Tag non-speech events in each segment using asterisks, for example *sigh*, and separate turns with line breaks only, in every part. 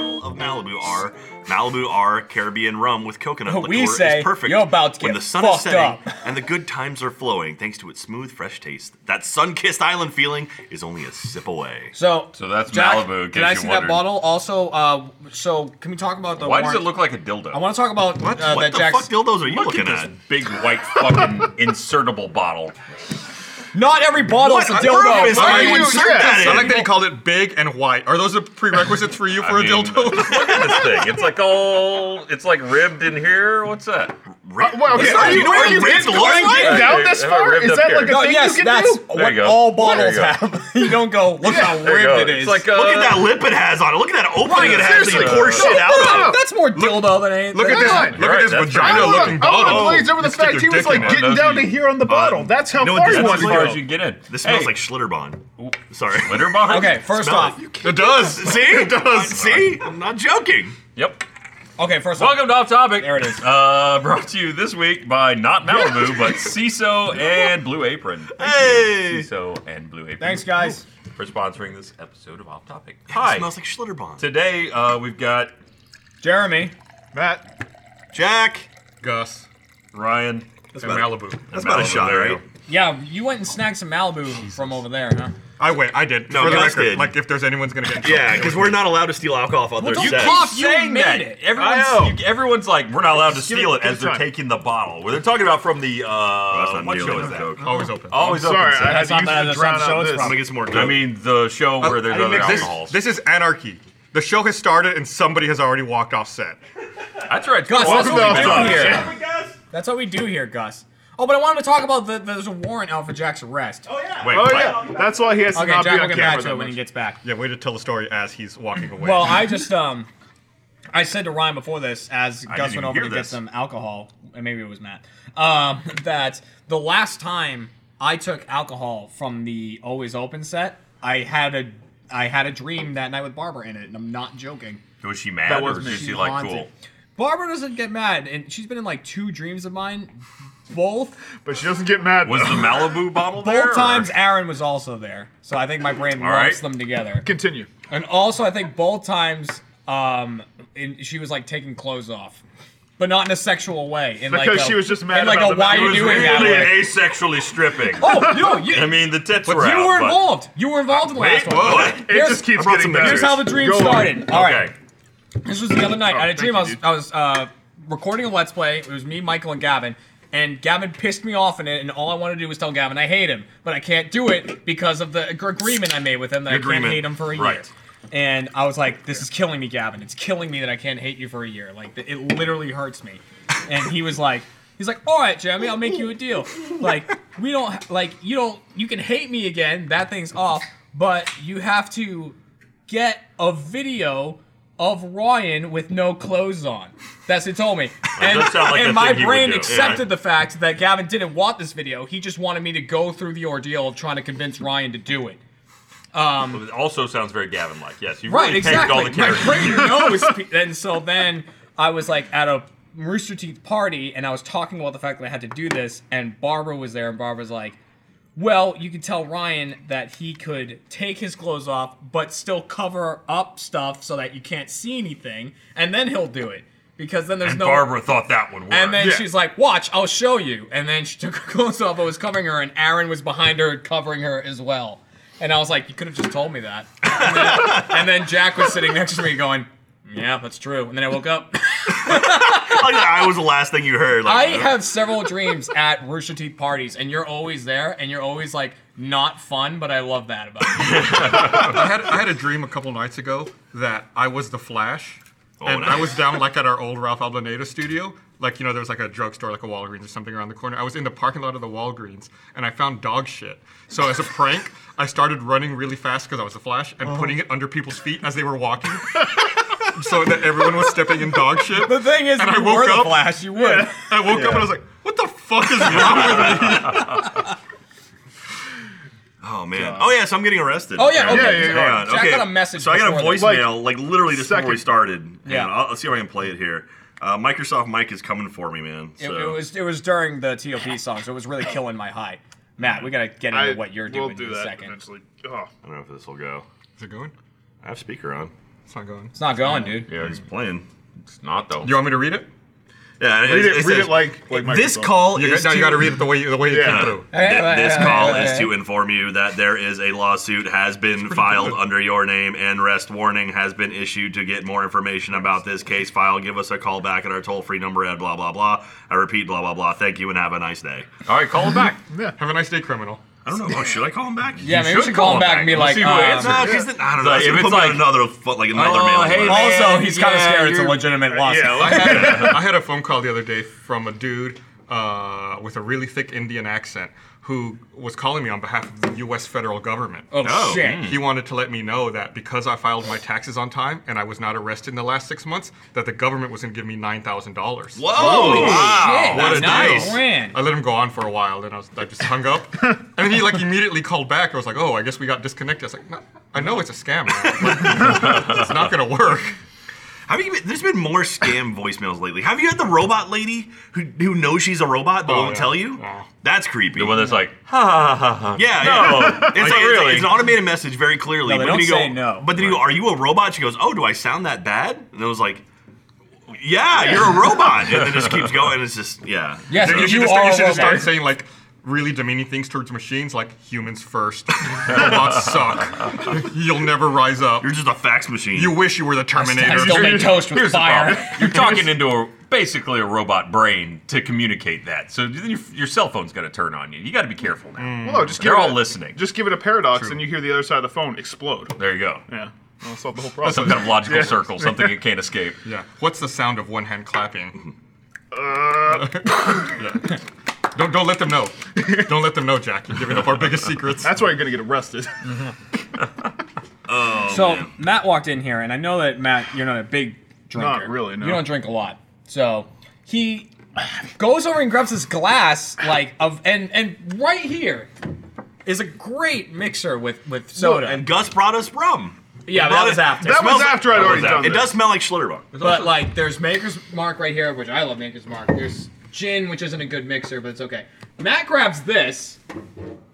Malibu are Malibu are Caribbean rum with coconut
But
liqueur
we say,
is perfect
"You're about to
when
get
the sun is
fucked
setting
up."
and the good times are flowing thanks to its smooth, fresh taste. That sun-kissed island feeling is only a sip away.
So,
So that's
Jack,
Malibu, in
Can
case
I
you
see that
wondered.
bottle? Also, uh, so can we talk about the?
Why does
warrant-
it look like a dildo?
I want to talk about uh,
what
that
the
Jack's.
fuck dildos are you
Look
looking
at
at?
this big white fucking insertable bottle.
Not every bottle is a
What
dildo.
purpose
Why
are
are
you
you-
insert that in?
I like that he called it big and white. Are those a prerequisite for you
*laughs*
for
I
a
mean,
dildo?
Look at this thing. It's like all. It's like ribbed in here. What's that?
Right?
Well, okay,
Listen,
are
you
you,
know
are
what
you
ribs
getting,
look
are you
like?
getting down
Hey,
this
have I
far?
ribbed
Is
up
that
here?
like
No,
a
No,
thing
yes,
you can
that's
do?
There
what
you go.
all bottles
There you
have. *laughs* you don't go, look how
There you go.
ribbed it is.
It's like uh, a,
Look at that lip it has on it. Look at that opening it has to
seriously.
pour shit out
Look,
of.
that's more dildo than anything.
Look at this.
Right,
Look at this
that's Oh, right.
I
vagina
would
looking
look- I would have
bottle.
glazed over the
You stick
fact
your
he
dick
was
in
like
it.
getting
Those
down
are
to
you-
here on the bottle. That's how
You know what
far
this
he
That's
smells
as
was.
far
like?
as you get in.
This smells
Hey,
like Schlitterbahn. Sorry.
litter box.
Okay, first
Smell
off,
it.
It does.
See? It does. See? I'm not joking.
Yep.
okay, first off,
Welcome to Off Topic.
There it is.
Uh, brought to you this week by not Malibu, but CISO and Blue Apron. Thank you,
Hey.
CISO and Blue Apron.
thanks guys.
for sponsoring this episode of Off Topic.
It
Hi.
smells like Schlitterbahn.
Today uh, we've got
Jeremy,
Matt,
Jack.
Gus,
Ryan.
and Malibu.
That's about a
Malibu,
shot,
there we
right?
go.
yeah, you went and snagged some Malibu from over there, huh?
I went. I did.
No,
for the
Gus
record,
did.
like if there's anyone's gonna get in trouble.
Yeah, because we're not allowed to steal alcohol off their
don't
sets.
cough.
Keep
You
saying
made
that.
it.
I know.
Everyone's, you- everyone's like, we're not allowed to
give
steal
it-
it
give
as
it
they're
time.
taking the bottle. Well, they're talking about from the
that's
uh,
not
what
dealing
show
with
is
that.
that?
always open.
Always
Sorry,
open.
I
set.
had
That's not
used
bad,
to
that's
drown
not
out
show, it's
this.
I'm gonna get some more. Dope.
I mean, the show where
I
there's
didn't
other
make-
alcohols.
this, this is anarchy. The show has started and somebody has already walked off set.
That's right.
Gus, that's
Welcome
what we
to Off
do
Topic.
here.
Yeah.
That's what we do here, Gus. Oh, but I wanted to talk about the, there's a warrant out for Jack's arrest. Okay,
Wait,
Oh
what?
yeah, that's why he has to
Jack
not be
will
on
get back
camera.
to
that
it when he
much.
gets back.
Yeah, way to tell the story as he's walking away.
Well, I just um, I said to Ryan before this, as Gus
even
went over
hear
to get
this.
some alcohol, and maybe it was Matt, um, *laughs* that the last time I took alcohol from the Always Open set, I had a I had a dream that night with Barbara in it, and I'm not joking.
*laughs* Was she mad
That
or
was
was
me.
she like
haunted.
cool?
Barbara doesn't get mad, and she's been in like two dreams of mine. Both
But she doesn't get mad.
Was the
though.
Malibu bottle
both
there? or-
times Aaron was also there, so I think my brain lumps
right.
them together.
Continue.
And also, I think both times, um, in, she was like taking clothes off, but not in a sexual way. In like
Because
a-
she was just mad
In like
about
a
the
why
It
Are
you
was
doing that?
really
Way.
asexually stripping.
Oh, *laughs* no, you,
I mean, the tits were out.
you were
but-
involved. You were involved in the
Wait,
last one.
what?
It
Here's-
just keeps
brought
getting
some
better.
pictures.
Here's how the dream
Go on.
started. All right,
Okay.
this was the other night. I had a
Oh, thank
dream.
you,
I was,
dude.
I was uh, recording a let's play. It was me, Michael, and Gavin. And Gavin pissed me off in it, and all I wanted to do was tell Gavin I hate him, but I can't do it because of the ag- agreement I made with him that I
Agreement.
can't hate him for a
Right.
year. And I was like, "This is killing me, Gavin. It's killing me that I can't hate you for a year. Like it literally hurts me." And he was like, "He's like, all right, Jeremy, I'll make you a deal. Like we don't like you don't you can hate me again. That thing's off, but you have to get a video of Ryan with no clothes on. That's what he told
*laughs*
me. And,
does sound like
and
a
my
thing he would
brain
do, yeah.
accepted the fact that Gavin didn't want this video. He just wanted me to go through the ordeal of trying to convince Ryan to do it.
It also sounds very Gavin-like. Yes, you
Right,
really
exactly.
tanked all the
my
characters.
brain
*laughs*
knows. pe- And so then I was like at a Rooster Teeth party and I was talking about the fact that I had to do this, and Barbara was there, and Barbara's like, well, you could tell Ryan that he could take his clothes off, but still cover up stuff so that you can't see anything, and then he'll do it. Because then there's
And
no.
Barbara thought that would work.
And then
Yeah.
she's like, "Watch, I'll show you." And then she *laughs* took her clothes off, I was covering her, and Aaron was behind her, covering her as well. And I was like, "You could have just told me that." *laughs* And then, and then Jack was sitting next to me, going, "Yeah, that's true." And then I woke up.
*laughs*
*laughs*
like that I was the last thing you heard.
I
Like,
have several dreams at Rooster Teeth parties, and you're always there, and you're always like, "Not fun," but I love that about you.
I had I had a dream a couple nights ago that I was the Flash, and
nice.
I was down like at our old Ralph Ablaneda studio. Like you know, there was like a drugstore, like a Walgreens or something around the corner. I was in the parking lot of the Walgreens, and I found dog shit. So as a *laughs* prank, I started running really fast because I was the Flash and putting it under people's feet as they were walking. *laughs* So that everyone was stepping in dog
*laughs*
shit.
The thing is,
And
if
I
you were
woke
the
up-
Flash, you would.
*laughs*
I woke up and I was like, "What the fuck *laughs* is wrong with me?"
Oh man. Oh yeah. So I'm getting arrested.
Oh yeah, okay.
apparently.
yeah, yeah.
Hang on.
So
okay.
I got a message.
So I got a
before this.
voicemail, like, literally just before we
second.
started.
Yeah.
Yeah. I'll, I'll see if I can play it here. Uh, Microsoft Mike is coming for me, man.
It,
So.
it was it was during the TOP song, so it was really killing my high. Matt, we gotta get into
I
what you're
will
doing
do
in a
that
second.
eventually. Oh,
I don't know if this will go.
Is it going?
I have speaker on.
It's not going.
It's not going, dude.
Yeah,
He's playing.
it's not though.
You want me to read it?
Yeah,
Read it, read it like, like
this
Microsoft.
call
You
is
got, now
to,
you got to read it the way you, the way it
Yeah.
came through.
All right, all right,
Th- this
all right,
call
all right,
is
all
to
right.
inform you that there is a lawsuit has been filed under your name and rest warning has been issued to get more information about this case file give us a call back at our toll-free number at blah blah blah i repeat blah blah blah thank you and have a nice day
All right, call him back.
Have a nice day, criminal.
i don't know should i call him back
Yeah, maybe we should call him back and be
We'll
like,
see who
uh,
answers.
no because i don't know
Like,
if
if
it's
it's
like
like-
another fu- like another
Oh,
man's
hey,
word.
man.
Also, he's kind of
Yeah,
scared. It's a
you're-
legitimate lawsuit.
Yeah,
I
like,
had, I had a phone call the other day from a dude uh, with a really thick Indian accent who was calling me on behalf of the U.S. federal government.
Oh,
Oh,
shit.
He wanted to let me know that because I filed my taxes on time and I was not arrested in the last six months, that the government was going to give me nine thousand dollars.
whoa
Shit,
What
that's
a
nice.
deal.
Win.
I let him go on for a while, and I, was, I just hung up. and then he like immediately called back. I was like, "Oh, I guess we got disconnected." I was like, no, "I know it's a scam. man. *laughs* it's not gonna work."
Have you been, there's been more scam voicemails lately. Have you had the robot lady who, who knows she's a robot but
Oh,
won't
yeah.
tell you?
Yeah.
That's creepy.
The one that's like,
yeah, yeah.
No.
It's, like, it's, like,
really.
it's an automated message very clearly.
No, they
but then
don't
you go,
say no.
But then you go, are you a robot? She goes, oh, do I sound that bad? And I was like, yeah, you're a robot. And then it
*laughs*
just keeps going. It's just, yeah.
Yes,
You,
you,
should, just,
are.
you should
a
just start
robot.
saying like really demeaning things towards machines, like humans first. Robots suck. You'll never rise up.
You're just a fax machine.
You wish you were the
*laughs*
Terminator.
I still make toast with
here's the problem.
fire.
You're talking into a basically a robot brain to communicate that. So then your, your cell phone's got to turn on you. You got to be careful now.
Mm.
Well, no, just give
They're
it
all
a-
listening.
Just give it a paradox, and you hear the other side of the phone explode.
There you go.
Yeah, that'll solve the whole problem.
Some kind of logical circle, something it can't escape.
yeah. What's the sound of one hand clapping?
Uh,
*laughs* Don't don't let them know. don't let them know, Jack. You're giving up our biggest secrets.
that's why you're gonna get arrested.
*laughs* So Matt walked in here, and I know that Matt, you're not a big drinker.
Not really, no.
You don't drink a lot, so he goes over and grabs this glass, like of, and and right here is a great mixer with with soda.
and Gus brought us rum.
yeah,
brought
that was
it-
after.
that was
smells-
after I'd
that
already
was after.
done
It
this.
does smell like Schlitterbach.
But like, there's Maker's Mark right here, which I love Maker's Mark. There's gin, which isn't a good mixer, but it's okay. Matt grabs this,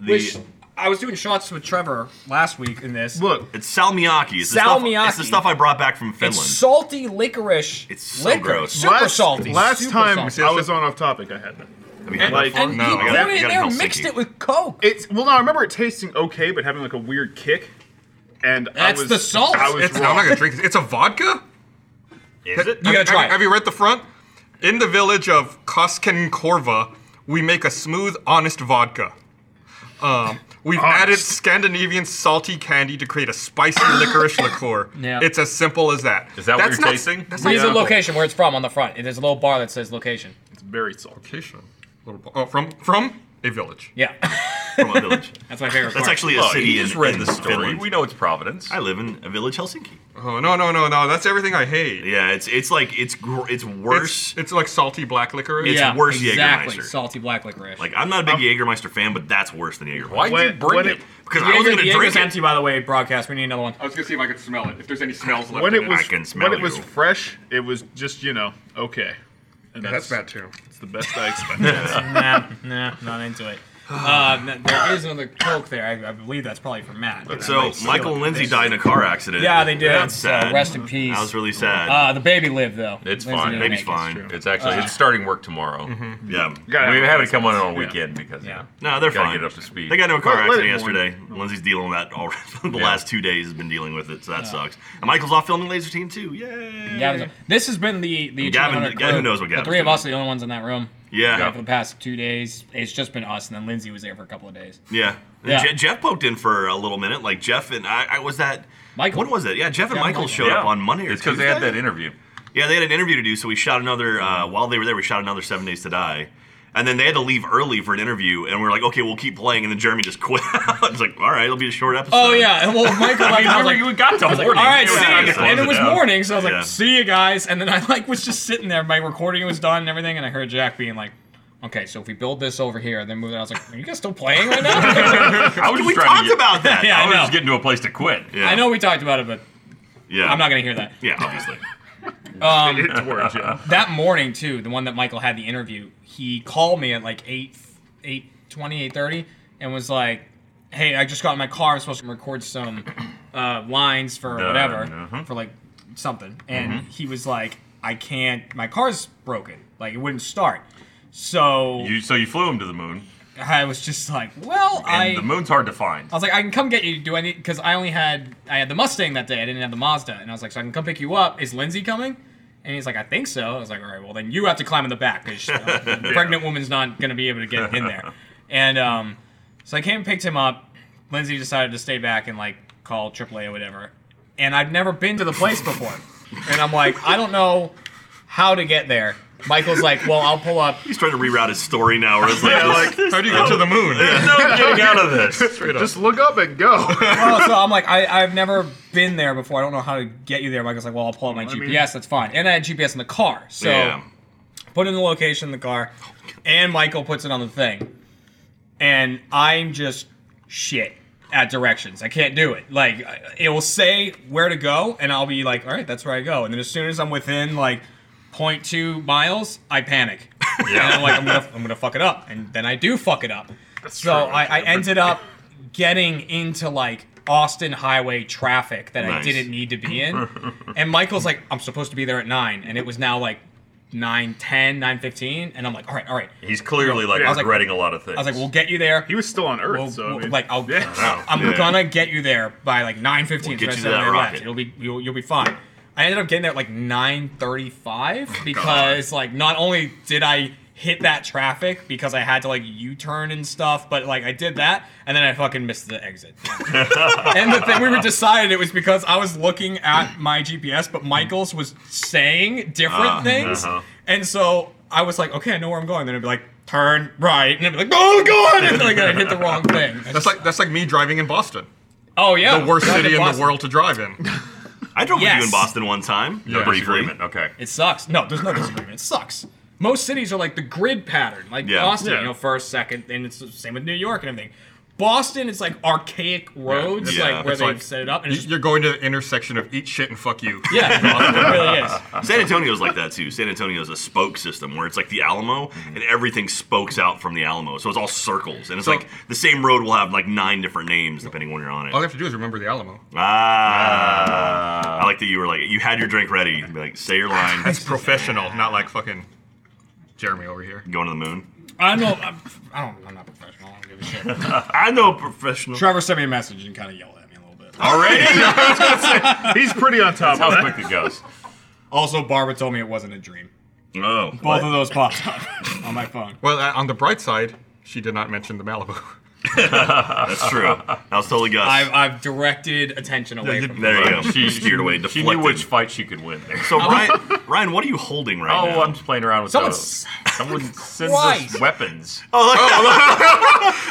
The,
which I was doing shots with Trevor last week in this.
Look,
it's salmiakki. It's the stuff- It's the
Salmiakki.
stuff I brought back from
It's
Finland.
salty licorice.
It's so
liquor.
gross.
Super
last,
salty.
Last
super
time
salty.
I was on off topic, I had that.
Have you had
Like-
that before?
And
No,
he
I
put
got- I
it in
got
there,
Helsinki.
mixed it with Coke.
It's well, no, I remember it tasting okay, but having like a weird kick. And
That's
I was,
the salt.
I was
It's, I'm
wrong.
not gonna drink this. It's a vodka.
Is
*laughs*
it?
You gotta
have,
try
have-
it.
have you read the front? In the village of Koskenkorva, we make a smooth, honest vodka. Um, we've added Scandinavian salty candy to create a spicy *coughs* licorice liqueur.
Yeah.
It's as simple as that.
Is that what
That's
you're
not-
tasting?
That's
Here's
not
the location where it's from on the front. There's a little bar that says location.
It's very salty.
location. Little po- Oh, from from a village.
Yeah, *laughs*
From a village.
that's my favorite.
That's
part.
actually a
Look,
city
you just
in,
read
in
the story.
Finland.
We know it's Providence.
I live in a village, Helsinki.
Oh no no no no! That's everything I hate.
Yeah, it's it's like it's gr- it's worse.
It's, it's like salty black licorice.
It's
yeah,
worse
exactly.
Jägermeister.
Salty black licorice.
like I'm not a big Jägermeister fan, but that's worse than Jägermeister.
Why'd
When-
you bring
when
it?
it-
Because I
Jaeger-
was gonna
Jaeger's
drink
empty,
it.
by the way. Broadcast. We need another one.
I was gonna see if I could smell it. If there's any smells left.
When
in
it was
I can smell
when it was
you.
fresh, it was just you know okay. And
that's bad too.
It's the best I expected.
nah, nah, not into *sighs* it. Um, th- there is another Coke there. I, I believe that's probably for Matt.
So Michael and Lindsay died in a car accident.
Yeah, they did.
That's
So,
sad.
rest in peace.
That was really sad.
Uh, the baby lived though.
It's
Lindsay
fine.
didn't
Baby's
make it.
fine.
It's actually it's starting work tomorrow.
yeah.
We
Gotta-
haven't come on on a
Yeah.
weekend because
Uh-huh. Mm-hmm. Yeah.
No, they're
Gotta
fine.
get up to speed.
They got into a car
Let- let
accident
it
yesterday. Lindsay's dealing with that all *laughs* the
Yeah.
last two days. Has been dealing with it, so that sucks. And Michael's off filming Laser Team too. Yay!
Gavin's- this has been the the
Gavin-
200
Gavin
crew.
knows what
The
Gavin's
three of
doing.
us are the only ones in that room.
Yeah.
For the past two days, it's just been us, and then Lindsay was there for a couple of days.
Yeah.
Yeah.
Je- Jeff poked in for a little minute. Like Jeff and I, I was that.
Michael.
When was it? Yeah, Jeff and
Yeah,
Michael
Michael.
showed up on Monday or
It's because they had
Tuesday?
that interview.
Yeah, they had an interview to do, so we shot another. Uh, while they were there, we shot another Seven Days to Die, and then they had to leave early for an interview, and we were like, okay, we'll keep playing, and then Jeremy just *laughs* quit. it's like, all right, it'll be a short episode.
Oh yeah, and well
*laughs*
Michael like, I was like,
we got to
I was like, all right,
Yeah,
see,
yeah,
you. and it was
more.
morning, so I was like,
Yeah.
see you guys. And then I like was just sitting there, my recording was done and everything, and I heard Jack being like, okay, so if we build this over here, then move it. I was like, are you guys still playing right *laughs* now?
*laughs* I was just
we
trying
talked
to
*laughs*
get,
about that.
Yeah.
I,
I
was
know.
just getting to a place to quit.
yeah,
I know we talked about it, but
Yeah,
I'm not gonna hear that.
Yeah, obviously.
It's worse, yeah.
That morning too, the one that Michael had the interview, he called me at like 8, 8 8.30 and was like, hey, I just got in my car. I'm supposed to record some uh, lines for
Done,
whatever,
uh-huh. Mm-hmm.
for like something, and he was like, "I can't. My car's broken. Like it wouldn't start." So
You, so you flew him to the moon,
I was just like, "Well,
and
I."
the moon's hard to find. *laughs*
I was like, I can come get you. Do I need? Because I only had I had the Mustang that day. I didn't have the Mazda, and I was like, so I can come pick you up. Is Lindsay coming? And he's like, I think so. I was like, all right, well then you have to climb in the back because the pregnant woman's not gonna be able to get in there. And um, so I came and picked him up. Lindsay decided to stay back and like call AAA or whatever. And I'd never been to the place before, and I'm like, I don't know how to get there. Michael's like, well, I'll pull up.
He's trying to reroute his story now. Where it's like, like
How do you get to
*laughs*
the moon?
there's no getting out of
*laughs*
this.
Just look up and go. *laughs*
*laughs* oh, so I'm like, I, I've never been there before. I don't know how to get you there. Michael's like, well, I'll pull out my GPS. that's fine. And I had GPS in the car. So
Yeah.
put in the location in the car, and Michael puts it on the thing. And I'm just shit at directions. I can't do it. Like, I- it will say where to go, and I'll be like, all right, that's where I go. And then as soon as I'm within, like, 0.2 miles, I panic. *laughs* And I'm like, I'm gonna, I'm gonna fuck it up, and then I do fuck it up. so
true,
I, I
actually.
ended up getting into like Austin highway traffic that
Nice.
I didn't need to be
*laughs*
in. and Michael's like, I'm supposed to be there at nine, and it was now like 9, 10, 9, 15. and I'm like, all right, all right.
He's clearly like
I was
like-
regretting a lot of things.
I was like, we'll get you there.
He was still on Earth,
We'll-
so I
we'll-
mean,
like I'll, *laughs*
wow.
I'm
*laughs* Yeah.
gonna get you there by like
We'll
9:15.
get
so
you
that's
to that
how I left.
rocket.
It'll be you'll, you'll be fine. I ended up getting there at like
Oh,
9:35 because like not only did I hit that traffic because I had to like U-turn and stuff, but like I did that and then I fucking missed the exit. *laughs* and the thing we were decided it was because I was looking at my GPS, but Michaels was saying different
Ah,
things,
uh-huh.
and so I was like, okay, I know where I'm going. Then I'd be like. Turn right, and I'd be like, "Oh God!" And like I hit the wrong thing.
That's like that's like me driving in Boston.
Oh yeah,
The worst
Drive
city
to
in the
Boston.
world to
*laughs*
drive in.
I drove with you in
Yes.
Boston one time. uh,
no
briefly.
disagreement. Okay.
It sucks. No, there's no disagreement. It sucks. Most cities are like the grid pattern, like
Yeah.
Boston,
Yeah.
you know, first, second, and it's the same with New York and everything. Boston, it's like archaic roads,
Yeah.
like where
It's
they've
like-
set it up, and
You-
it's just,
You're going to the intersection of eat shit and fuck you.
yeah, it really is.
San Antonio's like that too. San Antonio's a spoke system where it's like the Alamo and everything spokes out from the Alamo. So it's all circles. And it's
So-
like the same road will have like nine different names depending when you're on it.
All you have to do is remember the Alamo.
Ah. I like that you were like, you had your drink ready. You'd be like, say your line,
That's professional, not like fucking Jeremy over here.
going to the moon.
I know. I'm, I don't. I'm not professional. I don't give a
*laughs*
shit.
I know professional.
Trevor sent me a message and kind of yelled at me a little bit.
Already?
he's pretty on top of
How
that.
quick it *laughs* goes.
Also, Barbara told me it wasn't a dream.
oh.
Both of those popped up *laughs* on my phone.
Well, uh, on the bright side, she did not mention the Malibu. *laughs*
That's true. That was totally Gus.
I've, I've directed attention away
you-
from.
there you go.
She
steered away,
She
deflected.
knew which fight she could win. There.
so Ryan, Ryan, what are you holding right
Oh,
now?
I'm just playing around with
Someone s-
those.
*laughs*
Someone sends us
Christ.
weapons.
Oh,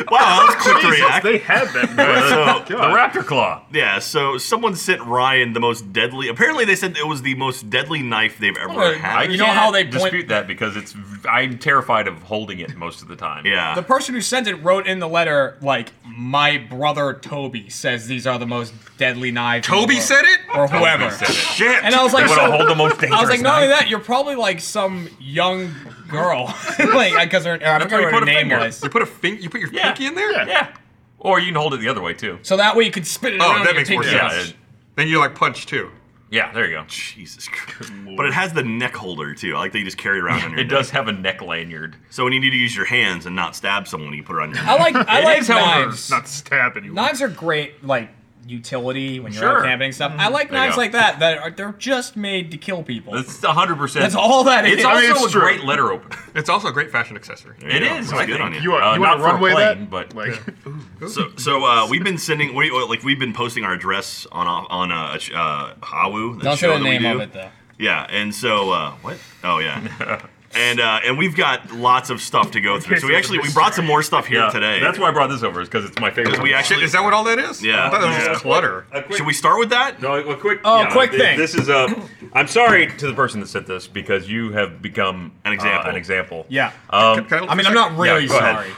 *laughs* wow, that was quick to
*laughs* Jesus,
react.
they had that. *laughs* man.
The
God.
raptor claw.
Yeah, so someone sent Ryan the most deadly. Apparently, they said it was the most deadly knife they've ever
Well,
had.
You know how
can't
they point-
dispute that because it's. I'm terrified of holding it most of the time.
yeah.
The person who sent it wrote in the letter, like, my brother Toby says these are the most deadly knives. in the
Toby
world,"
said it?
Or whoever.
Shit.
And I was like,
Would
so-
hold the most dangerous.
*laughs* I was like, not
knife.
only that, you're probably like some young girl. *laughs* like, because her, I forgot
where you
what her
put a
name
finger.
was.
You put a fin- you put your
Yeah.
pinky in there?
Yeah. Or you can hold it the other way too.
So that way you could spit it
Oh,
around
that
your
makes more
pinky.
sense.
Yeah. it-
Then you like punch too.
yeah. There you go.
Jesus Christ. But it has the neck holder, too. I like that you just carry it around on your
It
neck.
does have a neck lanyard.
So when you need to use your hands and not stab someone, you put it on your
I
neck.
*laughs*
like, I
It
like
is, however,
knives.
Not stab anyone.
Knives are great, like utility when you're
Sure. Mm-hmm.
out camping and stuff. I like
There you
knives
go.
like that that are they're just made to kill people. That's,
That's 100. percent
all that is.
It's
I mean,
also
it's
a
true.
great letter opener.
It's also a great fashion accessory.
It
Yeah,
is.
it's
I
good
think.
on you.
you
Uh,
want, you
not for
want to
a
runway
plane,
that?
but-
like,
So, so uh, we've been sending, we, like, we've been posting our address on on uh, uh, Hawu. the
Don't
show
say
that
the
we
name
do.
of it though.
Yeah, and so uh, what? Oh yeah, and uh, and we've got lots of stuff to go through. So we actually we brought some more stuff here
Yeah,
today.
That's why I brought this over, is because it's my favorite.
because we
Shit,
actually
is that what all that is?
Yeah.
I thought that was
Yeah.
just clutter.
A quick-
should *laughs* we start with that?
No, a quick.
Oh, quick
th-
thing.
This is a. *coughs* I'm sorry to the person that sent this because you have become
An example.
uh, an example.
Yeah.
Um,
Can
I mean, I'm not really
Yeah, go ahead.
sorry.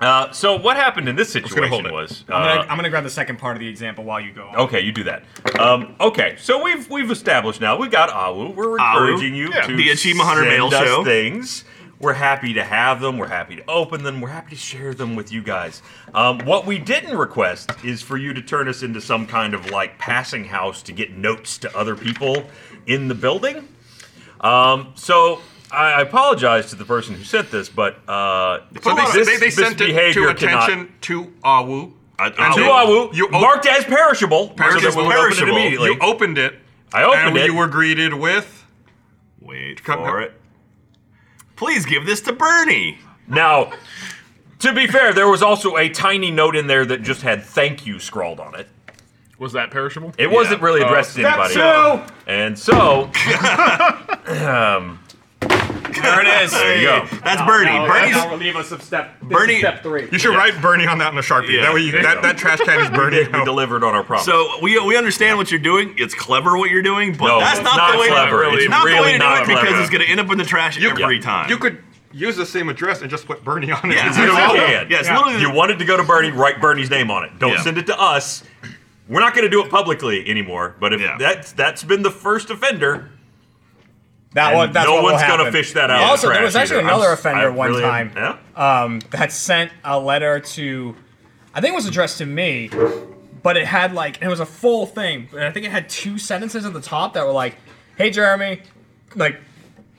uh, so what happened in this
gonna hold
situation
it.
was.
I'm
uh,
gonna, I'm gonna grab the second part of the example while you go. On.
Okay, you do that. Um, okay, so we've we've established now we got Awu. We're
Awu.
encouraging you
Yeah.
to
The Achievement Hunter
send
Mail
us
Show.
things. We're happy to have them. We're happy to open them. We're happy to share them with you guys. Um, what we didn't request is for you to turn us into some kind of like passing house to get notes to other people in the building. Um, so I I apologize to the person who sent this, but uh,
So they,
this
they, they sent it to
misbehavior cannot-
attention to Awu.
I-
and
I-
they-
To
to Awu,
You op-
marked as perishable.
Perishable.
so they will open it immediately.
You opened it.
I opened
and
it.
you were greeted with.
Wait
Cut-
for it. Please give this to Bernie.
Now, to be fair, there was also a tiny note in there that just had "thank you" scrawled on it.
*laughs* Was that perishable?
It wasn't really
Uh,
addressed to anybody.
two!
And so,
There it is.
There you go. That's Bernie. Bernie's
That'll relieve us of step. This is
Bernie-
step three.
You should write Bernie on that in a sharpie.
Yeah.
That way, you,
There you
that,
go.
that trash can is Bernie.
we
out.
delivered on our promise.
So we we understand what you're doing. It's clever what you're doing, but
No,
that's
it's
not,
not
the way
clever.
to,
It's
it's not the
really
way to do
not
it because
clever.
it's going to end up in the trash every
yeah.
time.
You could use the same address and just put Bernie on it.
Yeah,
instead of
you
Awu.
can.
can.
Yes, literally-
You wanted to go to Bernie, write Bernie's name on it. Don't
Yeah.
send it to us. We're not going to do it publicly anymore. But if
Yeah.
that's that's been the first offender,
That
and
one. That's
no
what will
one's gonna
happen.
fish that out. of
Also,
the
there was
trash
actually
either.
another
I'm s-
offender
I
one
really am-
time.
Yeah?
um, that sent a letter to, I think it was addressed to me, but it had like, it was a full thing, and I think it had two sentences at the top that were like, "Hey Jeremy, like,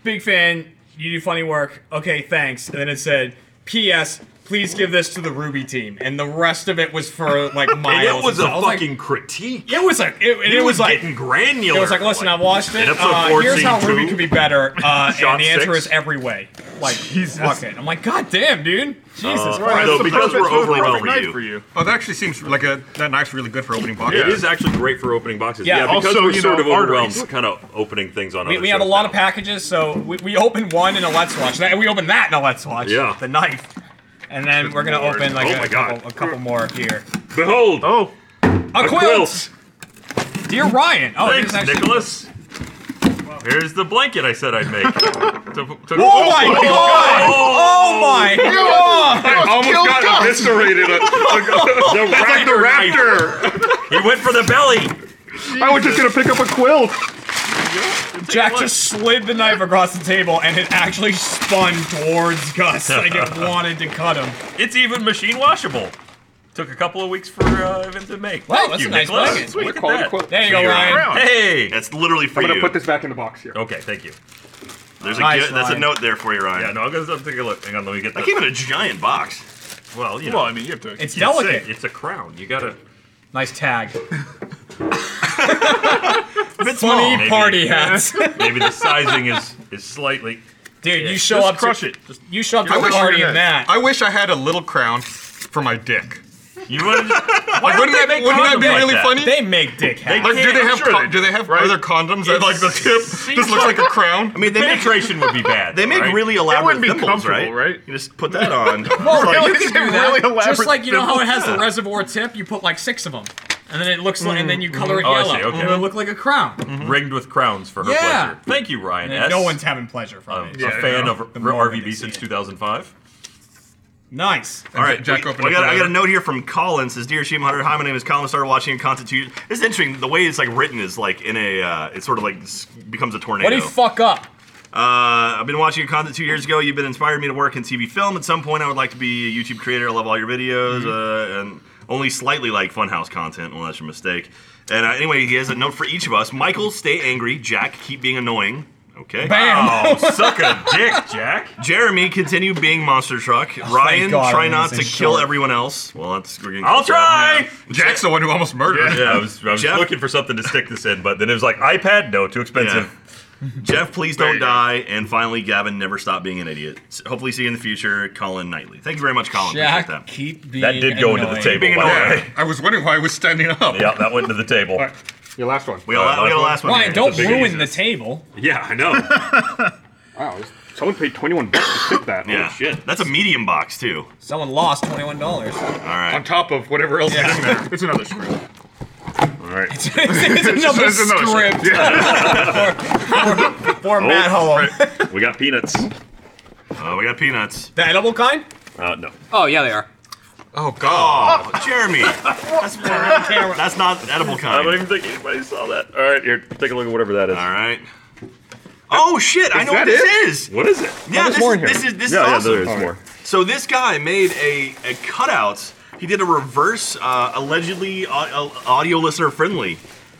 big fan, you do funny work. Okay, thanks." And then it said, "P.S. Please give this to the Ruby team." And the rest of it was for like
*laughs* And
miles.
it was a
stuff. I
fucking
Like,
critique.
it was like it, and it
He
was like
getting granular.
it was like, listen, I watched it.
in episode
Uh, here's
14,
how Ruby
too.
could be better. Uh,
Shot
and the answer
six.
is every way. Like, fuck it. I'm like, god damn, dude.
Uh,
Jesus
Right,
That's
though,
the
because
perfect-
we're
that's the
overwhelmed
perfect
with
night
you.
for you.
Oh, that actually seems like a that knife's really good for opening boxes.
It is actually great for opening boxes.
Yeah,
Yeah, because
also,
we're
you
sort
know,
of overwhelmed,
arteries.
kind of opening things on.
We,
other
we have a
shows
lot
now.
of packages, so we, we open one in a Let's Watch, and we open that in a Let's Watch.
Yeah.
The knife. And then we're gonna
lord.
open like
Oh
a,
my God.
couple, a couple more here.
Behold,
Oh,
A
a
quilt,
quilt.
dear Ryan. Oh,
Thanks,
this is Oh, actually.
Nicholas. Here's the blanket I said I'd
*laughs*
make.
To- to-
Oh my god! Oh my god!
I almost got eviscerated. *laughs*
the raptor,
Raptor.
He went for the belly.
I was just gonna pick up a quilt.
Jack just slid the knife across the table, and it actually spun towards Gus like
*laughs*
it wanted to cut him.
It's even machine washable. Took a couple of weeks for uh, him to make.
Wow,
Thank
that's
you,
a nice
Nicholas.
blanket.
sweet.
Look at
quality
that.
quote.
There you go, Ryan.
Around.
Hey.
That's literally for
I'm gonna
you.
put this back in the box here.
okay, thank you.
There's a
Nice,
gi- that's a
Ryan.
note there for you, Ryan.
Yeah, no, I'll go take a look. Hang on, let me get
I
that.
came in a giant box.
Well, you know,
Well, I mean, you have to.
It's
it's, a,
delicate.
it's a crown. You gotta.
Nice tag.
It's
Funny
maybe.
party hats.
Maybe the sizing is is slightly.
Dude, you show
just
up
crush
to,
it. Just
You show up to
I
a
wish
party
you
in that.
I wish I had a little crown for my dick.
You wanna just,
Like, wouldn't that,
make
wouldn't that be
condoms like
really
that?
funny?
they make dick hats.
*laughs* like, do
can't-
they
I'm
have
sure
con-
they-
do they have
right?
other condoms that like the tip
seems
just looks like a crown?
I mean, they make
penetration would be bad.
they make
right?
really elaborate
wouldn't be
thimbles, right?
comfortable, right?
You just put that
*laughs*
on.
Well,
Like,
you
it's
can do
a
that.
really
just
elaborate
like you know how
symbol.
it has the reservoir tip, you put like six of them, and then it looks like, and then you color it
Oh, I
yellow,
see, okay. Mm-hmm.
and it look like a crown.
ringed with crowns for her
Yeah.
pleasure. Thank you, Ryan.
And
S.
no one's having pleasure
a,
from it.
a fan
no.
of
The more
RVB
they see
since
it.
2005.
Nice.
All right,
Jack
we,
opened
we got,
up the
I got a
letter.
note here from Colin. Says, "Dear Achievement Hunter, hi, my name is Colin. Started watching Constitution. This is interesting. The way it's like written is like in a. Uh, it's sort of like s- becomes a tornado.
What do you fuck up?
Uh, I've been watching your content two years ago. You've been inspired me to work in TV film. At some point, I would like to be a YouTube creator. I love all your videos,
Mm-hmm.
uh, and only slightly like Funhouse content. Well, that's your mistake. And uh, anyway, he has a note for each of us. Michael, stay angry. Jack, keep being annoying. Okay.
Bam. *laughs*
Oh, suck a dick, Jack.
Jeremy, continue being monster truck. Ryan,
Oh, God,
try
I'm
not to
gonna say
kill
short.
everyone else. Well, that's we're getting
I'll
closer.
try.
Jack's the one who almost murdered.
Yeah, I was, I was
Jeff?
looking for something to stick this in, but then it was like iPad, no, too expensive.
Jeff, please
There
don't
you go.
die. And finally, Gavin, never stop being an idiot. S- Hopefully, see you in the future, Colin Knightley. Thank you very much, Colin. Appreciate
Jack,
that.
keep being
That did go into the
annoying.
table.
Being
By the
annoying.
way.
I was wondering why I was standing up.
Yeah, that went into the table.
Your last one.
We, got, we got a last one.
Ryan,
here.
don't
big
ruin the
Jesus.
table.
Yeah, I know. *laughs*
Wow, this- someone paid 21 bucks to pick that. Holy
Yeah,
shit.
That's a medium box too.
Someone lost twenty-one dollars.
All right.
On top of whatever else is in there.
It's another screw. All right.
*laughs* it's another
It's another
script *laughs* for, for Matt Hull.
we got peanuts.
Uh, we got peanuts.
The edible kind?
Uh, no.
Oh yeah, they are.
Oh god.
Oh, Jeremy. That's, that's not edible
I don't
kind.
even think anybody saw that. All right, here, take a look at whatever that is.
All right. Oh, Oh shit! I know what
that
this
it?
is.
What is it?
Yeah,
there's
this,
more
is,
in here.
this is this
yeah,
is
yeah,
awesome.
there is more.
So this guy made a, a cutout. He did a reverse, uh, allegedly au- au- audio listener friendly,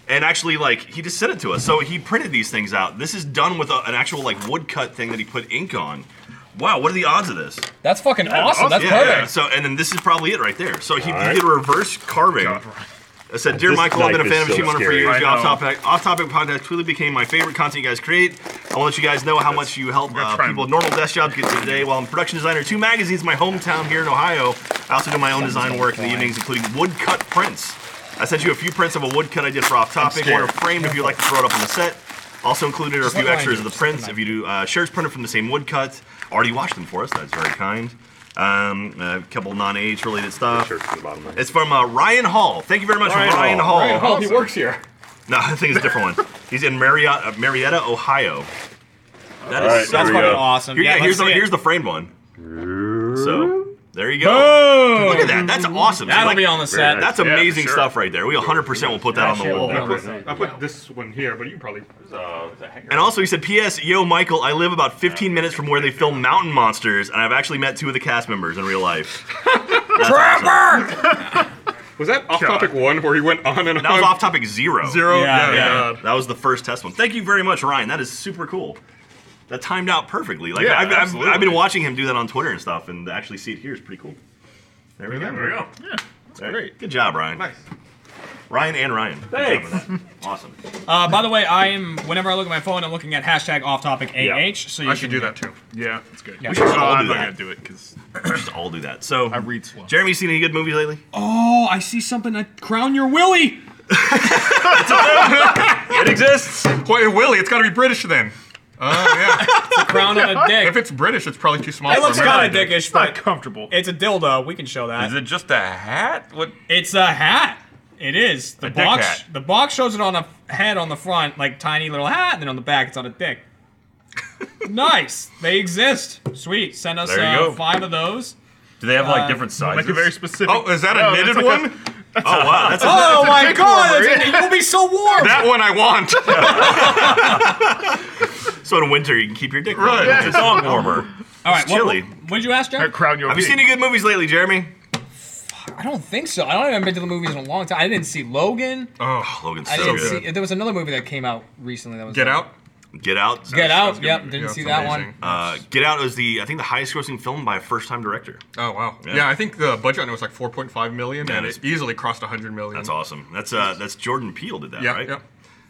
and actually like he just sent it to us. So he printed these things out. This is done with a, an actual like woodcut thing that he put ink on. Wow, what are the odds of this?
That's fucking awesome. That's
yeah,
perfect.
yeah. So and then this is probably it right there. So he, he
right.
did a reverse carving. I said, Dear
This
Michael, I've
knife
been a
is
fan of
so
Team Hunter for
scary.
years.
I
Your
know.
off topic, off topic podcast truly became my favorite content you guys create. I want to let you guys know how much you help
gonna
uh,
try and-
people with normal desk jobs get through the day. While I'm a production designer, at two magazines, in my hometown here in Ohio. I also do my own design work in the evenings, including woodcut prints. I sent you a few prints of a woodcut I did for Off Topic, one are framed if you'd like to throw it up on the set. Also included are a few
like
extras of
mine.
the prints. If you do uh, shirts printed from the same woodcut, already washed them for us. That's very kind. Um, a couple non-age related stuff.
Shirts to the bottom of it.
It's from uh, Ryan Hall. Thank you very much, Ryan,
Ryan
Hall.
Hall.
Oh, he works here.
No, *laughs* I think it's a different one. He's in Marietta, uh, Marietta Ohio. That is
All right,
so
there
That's
we
fucking
go.
awesome.
Here, yeah,
yeah,
here's
let's
the
see it.
here's the framed one. So there you go.
Boom!
Look at that. That's awesome.
That'll
Like,
be on the
very
set.
nice.
That's
Yeah,
amazing
sure.
stuff right there. We 100% will put that on the
shit
wall.
will be on the set.
I put this one here, but you can probably.
And also, he said, P.S. Yo, Michael, I live about 15 minutes from where they film Mountain Monsters, and I've actually met two of the cast members in real
*laughs*
life.
Was that off topic one where he went on and on?
That was off topic zero.
Zero?
Yeah,
Yeah,
yeah.
God.
That was the first test one. Thank you very much, Ryan. That is super cool. That timed out perfectly. Like
Yeah,
I've, I've,
absolutely.
I've been watching him do that on Twitter and stuff, and to actually see it here is pretty cool. There we go.
There we go. Yeah.
All right.
great.
Good job, Ryan.
Nice.
Ryan and Ryan. Good job
Thanks.
on that. awesome.
Uh, by the way, I am. Whenever I look at my phone, I'm looking at hashtag off topic AH.
Yeah.
So you
I should
can-
do that too.
Yeah, that's good. oh,
Yeah.
We should just all
I'm
do
not gonna
that.
do it because
We should just all do that. So,
I read slow.
Jeremy, seen any good movies lately?
Oh, I see something. I crown your Willie.
It exists.
Wait, Willie, it's got to be British then. Oh yeah.
Crown on a dick.
if it's British, it's probably too small.
it
for
looks
American.
kind of dickish,
Not
but
comfortable.
it's a dildo. We can show that.
Is it just a hat? What?
It's a hat. It is. The
A dick
box
hat.
the box shows it on a f- head on the front, like tiny little hat, and then on the back it's on a dick. nice. They exist. Sweet. Send us
There you
uh,
go.
five of those.
Do they have like different sizes?
Uh, like a very specific.
Oh, is that a
No, that's
knitted
like
one?
Oh wow, *laughs* that's a,
Oh my
dick
god,
warmer,
that's- you'll be so warm.
That one I want.
so in winter you can keep your dick warm.
Right.
It's a
*laughs*
dog warmer.
All right, what,
chilly.
what, what did you ask,
A
Jack?
crown your
Have you
king.
seen any good movies lately, Jeremy?
I don't think so. I don't even been to the movies in a long time. I didn't see Logan.
Oh, Logan's
I
so
didn't
good.
see. There was another movie that came out recently that was
Get out.
Get Out.
Get
That's
out.
a good
Yep,
movie.
didn't
Yeah,
see
it's
that
amazing.
one.
Uh, Get Out was the I think the highest-grossing film by a first-time director.
Oh wow.
Yeah.
Yeah. I think the budget on it was like 4.5 million,
Yeah,
and
it's-
it easily crossed 100 million.
That's awesome. That's uh, that's Jordan Peele did that,
Yeah,
right?
yeah.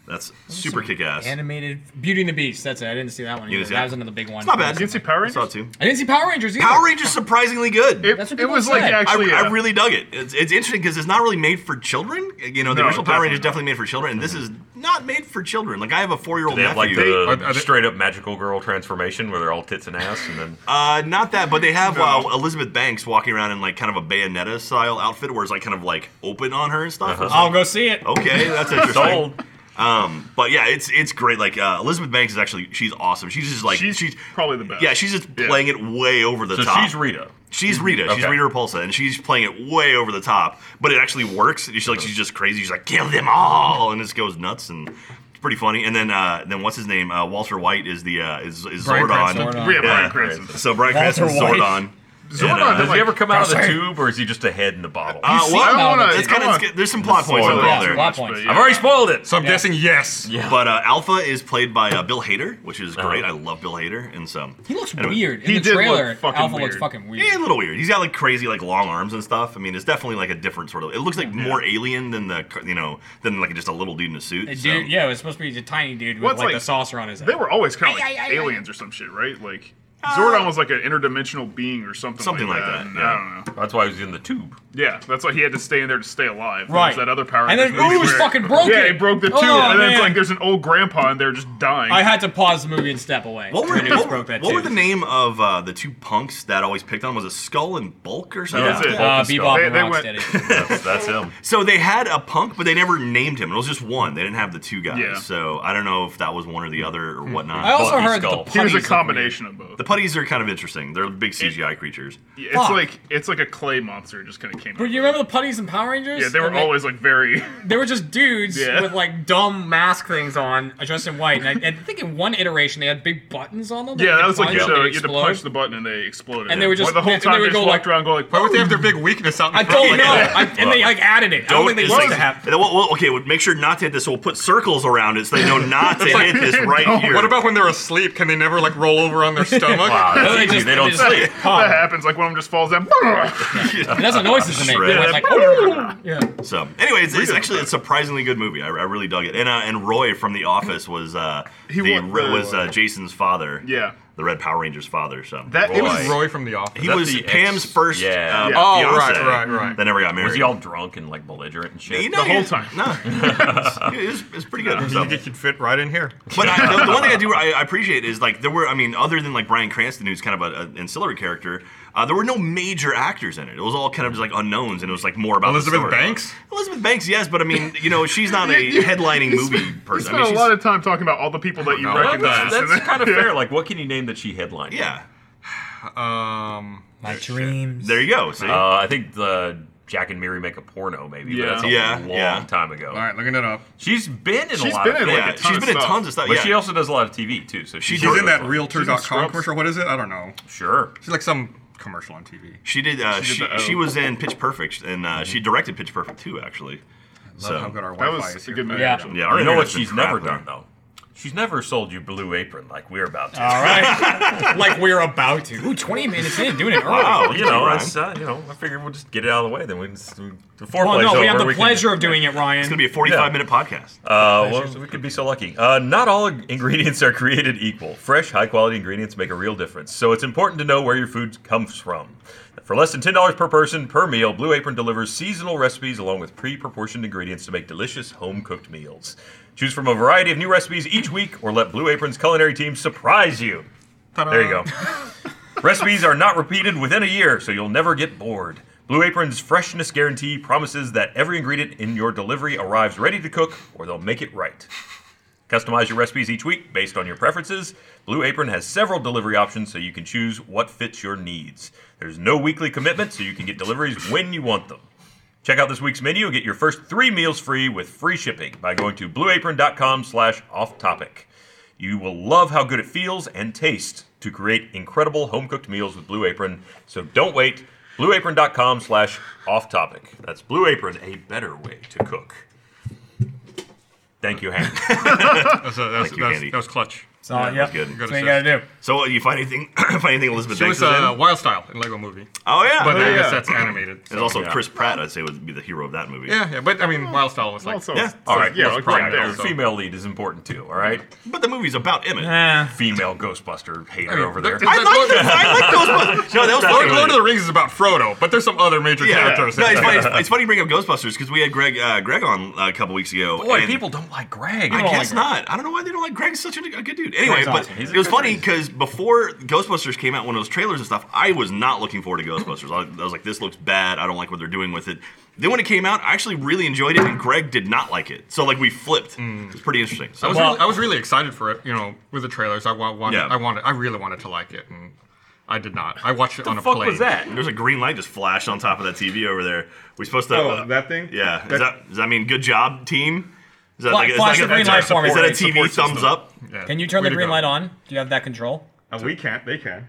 That's super kick-ass.
Animated Beauty and the Beast. That's it. I didn't see that one.
You
Either.
didn't see
That
that?
was another big one.
It's not bad.
You didn't see Power
I
Rangers?
saw it too.
I didn't see Power Rangers either.
Power Rangers surprisingly good.
It,
That's what
it
people
was like
said.
I,
actually.
I
uh,
really dug it. It's, it's interesting because it's not really made for children. You know, the
No,
original Power Rangers definitely
definitely
made for children, and this is not made for children. Like I Mm-hmm. have a four-year-old
They have like
nephew.
the
Are- are they-
straight up magical girl transformation where they're all tits and ass, and then *laughs*
uh, not that, but they have uh, Elizabeth Banks walking around in like kind of a Bayonetta style outfit, where it's like kind of like open on her and stuff. It's
I'll go see
Oh,
it.
like, okay, that's interesting.
sold.
Um, but yeah, it's it's great. Like uh, Elizabeth Banks is actually she's awesome. She's just like
She's,
she's
probably the best.
yeah she's just playing it way over the
So
top.
she's Rita.
She's Rita. She's
Okay.
Rita Repulsa, and she's playing it way over the top, but it actually works. She's like, she's just crazy. She's like, kill them all, and it just goes nuts, and it's pretty funny. And then, uh, then what's his name? Uh, Walter White is the uh, is, is
Bryan
Zordon.
Cranston.
We have
Yeah.
Bryan Cranston.
So Brian
Walter
Cranston's
White.
Zordon.
Zordon,
uh,
they're
Does he
like,
ever come out of the
Sorry.
tube, or is he just a head in the bottle?
Uh,
see
well,
him on
no,
the-
it's kind
come on.
of there's some plot points
Spoiler.
involved
Yeah,
there.
plot points.
I've already spoiled it.
So I'm guessing yes. Yeah.
But uh, Alpha is played by uh, Bill Hader, which
Oh.
is great. I love Bill Hader, and so
He looks
Anyway,
weird. In
he
the
did look
trailer,
fucking
Alpha looks
weird.
fucking weird.
Yeah, a little weird. He's got like crazy like long arms and stuff. I mean, it's definitely like a different sort of. It looks like more alien than the you know than like just a little dude in a suit.
The
so-
dude, yeah, it was supposed to be a tiny dude with
What's
like,
like-
the saucer on his head.
They were always kind of like aliens or some shit, right? Like Zordon was like an interdimensional being or something.
Something like that,
and
yeah.
I don't know.
That's why he was in the tube.
Yeah, that's why he had to stay in there to stay alive. There
Right.
was That other power.
And then
Rangers movie
Ooze
where-
fucking broke
yeah,
it.
he broke the tube,
Oh,
and then
man.
it's like there's an old grandpa in there just dying.
I had to pause the movie and step away.
What were,
I knew it
what,
broke that
what were
too.
the name of uh, the two punks that always picked on? Was a Skull and Bulk or something?
That's it.
Uh,
Skull.
Bebop
They-
and
they
Rocksteady.
*laughs* That's, that's him.
So they had a punk, but they never named him. It was just one. They didn't have the two guys.
Yeah.
So I don't know if that was one or the other or whatnot.
Hmm. I also
Bucky
heard
Skull.
the
he was a
putties look
combination of both.
the putties are kind of interesting. They're big CGI creatures.
Yeah, it's
Fuck.
like it's like a clay monster just kind of came.
But
out.
you remember the putties in Power Rangers?
Yeah, they were
And
always like very. *laughs*
they were just dudes
Yeah.
with like dumb mask things on, uh, dressed in white. And I, and I think in one iteration they had big buttons on them.
Yeah, that was like
punch
you, had
and
to,
they
you had to
explode.
punch the button and they exploded.
And they were just-
the whole
and they
time
would
they just
go like-
walked around going
*laughs*
like,
Why would they have their big weakness out in
I
front?
*laughs*
don't know. I, and they like added it. I don't think they
Well,
used to have.
well, well, okay, well, make sure not to hit this. We'll put circles around it so they know not
*laughs*
to hit this right here.
What about when they're asleep? Can they never like roll over on their stomach?
Wow, that's
They
easy.
just-
they don't
they just-
*laughs* sleep.
that happens. Like one of them just falls down.
And that's the
*laughs*
noises they make. They went
Shred.
*laughs* like, "Oh, yeah.
So, anyway, it's, it's actually a surprisingly good movie. I, I really dug it. And uh, and Roy from The Office was uh,
He
the,
wa-
re- was uh, Jason's father.
Yeah.
the Red Power Ranger's father. So
That it
This
was
is Roy from the office.
he
that
was
the ex-
Pam's first.
Yeah.
uh,
Yeah.
Oh,
fiance
right, right, right.
That never got married.
Was he all drunk and like belligerent and shit?
You know,
the whole
he-
time.
*laughs* No, it was, it was pretty good. So-
You think you'd fit right in here?
But I, the, the one thing I do I, I appreciate is like there were I mean other than like Brian Cranston who's kind of a- an ancillary character, uh, there were no major actors in it. It was all kind of just like unknowns, and it was like more about the
Elizabeth
story.
Banks?
Elizabeth Banks, yes, but I mean you know she's
*laughs*
not a headlining movie
We
person.
spent
I mean,
a
she's,
lot of time talking about all the people that you
know.
Well,
recognize.
that's,
and then-
*laughs* kind of fair. Like, what can you name that she headlined?
yeah,
Um,
My dreams.
there you go. See,
Uh, I think the Jack and Mary make a porno, maybe.
Yeah.
But that's a
Yeah,
long
yeah.
time ago.
all right, looking it up.
She's been in
She's
a lot
been
of
in,
things.
yeah,
like, a ton
she's
of
been in
stuff.
tons of stuff.
but
yeah.
she also does a lot of TV too. So she's,
She's
She's in that
She's
Realtor.com
Scrubs.
commercial. What is it? I don't know.
Sure.
She's like some commercial on TV.
She did. Uh,
She
she,
did the O.
she was in Pitch Perfect, and uh, she directed Pitch Perfect too, actually.
Love how
So
good our
*laughs* That
Wi-Fi is
was a
here.
good movie.
Yeah.
actually.
yeah, our
you know what
internet's been
she's never
crap
done
lately.
though. She's never sold you Blue Apron like we're about
*laughs*
to.
All right. like we're about to. Ooh, 20 minutes in, doing it early.
Wow,
you know,
Ryan.
it's, uh, you know, I figured we'll just get it out of the way. Then we can just, the foreplay's
Well, no,
over.
we have the
can-
pleasure of doing it,
It's gonna
Ryan.
be a forty-five
Yeah.
minute podcast.
Uh, well, we could be so lucky. Uh, not all ingredients are created equal. Fresh, high quality ingredients make a real difference, so it's important to know where your food comes from. For less than $10 per person per meal, Blue Apron delivers seasonal recipes along with pre proportioned ingredients to make delicious home cooked meals. Choose from a variety of new recipes each week or let Blue Apron's culinary team surprise you.
Ta-da.
There you go. *laughs* Recipes are not repeated within a year, so you'll never get bored. Blue Apron's freshness guarantee promises that every ingredient in your delivery arrives ready to cook, or they'll make it right. Customize your recipes each week based on your preferences. Blue Apron has several delivery options, so you can choose what fits your needs. There's no weekly commitment, so you can get deliveries when you want them. Check out this week's menu and get your first three meals free with free shipping by going to blueapron.com slash off topic. You will love how good it feels and tastes to create incredible home cooked meals with Blue Apron. So don't wait. Blueapron.com slash off topic. That's Blue Apron, a better way to cook. Thank
*laughs*
you, Hank.
That's, a, that's,
Thank you,
that's,
Andy.
that was clutch.
So, yeah,
that was good.
That's what you gotta do.
So uh, you find anything? *coughs* find anything Elizabeth
She
Banks
was
is in?
uh, Wild Style in Lego Movie,
oh yeah,
but I
yeah.
guess that's animated.
There's
so-
also
yeah.
Chris Pratt. I'd say would be the hero of that movie.
Yeah, yeah, but I mean, Wild Style was like
Also,
Yeah.
so-
All right,
yeah,
let's
like
prime
right
it.
there.
The female lead is important too, all right?
But the movie's about Emmett.
Eh.
Female Ghostbuster hater
mean,
over there.
that-
I like the, I like Ghostbusters. No, that was
Lord,
funny.
Lord of the Rings is about Frodo, but there's some other major
yeah, no,
characters.
it's funny. It's, it's funny you bring up Ghostbusters because we had Greg uh, Greg on uh, a couple weeks ago.
Boy,
and-
people don't like Greg.
I
don't like
guess
Greg.
not. I don't know why they don't like Greg. He's such a, a good dude. Anyway,
Greg's
but
awesome.
it was funny because before Ghostbusters came out, one of those trailers and stuff, I was not looking forward to Ghostbusters. I, I was like, this looks bad. I don't like what they're doing with it. Then when it came out, I actually really enjoyed it, and Greg did not like it. So like we flipped. It was pretty interesting. So
I was,
Well-
really, I was really excited for it, you know, with the trailers. I wa- wanted,
Yeah.
I wanted, I really wanted to like it, and I did not. I watched it
What
on
the
a
fuck
plane.
was that?
there's a green light just flashed on top of that TV over there. We supposed to uh,
Oh, that thing?
Yeah. Is
That-
that does that mean good job, team? Is that
Fla-
is
flash
that
the green
a-
light for me.
Is that a
Support
TV
system.
thumbs up?
Yeah,
Can you turn
way
the
to
green
go.
light on? Do you have that control?
Uh, we can't. They can.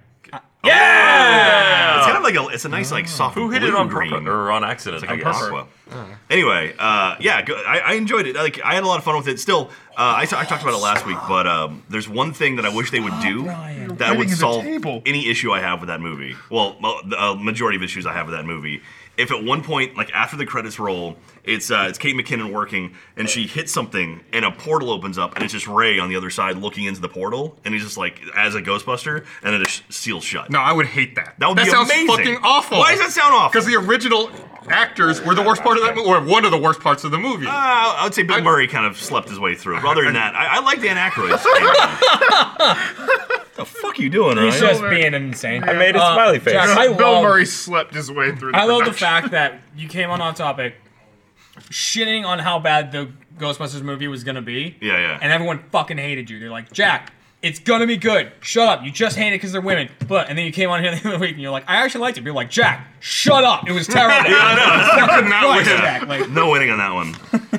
It's kind of like a it's a nice like soft
Who hit it
blue
on
green.
green or on accident? I
I
guess.
guess. Anyway, uh, yeah, go, I, I enjoyed it. Like, I had a lot of fun with it. Still, uh, I, ta- I talked about it last week, but um, there's one thing that I wish they would do
Brian.
that would
Writing is a
solve
table.
any issue I have with that movie. Well, mo- the uh, majority of issues I have with that movie. If at one point, like after the credits roll, it's uh, it's Kate McKinnon working, and she hits something, and a portal opens up, and it's just Ray on the other side looking into the portal, and he's just like as a Ghostbuster, and it just seals shut.
No, I would hate that.
That would be
sounds
amazing.
fucking awful.
Why does that sound awful?
Because the original actors were the worst part of that movie, or one of the worst parts of the movie.
Uh, I would say Bill
I-
Murray kind of slept his way through it. But other than that, I, I like Dan
*laughs*
Aykroyd. what the fuck you doing,
He's
right?
just being insane. I
Oh, made a smiley face.
Jack, I
Bill
love,
Murray slept his way through. The
I love the
production.
fact that you came on on topic, shitting on how bad the Ghostbusters movie was gonna be.
Yeah, yeah.
And everyone fucking hated you. They're like, Jack, It's gonna be good. Shut up. You just hate it because they're women. But and then you came on here *laughs* the other week and you're like, I actually liked it. People were like, Jack, shut up. It
*laughs*
was terrible.
could not
Christ,
win.
Jack, like,
no winning on that one.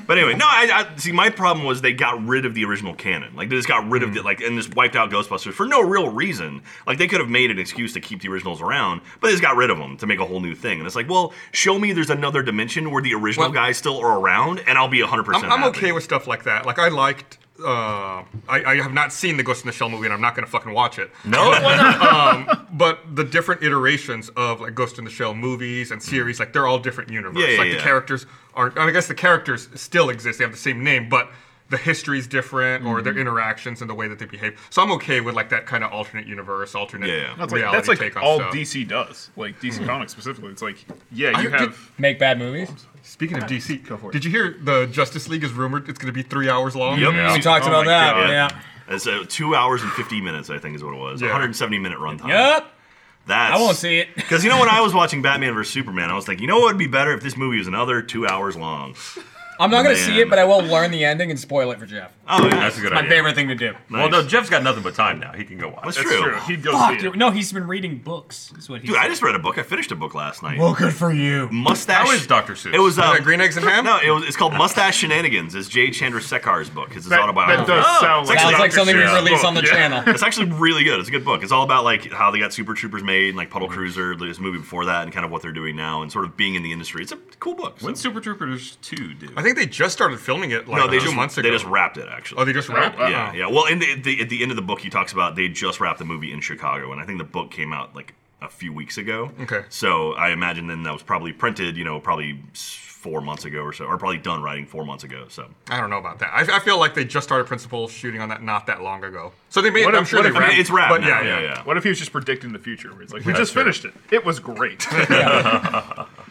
But anyway, no. I, I see. My problem was they got rid of the original canon. Like they just got rid of
Mm.
it. Like and just wiped out Ghostbusters for no real reason. Like they could have made an excuse to keep the originals around, but they just got rid of them to make a whole new thing. And it's like, well, show me there's another dimension where the original
Well-
guys still are around, and I'll be 100. percent
I'm, I'm okay with stuff like that. Like I liked. Uh, I, I have not seen the Ghost in the Shell movie, and I'm not gonna fucking watch it. um,
No, why not?
*laughs* But the different iterations of like Ghost in the Shell movies and series, like they're all different universes.
Yeah, yeah,
like
yeah.
the characters are. I, mean, I guess the characters still exist; they have the same name, but the history is different, or
Mm-hmm.
their interactions and the way that they behave. So I'm okay with like that kind of alternate universe, alternate
Yeah, yeah.
That's like,
reality
that's like
take on
all
stuff.
DC does, like DC Comics specifically. It's like, yeah,
I
you
did-
have.
make bad movies.
Speaking of DC,
Go for it.
did you hear the Justice League is rumored it's going to be three hours long?
Yep.
We talked
Oh
about
my
that.
God.
Yeah.
It's uh, two hours and 50 minutes, I think, is what it was.
Yeah.
170 minute runtime.
Yep.
That's,
I won't see it.
Because you know when I was watching Batman vs Superman, I was like, you know what would be better if this movie was another two hours long.
I'm not gonna
Man.
see it, but I will learn the ending and spoil it for Jeff.
Oh yeah,
That's a good
My
idea.
favorite thing to do.
Well, no, Jeff's got nothing but time now. He can go
That's
watch. it.
That's
true.
true. He'd go
Fuck,
see it.
dude. No, he's been reading books. Is what he
Dude,
said.
I just read a book. I finished a book last night.
good for you.
Mustache.
How is Dr. Seuss?
It was uh,
that Green Eggs and Ham?
No, it was. It's called Mustache Shenanigans. It's J. Chandrasekhar's book. It's his
That,
autobiography.
that does
it's
sound like,
actually
Sounds like something we
Seuss.
release on the
Yeah.
channel.
It's actually really good. It's a good book. It's all about like how they got Super Troopers made and like Puddle
Mm-hmm.
Cruiser, this movie before that, and kind of what they're doing now and sort of being in the industry. It's a cool book. so-
When Super Troopers 2, dude.
I think they just started filming it like
no, they
two
just
months ago.
they just wrapped it actually.
oh, they just wrapped.
wow.
Yeah, yeah. Well, in the, the at the end of the book, he talks about they just wrapped the movie in Chicago, and I think the book came out like a few weeks ago.
Okay.
So I imagine then that was probably printed, you know, probably s- four months ago or so, or probably done writing four months ago. So
I don't know about that. I, I feel like they just started principal shooting on that not that long ago. So they made.
What
I'm
if-
sure
what
they
if-
I mean,
wrapped.
it's wrapped
But
now.
yeah,
Yeah, yeah.
What if he was just predicting the future? Where he's like, we
That's
just
true.
finished it. It was great.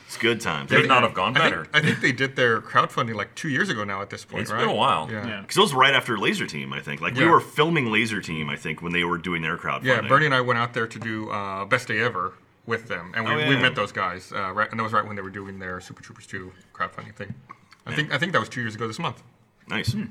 It's good times.
Could not have gone
I
better.
think, I think they did their crowdfunding like two years ago now. At this point,
It's
right?
been a while.
Yeah. yeah.
Yeah.
Because it was right after Laser Team, I think. Like we
Yeah.
were filming Laser Team, I think, when they were doing their crowdfunding.
Bernie and I went out there to do uh, best day ever with them, and we,
Oh, yeah.
we met those guys. Uh, right, and that was right when they were doing their Super Troopers two crowdfunding thing. I think I think that was two years ago this month.
Nice.
Hmm.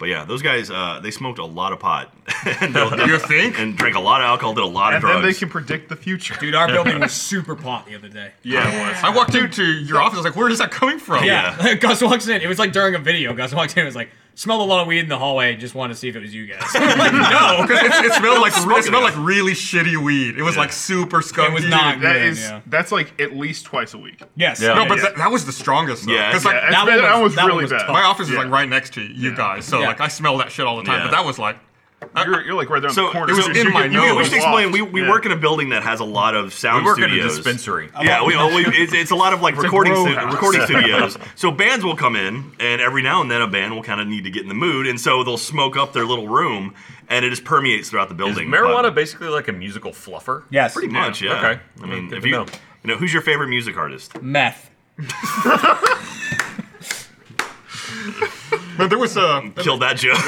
But yeah, those guys, uh, they smoked a lot of pot. *laughs* and, they'll-
*laughs* You think?
and drank a lot of alcohol, did a lot
and
of drugs.
then they can predict the future.
Dude, our building was super pot the other day.
yeah, it was.
I walked into your office. I was like, where is that coming from?
Yeah. *laughs* Gus walks in. It was like during a video. Gus walks in. It was like, smelled a lot of weed in the hallway. Just wanted to see if it was you guys. *laughs* I'm like, no.
Because Oh, it, it smelled like
Smoking
it smelled
it.
like really shitty weed. It was like super skunky.
It was not
That
good.
is
yeah.
that's like at least twice a week.
Yes.
Yeah.
No, but
Yeah.
that, that was the strongest. Though,
Yeah,
'Cause,
yeah.
like,
That's
That
bad-
one
that
was-
was
that one
really
was
bad.
tough.
my office is
Yeah.
like right next to you
Yeah.
guys, so
Yeah.
like I smell that shit all the time.
Yeah.
But that was like,
You're, you're like right there on
So-
the corner.
it was
dude.
in
You
my
could- you
nose.
could
we should
walk.
explain. We, we
Yeah.
work in a building that has a lot of sound
We work at a
studios.
dispensary.
Yeah, we, we it's, it's a lot of like recording stu-
growhouse.
recording studios. So bands will come in, and every now and then a band will kind of need to get in the mood, and so they'll smoke up their little room, and it just permeates throughout the
Is
building.
marijuana
But
basically like a musical fluffer?
Yes.
pretty much, yeah.
okay.
I mean,
Good
if
to
you
know.
you know who's your favorite music artist?
Meth.
but there was a
Kill that joke.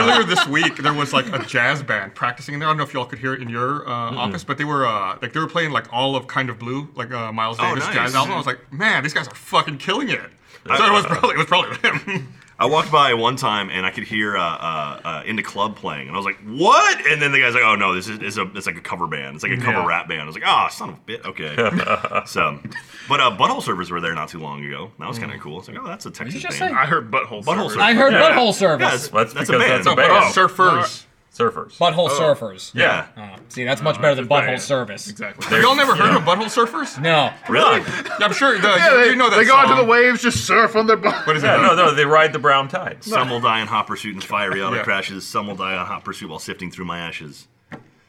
earlier this week there was like a jazz band practicing in there. I don't know if y'all could hear it in your uh, office, but they were uh, like they were playing like all of Kind of Blue, like uh, Miles
Oh,
Davis
nice.
jazz album. I was like, man, these guys are fucking killing it. So it was probably it was probably them.
I walked by one time and I could hear uh, uh, uh, Into Club playing, and I was like, "What?" And then the guy's like, "Oh no, this is it's a it's like a cover band. It's like a cover
Yeah.
rap band." I was like, "Ah, son of a bit."
*laughs*
Okay. so, but uh, Butthole Servers were there not too long ago. That was kind
Mm.
of cool. It's like, oh, that's a Texas
just
band.
say-
I heard butthole.
Butthole
servers.
servers.
I heard
Yeah.
butthole
Yeah,
service.
it's-
That's
that's a
because
band.
that's a
Oh,
band.
surfers.
Surfers.
Butthole surfers.
Yeah.
Oh, see, that's much better than butthole
bad.
service.
Exactly.
Have y'all never heard of Butthole Surfers?
No.
*laughs*
Really?
I'm sure the,
Yeah, they,
you know that
they go
song.
out to the waves, just surf on their butt.
What is
Yeah,
it?
no, no, they ride the brown tide.
Some will die in hot pursuit and fiery auto
Yeah.
crashes. Some will die on hot pursuit while sifting through my ashes.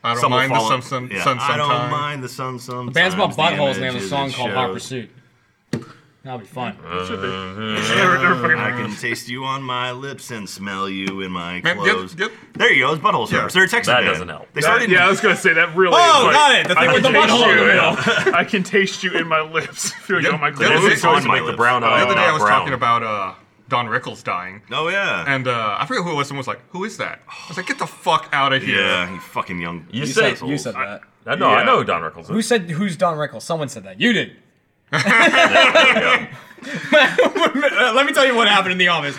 I don't
Some
mind
will
the
fall
sun, sun,
yeah,
sun
I
sometime.
don't mind the sun sometimes.
Band's about buttholes, and they have a
images
song
it
called Hot
shows.
Pursuit. That'll be fun.
Uh, *laughs* Never- never fucking
I
mind.
can taste you on my lips and smell you in my
Man, yep,
clothes.
yep.
There you go. It's butthole service. They're a Texas
That
band.
doesn't help.
They started.
yeah, I was gonna say that really.
Oh,
is like,
got it. The
I
thing
can
with the
taste
butthole in
you,
the middle.
yeah. *laughs* I can taste you in my lips. *laughs* Feeling
Yep.
on my
Yep.
clothes.
It's
It's always
on my
make the
lips.
brown
The
eye.
other day
not
I was
brown.
talking about uh, Don Rickles dying.
Oh yeah.
And uh, I forget who it was. Someone was like, "Who is that?" I was like, "Get the fuck out of here!"
yeah, you fucking young.
You
You
say oh,
said, you said that.
I know, I
Yeah.
know Don Rickles.
Who said who's Don Rickles? Someone said that. You did.
Yeah.
*laughs* Let me tell you what *laughs* happened in the office.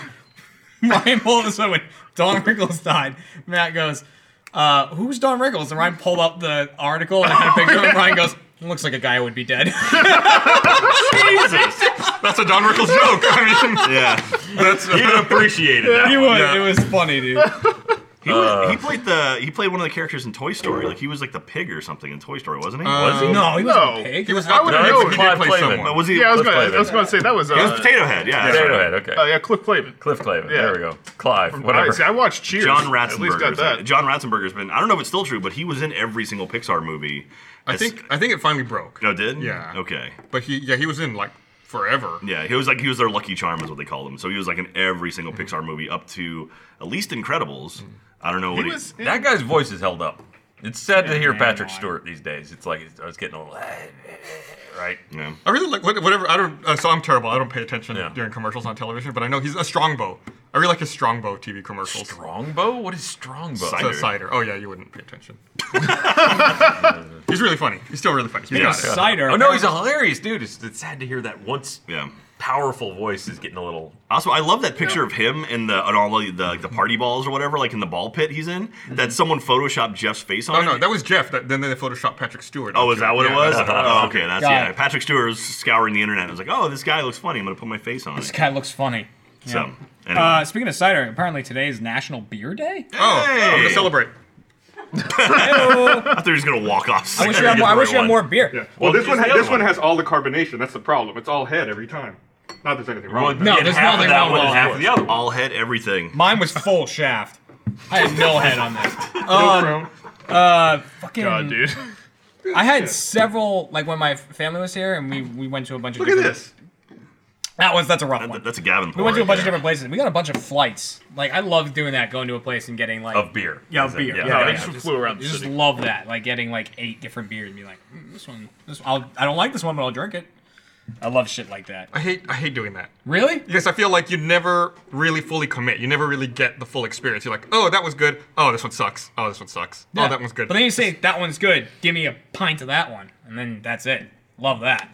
Ryan pulled this up when Don Rickles died. Matt goes, uh, who's Don Rickles? And Ryan pulled up the article and I had a picture of him. and Ryan goes, looks like a guy who would be
*laughs*
dead. *laughs*
That's a Don Rickles
*laughs*
joke. I mean,
*laughs* Yeah,
that's uh,
He'd have appreciated that.
he
one.
was.
Yeah.
It was funny, dude.
he, was,
Uh.
he played the he played one of the characters in Toy Story. Like he was like the pig or something in Toy Story, wasn't he?
Uh,
Was he?
No, he was
No.
not a pig.
he was.
I
I would
would've
have
known
known
if
he
he
did play
played
But
someone.
was he?
Yeah, I was
let's
gonna,
play
I was
that.
gonna say that was uh,
It was Potato Head. Yeah, that's
Potato
right.
Head, okay.
uh, yeah, Cliff Clavin.
Cliff Clavin,
Yeah.
there we go. Clive,
I,
whatever.
see, I watched Cheers.
John
At least got
Ratzenberger's
that.
John Ratzenberger's been. I don't know if it's still true, but he was in every single Pixar movie.
I think. I think it finally broke.
No, did
Yeah.
Okay.
But he, yeah, he was in like forever.
Yeah, he was like he was their lucky charm is what they called him. So he was like in every single
Mm-hmm.
Pixar movie up to at least Incredibles. I don't know what he,
was-
that guy's voice is held up. It's sad to hear Patrick Stewart these days. It's like I was getting a little *laughs* right.
yeah.
I really like what- whatever. I don't. Uh, so I'm terrible. I don't pay attention
Yeah.
during commercials on television. But I know he's a strongbow. I really like his strongbow TV commercials.
Strongbow? What is Strongbow?
Sci-
So
Cider.
cider. Oh yeah, you wouldn't
*laughs*
pay attention. he's really funny. He's still really funny. He's
Yeah.
got it.
Cider.
Oh no, he's a hilarious dude. It's, it's sad to hear that once
Yeah.
powerful voice is getting a little.
Also, I love that picture of him in the on all the, the like the party balls or whatever, like in the ball pit he's in.
Mm-hmm.
That someone photoshopped Jeff's face on.
Oh
it.
no, that was Jeff. That, then they photoshopped Patrick Stewart.
Oh, is that what it
Yeah,
*laughs*
was?
that's-
Oh, okay, that's
Got
yeah.
it.
Patrick Stewart was scouring the internet. and was like, oh, this guy looks funny. I'm gonna put my face on
This
it.
guy looks funny.
So,
Yeah.
anyway.
Uh, speaking of cider, apparently today is National Beer
*laughs*
Day.
Oh, I'm
Hey!
gonna celebrate.
I thought he was gonna walk off.
I wish you had more, I wish you had more beer.
Well,
this one ha- this one
has all the carbonation. That's the problem. It's all head every time. Not there's anything wrong.
You
No,
get
there's
half
nothing
of that
wrong
one
with
and half of the other one.
All head everything.
Mine was full shaft. I had no head on
*laughs*
that. Fucking,
God, Uh, dude.
I had several like when my family was here and we, we went to a bunch of
Look at
different-
*laughs* this.
That was that's a rough
That-
one.
That's a Gavin.
We went to a bunch of different places. We got a bunch of flights. Like I love doing that, going to a place and getting like
of beer.
Yeah,
Is it?
beer.
Yeah,
Yeah,
yeah,
I
yeah.
Oh, just flew around the
You just
city.
love that, like getting like eight different beers and be like, mm, this one, this I'll, I don't like this one, but I'll drink it. I love shit like that.
I hate. I hate doing that.
Really?
Yes, I feel like you never really fully commit. You never really get the full experience. You're like, oh, that was good. Oh, this one sucks. Oh, this one sucks. Oh, that one's good.
But then you say that one's good. Give me a pint of that one, and then that's it. Love that.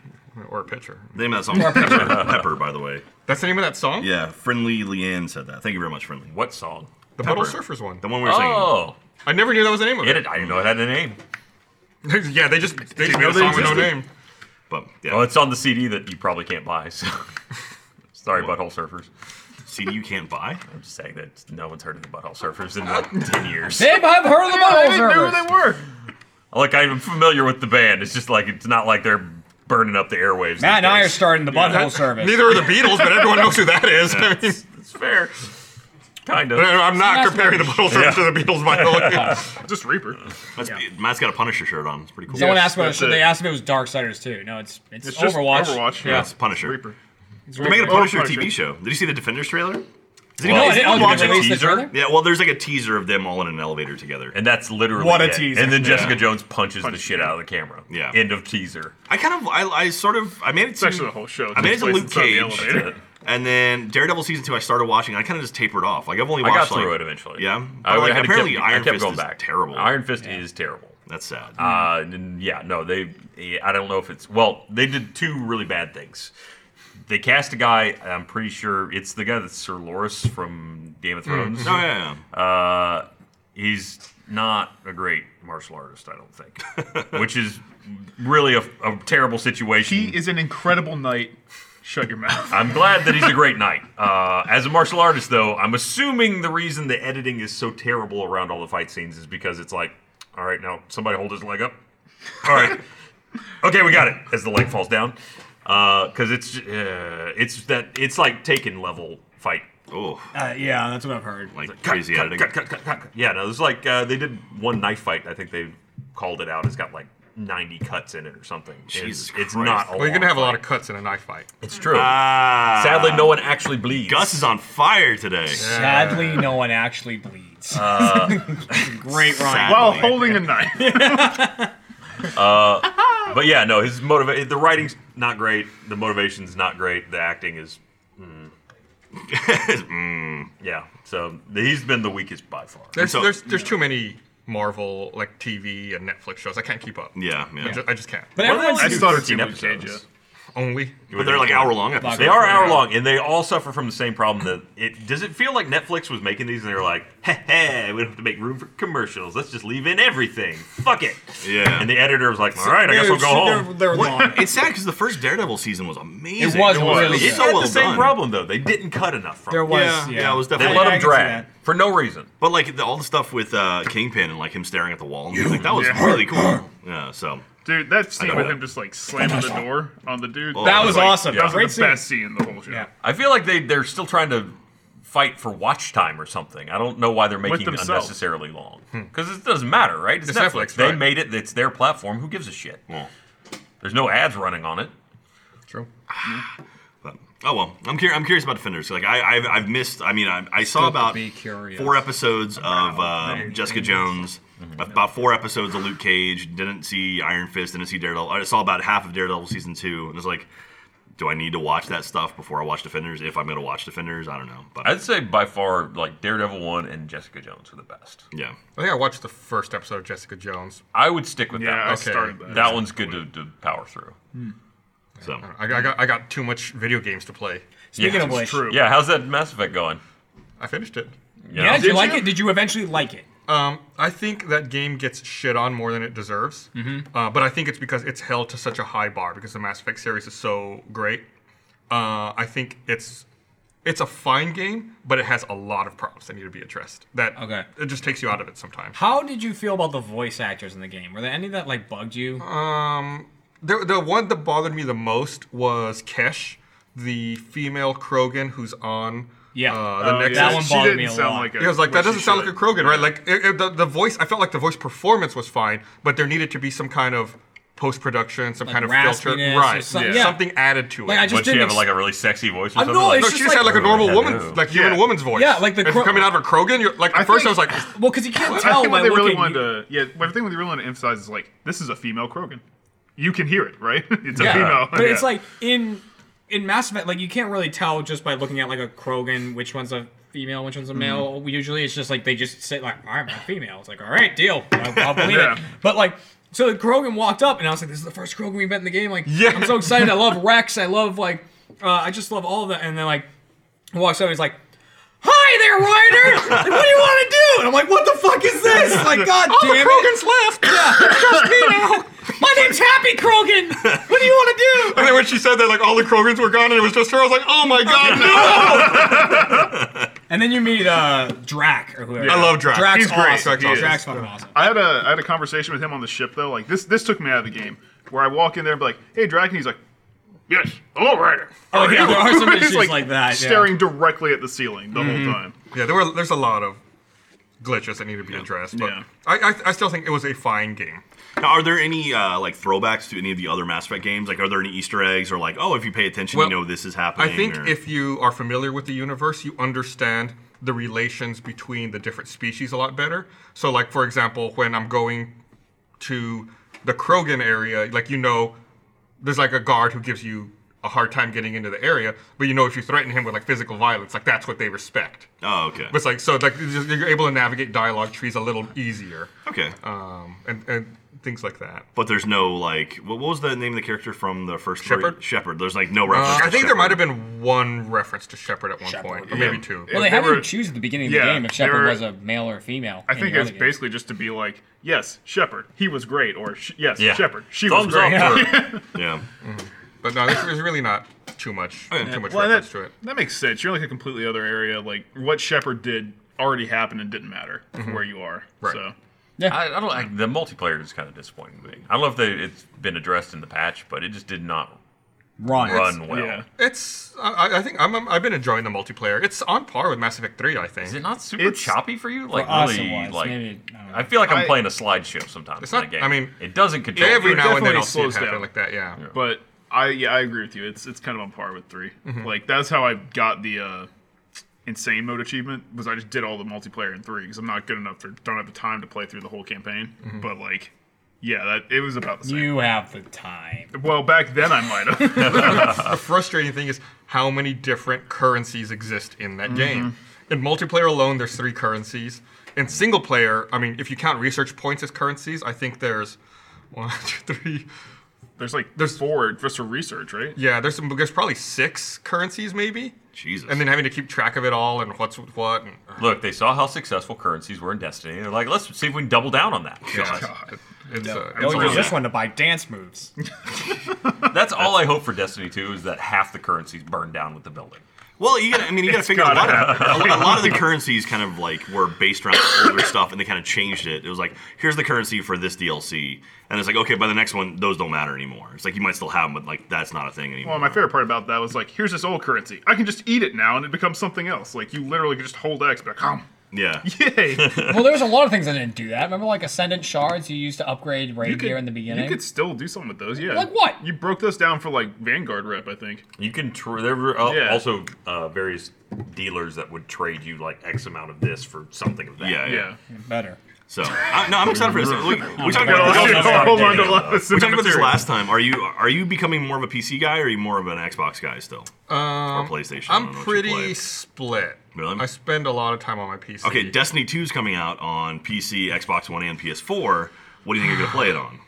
or a pitcher.
The name of that song was Pepper, Pepper, by the way.
That's the name of that song.
Yeah, Friendly Leanne said that. Thank you very much, Friendly.
What song?
The Puddle
Pepper.
Surfers one.
The one we were singing.
Oh,
I never knew that was the name of
it,
it.
I didn't know it had a name.
*laughs* yeah, they just they
you
just made
know
a
they
song with no
existed?
name.
But yeah,
Well, it's on the CD that you probably can't buy. So, *laughs* sorry, Butthole Surfers.
CD you can't buy.
I'm just saying that no one's heard of the Butthole Surfers in *laughs* like ten years.
Babe, I've heard of the
I
bottle
didn't know who
servers.
they were.
Like I'm familiar with the band. It's just like it's not like they're burning up the airwaves.
Matt and
these
I are
days.
starting the butthole
That-
service.
Neither are the Beatles, but everyone knows who
*laughs*
that is. I mean,
It's fair. Kind of.
no, no, I'm not
That's
comparing the Puddle Surfers to the Beatles, by the
*laughs*
way.
Just Reaper.
That's, Matt's got a Punisher shirt on. It's pretty cool.
Someone
Yes,
asked about
that's
it.
it.
They asked if it was Darksiders too. No, it's it's,
It's just
Overwatch.
Overwatch.
Yeah,
Yeah.
it's Punisher.
Reaper.
They're making a Punisher,
Oh, Punisher.
TV show. Did you see the Defenders trailer? Is
No,
anybody-
I
is
didn't.
anybody
Oh, did
watching
they
it?
release the
teaser?
trailer?
Yeah, well, there's like a teaser of them all in an elevator together.
And that's literally
What a
it.
teaser.
And then
Yeah.
Jessica Jones punches the shit out of the camera.
Yeah.
End of teaser.
I kind of, I, I sort of, I made it
It's
to,
actually the whole show.
I made it
Takes
to
place
Luke
inside the
Cage, uh,
elevator.
and then Daredevil season two. I started watching. I kind of just tapered off. Like I've only
I
watched
got through
like-
it eventually.
Yeah,
I
But,
would-
like,
I had to
apparently
keep- I
Iron
kept
Fist
going
is
back.
terrible.
Iron Fist is terrible.
That's sad.
Uh, and yeah, no, they. I don't know if it's well. They did two really bad things. They cast a guy. I'm pretty sure it's the guy that's Sir Loris from Game of Thrones.
oh yeah, yeah.
Uh, he's not a great martial artist, I don't think,
*laughs*
which is really a, a terrible situation.
He is an incredible knight. Shut
*laughs*
your mouth.
I'm glad that he's a great knight. *laughs* Uh, as a martial artist, though, I'm assuming the reason the editing is so terrible around all the fight scenes is because it's like, all right, now somebody hold his leg up.
*laughs*
All right, okay, we got it. As the leg falls down, because it's uh, it's that it's like Taken level fight.
oh,
Uh, yeah, that's what I've heard.
like
Cut,
crazy
cut,
editing.
cut, cut, cut, cut, cut. Yeah, no, there's like uh, they did one knife fight. I think they called it out. It's got like 90 cuts in it or something.
Jesus
it's, it's
Christ.
not. A
Well, you're gonna have a lot
fight.
of cuts in a knife fight.
It's true.
Ah,
Sadly, no one actually bleeds.
Gus is on fire today.
Sadly, no one actually bleeds. Great rhyme.
Sad.
*laughs* While
Wait.
holding a knife.
But yeah, no, his motiva- the writing's not great, the motivation's not great, the acting is *laughs* mm. Yeah. So he's been the weakest by far.
There's
So-
there's there's too many Marvel like TV and Netflix shows. I can't keep up.
Yeah,
I
yeah.
just, I just can't.
But everyone's
I
do
started
13
seeing Luke Cage.
episodes.
yet.
only.
But they're like hour long episodes.
They are hour long, and they all suffer from the same problem. That it does it feel like Netflix was making these, and they were like, "Heh heh, we don't have to make room for commercials. Let's just leave in everything. Fuck it."
Yeah.
And the editor was like, "All right, I guess we'll go home."
They're, they're long.
What? It's sad because the first Daredevil season was amazing.
It was really
It's
good.
so
had
well
the same
done.
problem though. They didn't cut enough from.
There
it.
was
Yeah,
yeah,
Yeah, it was
They
definitely.
let
I can
them
see
drag
that.
for no reason.
But like the, all the stuff with uh, Kingpin and like him staring at the wall and things like that was really cool. Yeah, so
Dude, that scene
know
with
that.
him just like slamming the door on the dude.
That was
like-
awesome.
That was like,
Great
the
scene.
best scene in the whole show.
Yeah.
I feel like they they're still trying to fight for watch time or something. I don't know why they're making it
themselves.
unnecessarily long because it doesn't matter, right? It's,
It's
Netflix.
Netflix,
They
right.
made it. It's their platform. Who gives a shit?
well,
There's no ads running on it.
True.
but, oh well. I'm curious. I'm curious about Defenders. Like I, I've, I've missed. I mean, I, I saw about
be curious.
four episodes of uh, Jessica Jones.
Mm-hmm.
About four episodes of Luke Cage. Didn't see Iron Fist. Didn't see Daredevil. I saw about half of Daredevil season two, and it's like, do I need to watch that stuff before I watch Defenders? If I'm going to watch Defenders, I don't know. But
I'd say by far, like Daredevil one and Jessica Jones are the best.
yeah,
Oh, I think I watched the first episode of Jessica Jones.
I would stick with
Yeah, I
that.
Okay.
started
one.
that.
That one's good to, to power through.
so
I, I got I got too much video games to play.
Speaking
Yeah,
of
it's
which,
true.
Yeah, how's that Mass Effect going?
I finished it.
yeah, did
Did
you like
you?
it? Did you eventually like it?
Um, I think that game gets shit on more than it deserves. Mm-hmm. Uh, but I think it's because it's held to such a high bar because the Mass Effect series is so great. Uh, I think it's it's a fine game, but it has a lot of problems that need to be addressed. That
Okay.
it just takes you out of it sometimes.
How did you feel about the voice actors in the game? Were there any that like bugged you?
The, the one that bothered me the most was Kesh, the female Krogan who's on
Yeah.
uh, the
Oh,
Nexus.
That one
She
bothered
didn't
me a
sound
lot.
Like a,
Yeah, I was like, that
what she
doesn't sound like a
should.
Krogan, right? Like it, it- the, the voice, I felt like the voice performance was fine, but there needed to be some kind of post production, some kind of filter,
raspiness or
right?
something, Yeah. yeah.
Something added to it.
Like, I just
Would she
didn't
have
ex-
like a really sexy voice or
I
something?
know,
Like-
no,
it's
she
just
just had
like-
like a normal
Hello.
woman, like human
Yeah.
woman's voice.
Yeah, like the
If
Kro-
you're coming out of a Krogan. You're like at first I was like,
well, because you can't
I
tell
think
by
what they
looking.
really wanted to, yeah, what I think what they really wanted to emphasize is like, this is a female Krogan. You can hear it, right? *laughs* It's
yeah,
a female.
but it's
Yeah.
like in in Mass Effect, like you can't really tell just by looking at like a Krogan which one's a female, which
Mm.
one's a male. Usually, it's just like they just say like, "All right, I'm a female." It's like, "All right, deal, I'll, I'll believe
Yeah.
it." But like. So the Krogan walked up, and I was like, "This is the first Krogan we met in the game." Like, I'm so excited. I love Rex. I love like, uh, I just love all of that. And then like, he walks up, and he's like, "Hi there, Ryder. Like, what do you want to do?" And I'm like, "What the fuck is this? Like, god
all
damn
the
it!"
Krogans left.
Just me now. My name's Happy Krogan. What do you want to
And then when she said that, *laughs* like all the Krogans were gone, and it was just her. I was like, oh my god, no!
do? And then you meet uh, Drac or whoever.
I love Drax.
Drax.
He's
awesome.
great. Drax is
Drax fucking awesome.
I had a I had a conversation with him on the ship though. Like this this took me out of the game. Where I walk in there and be like, "Hey, Draken," he's like, "Yes, hello, Ryder."
Oh,
How
yeah,
you?"
there are
*laughs*
some
He's,
issues like that, yeah. Mm-hmm.
staring directly at the ceiling the whole time.
Yeah, there were there's a lot of glitches that need to be addressed, but
Yeah.
I, I I still think it was a fine game.
Now, are there any uh, like throwbacks to any of the other Mass Effect games? Like, are there any Easter eggs or like, oh, if you pay attention,
Well,
you know this is
I
happening?
think
or-
if you are familiar with the universe, you understand the relations between the different species a lot better. So, like for example, when I'm going to the Krogan area, like you know, there's like a guard who gives you a hard time getting into the area, but you know if you threaten him with like physical violence, like that's what they respect.
oh, okay,
But It's like so like you're just- you're able to navigate dialogue trees a little easier,
okay,
um, and and things like that.
but there's no like, what, what was the name of the character from the first three-
Shepard?
Shepard. There's like no reference.
Uh,
to
I think there might
Shepard.
have been one reference to Shepard at one point, or maybe
yeah.
two.
Well, they,
They
had
were-
to choose at the beginning of
yeah,
the game if
they
Shepard
were-
was a male or a female.
I
in
think
the
it's
other games.
basically just to be like, "Yes, Shepard, he was great," or "Sh- "Yes,
Yeah.
Shepard, she
Thumbs
was great."
up for-
Yeah.
But no, there's, there's really not too much too much
Well, that,
reference to it.
that makes sense. You're in, like a completely other area. Like what Shepard did already happened and didn't matter where you are.
Mm-hmm. Right.
So
I, I don't. I, the multiplayer is kind of disappointing to me. I don't know if they, it's been addressed in the patch, but it just did not
Run.
run well.
yeah,
It's I, I- I think I'm, I'm I've been enjoying the multiplayer. It's on par with Mass Effect Three, I think.
Is it not super
It's-
choppy for you? Like
us it
really,
was.
like
Maybe- I don't know.
I feel like I'm
I-
playing a slideshow sometimes.
It's
in that
not-
game.
I mean,
it doesn't control.
Every
you.
now and then
definitely
I'll see it
slows
happen
down.
like that. Yeah.
but I yeah I agree with you. It's it's kind of on par with 3
Mm-hmm.
Like that's how I got the uh, insane mode achievement was I just did all the multiplayer in three because I'm not good enough to don't have the time to play through the whole campaign.
Mm-hmm.
But like, yeah, that it was about the same.
You have the time.
well, back then I might
*laughs*
have.
The frustrating thing is how many different currencies exist in
Mm-hmm.
that game. In multiplayer alone, there's three currencies. In single *laughs* player, I mean, if you count research points as currencies, I think there's one, two, three,
There's like there's four just for research, right?
Yeah, there's some, there's probably six currencies maybe,
Jesus.
and then having to keep track of it all and what's with what. And, uh,
Look, they saw how successful currencies were in Destiny. and They're like, let's see if we can double down on that.
God, it's, uh,
It's
it's
Don't use
really-
this one to buy dance moves.
That's all I hope for Destiny 2 is that half the currencies burn down with the building.
Well, you gotta, I mean, you got to figure out a lot, of, a, a lot of the currencies kind of like were based around older stuff, and they kind of changed it. It was like, here's the currency for this DLC, and it's like, okay, by the next one, those don't matter anymore. It's like you might still have them, but like that's not a thing anymore.
Well, my favorite part about that was like, here's this old currency. I can just eat it now, and it becomes something else. Like you literally could just hold X, be like, um, *laughs*
*laughs*
yeah, *laughs*
yay!
Well, there was a lot of things that didn't do that. Remember, like ascendant shards you used to upgrade raid gear in the beginning.
you could still do something with those, yeah.
Like what?
You broke those down for like Vanguard rep, I think.
You can tr- there were uh,
Yeah.
also uh, various dealers that would trade you like X amount of this for something of that.
yeah, yeah.
Yeah.
Better.
So, I, no, I'm excited for this. We, we talked
Got
about
a
Oh,
lot-
this.
don't stop
hold on to
dating,
a lot of
We talked about this
*laughs* material.
last time. Are you are you becoming more of a PC guy, or are you more of an Xbox guy still, or PlayStation? I
Um,
don't
I'm
know what you
pretty
play.
split.
Really?
I spend a lot of time on my PC.
Okay, Destiny 2 is coming out on PC, Xbox One, and PS4. What do you think you're gonna play it on?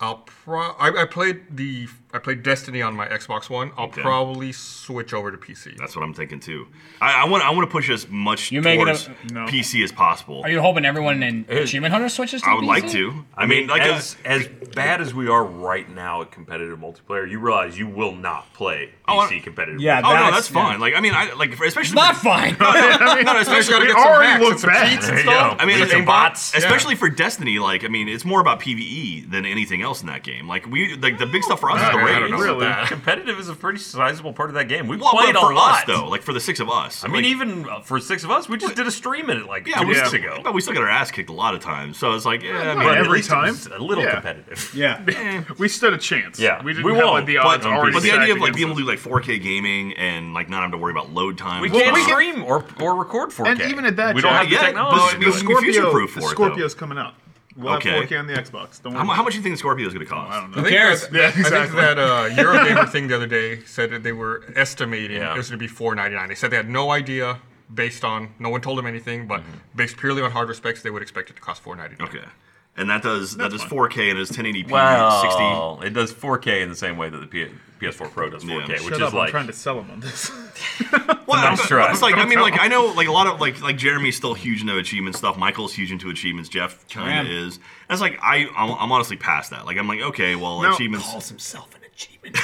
I'll pro. I, I played the I played Destiny on my Xbox One. I'll
Okay.
probably switch over to PC.
That's what I'm thinking too. I, I want I want to push as much
You make it
towards
a-
No.
PC as possible.
Are you hoping everyone in
Hey.
Achievement Hunter switches to
I would
PC?
like to. I mean, like
as
as,
as bad as we are right now at competitive multiplayer, you realize you will not play
Oh, I-
PC competitive.
Yeah,
multiplayer.
oh no,
that's-
that's fine. Like I mean, I like especially
Not fine.
no, no,
Especially
especially
gotta
We
get some
already
hacks
looked
and some
bad.
cheats and
There you
stuff.
go.
I mean,
We
like,
some bots.
especially for Destiny. Like, I mean, it's more about PVE than anything else in that game. Like, we like the big stuff for us is
I
the
don't
raids.
know about
Really?
that.
competitive is a pretty sizable part of that game. We
Well,
played
but
a
for us
lot
though, like for the six of us.
I mean, even uh, for six of us, we just did a stream in it like
yeah,
two
we
weeks
still,
ago.
but we still got our ass kicked a lot of times. So it's like, yeah, I mean,
But at
every
least it
time?
was a little
Yeah.
competitive.
*laughs*
Yeah.
We stood a chance.
Yeah.
We didn't
We
have
won't,
like, the
but-
odds
um,
already.
But the
stacked
idea of like
against
being able
us.
to do like 4K gaming and like not having to worry about load time.
We
and
can't
stuff.
stream or or record 4K.
And even at that,
we don't
Jack,
have the
yeah,
technology.
but
to
we
do it.
score- Scorpio- Future-proof
the
for it,
Scorpio's coming out. We'll
Okay.
have 4K on the Xbox. Don't worry.
How, mu- how much do you think Scorpio's going to cost?
I don't
I
know.
think
cares?
that-
Yeah,
I think
exactly.
that uh, Eurogamer thing the other day said that they were estimating
Yeah.
it was going to be 4.99. They said they had no idea based on no one told them anything, but based purely on hardware specs, they would expect it to cost 4.99.
Okay. And that does that does 4K and is 1080p
Well, it does 4K in the same way that the P- PS4 Pro does 4K,
Yeah. Shut
which is
Shut up, I'm
like
trying to sell them on this.
60. Well,
nice
but-
try.
It's like I mean, like I know like a lot of like like Jeremy's still huge into achievement stuff. Michael's huge into achievements. Jeff kind of is. And it's like I I'm, I'm honestly past that. Like I'm like okay, well
No.
*laughs* achievements.
Calls himself an achievement.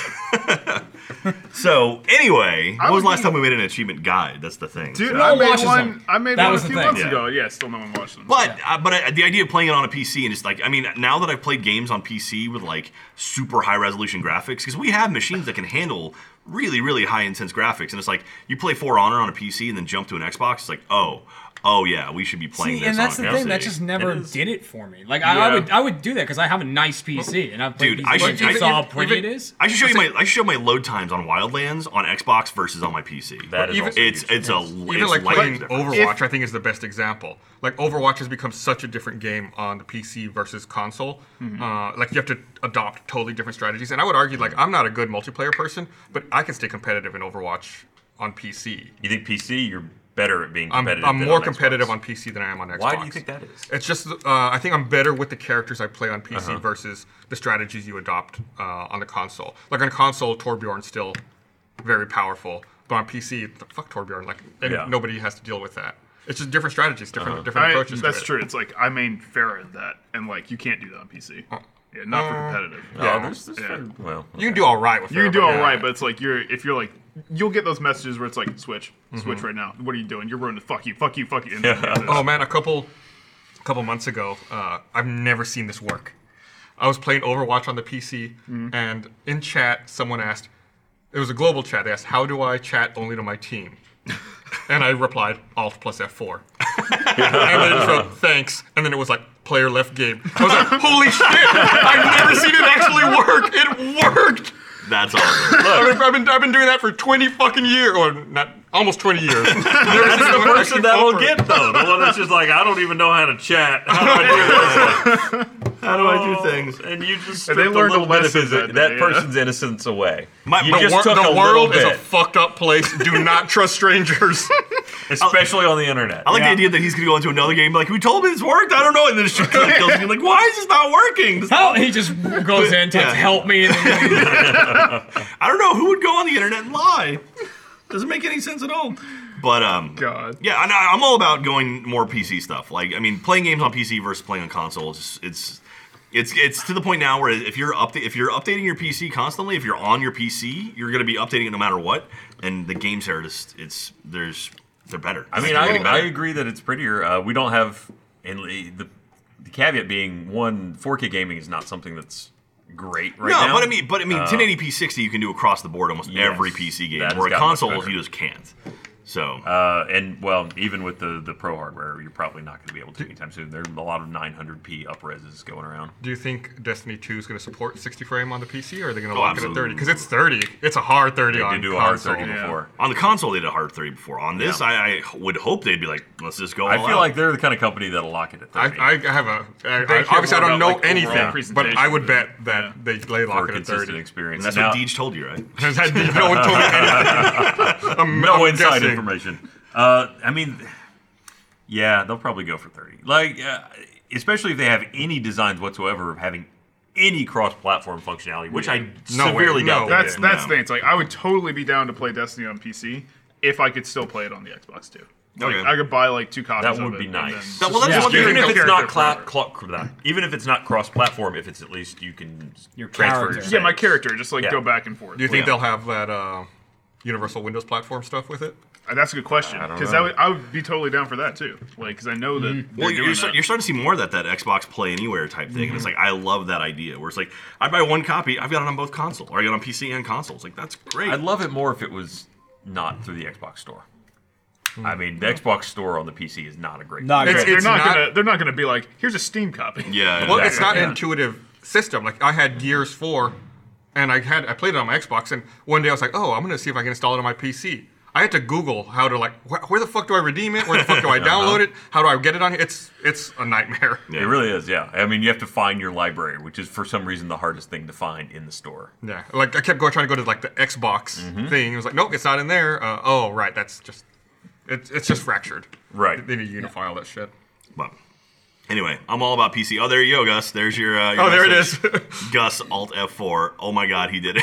So anyway, when was the
would
last
be-
time we made an achievement guide? That's the thing.
Dude,
So-
I made
watches
one.
them.
I made
That
one
was
a
the
few
thing.
months
Yeah.
ago. Yeah, still no one watched them.
But uh, but I, the idea of playing it on a PC and just like I mean now that I've played games on PC with like super high resolution graphics because we have machines that can handle really really high intense graphics and it's like you play For Honor on a PC and then jump to an Xbox it's like oh oh yeah we should be playing
See,
this
*laughs* and that's the
on a
thing
PC.
that just never
It is.
did it for me. Like I, I
Yeah.
would, I would do that because I have a nice PC and I've played
Dude,
PC
I should-
games.
I
You
should-
saw how pretty it *laughs*
even-
is.
I should show you my I should show my load times on Wildlands on Xbox versus on my PC.
that is
Even-
also
it's
huge.
it's a
Even
it's
like
light
playing
years difference.
Overwatch, I think is the best example. Like Overwatch has become such a different game on the PC versus console. Uh, like you have to adopt totally different strategies. And I would argue, like I'm not a good multiplayer person, but I can stay competitive in Overwatch on PC.
You think PC, you're better at being
I'm,
competitive.
I'm
than
more
Xbox.
competitive on PC than I am on Xbox.
Why do you think that is?
It's just uh, I think I'm better with the characters I play on PC
Uh-huh.
versus the strategies you adopt uh, on the console. Like on console, Torbjorn's still very powerful, but on PC, the fuck Torbjorn. Like and
Yeah. Uh-huh.
nobody has to deal with that. It's just different strategies, different different
I,
approaches. to
that's
it.
true. It's like I main Farah in that, and like you can't do that on PC.
Uh,
Yeah, not for competitive.
Oh, there's, there's
Yeah.
very- well,
You can do all right with.
You
her,
can do all
yeah.
right, but it's like you're if you're like you'll get those messages where it's like switch, switch right now. What are you doing? You're ruining. Fuck you, fuck you, fuck you. And then
Yeah.
you do this.
Oh man, a couple, couple months ago, uh, I've never seen this work. I was playing Overwatch on the PC,
Mm-hmm.
and in chat, someone asked, it was a global chat. They asked, "How do I chat only to my
*laughs*
team?" and I replied, "Alt plus F4." and then it wrote, "Thanks." And then it was like, "Player left game." I was like, "Holy shit! I've never seen it actually work. It worked."
*laughs* That's awesome.
I've been, I've been, I've been doing that for 20 fucking years, or not, almost 20
*laughs*
years.
That's the person that'll
proper.
get though. The one that's just like, I don't even know how to chat. How do I do this?
*laughs* How do
Oh,
I do things?
And you just
And they
stripped a
learned a
little bit of
lesson
his,
that
that,
day, yeah.
person's innocence away.
My-
you
my
just
Wor-
took
the
a
world is
little
a
bit,
fucked up place. Do not trust
*laughs*
strangers.
especially on the internet.
I like the idea that he's gonna go into another game, and be like, "Who told me this worked? I don't know." And then she kills him. Like, why is this not working? This-
Help! Oh, He just goes in, types
Yeah.
"help me," and then
I don't know who would go on the internet and lie. Doesn't make any sense at all. But um,
God.
yeah, and I, I'm all about going more PC stuff. Like, I mean, playing games on PC versus playing on console is it's. It's, it's to the point now where if you're upda- if you're updating your PC constantly, if you're on your PC, you're gonna be updating it no matter what. And the games are just it's there's they're better.
I mean,
They're
I,
getting
I
better.
agree that it's prettier. Uh, we don't have, and the, the caveat being one, 4K gaming is not something that's great right
no,
now. Uh,
but I mean, but I mean, 1080p 60 you can do across the board almost
Yes,
every PC game.
that has
Where
gotten much
consoles
better.
you just can't. So
Uh, and well, even with the the pro hardware, you're probably not going to be able to anytime soon. There's a lot of 900p upreses going around.
Do you think Destiny 2 is going to support 60 frame on the PC, or are they going to
Oh,
lock it at
absolutely.
30? Because it's 30. It's a hard 30
They
on
did do a hard
console.
30
yeah.
before.
on the console they did a hard 30 before. On this, I, I would hope they'd be like, let's just go.
I
all
feel
out.
like they're the kind of company that'll lock it at 30.
I, I have a. I,
They
I,
care
obviously,
more
I don't
about,
know
like, overall
anything, but
presentation
I would
than-
bet that they they
for
lock it at
consistent
*laughs* 30.
and
experience.
that's
Now-
what Deej told
*laughs*
you, right?
Because I- no one told me anything. I'm,
no
I'm
inside
guessing.
information. Uh, I mean, yeah, they'll probably go for thirty. Like, uh, especially if they have any designs whatsoever of having any cross-platform functionality, which I
No way,
severely doubt.
no.
they
That's
do.
that's
no.
the thing. It's like I would totally be down to play Destiny on PC if I could still play it on the Xbox too. Like,
Okay.
I could buy like two copies.
that
of
would
it
be
and
nice.
then-
Well, that's
Yeah.
one thing.
even
that-
if it's
character
not cla-
forever.
cla- cla- even if it's not cross-platform, if it's at least you can
Your
transfer
character.
Yeah, my character just like
Yeah.
go back and forth.
Do you think
Yeah.
they'll have that uh, Universal Windows platform stuff with it?
Uh, That's a good question because I would, I would be totally down for that too. Like because I know that
Mm-hmm.
they're
Well,
doing
you're, start-
that.
you're starting to see more of that that Xbox Play Anywhere type thing, and it's
Mm-hmm.
like I love that idea. Where it's like I buy one copy, I've got it on both console, or I got it on PC and consoles. Like that's great.
I'd love it more if it was not through the Xbox Store. I mean, the Xbox Store on the PC is not a great.
not
It's-
great.
they're
it's
not,
not-
gonna they're not gonna be like here's a Steam copy.
yeah,
Well, it's
Exactly,
not
yeah.
an intuitive system. Like I had Gears Four, and I had I played it on my Xbox, and one day I was like, oh, I'm gonna see if I can install it on my PC. I had to Google how to like wh- where the fuck do I redeem it? Where the fuck do I download it? How do I get it on? here? It's it's a nightmare.
It really is, yeah. I mean, you have to find your library, which is for some reason the hardest thing to find in the store.
Yeah, *laughs* like I kept going trying to go to like the Xbox thing. It was like, nope, it's not in there. Uh, oh, right, that's just it's it's just fractured.
Right.
They need to unify all that shit.
But anyway, I'm all about PC. Oh, there you go, Gus. There's your. Uh, your
Oh, there it
message.
is. *laughs*
Gus Alt F4. Oh my God, he did it.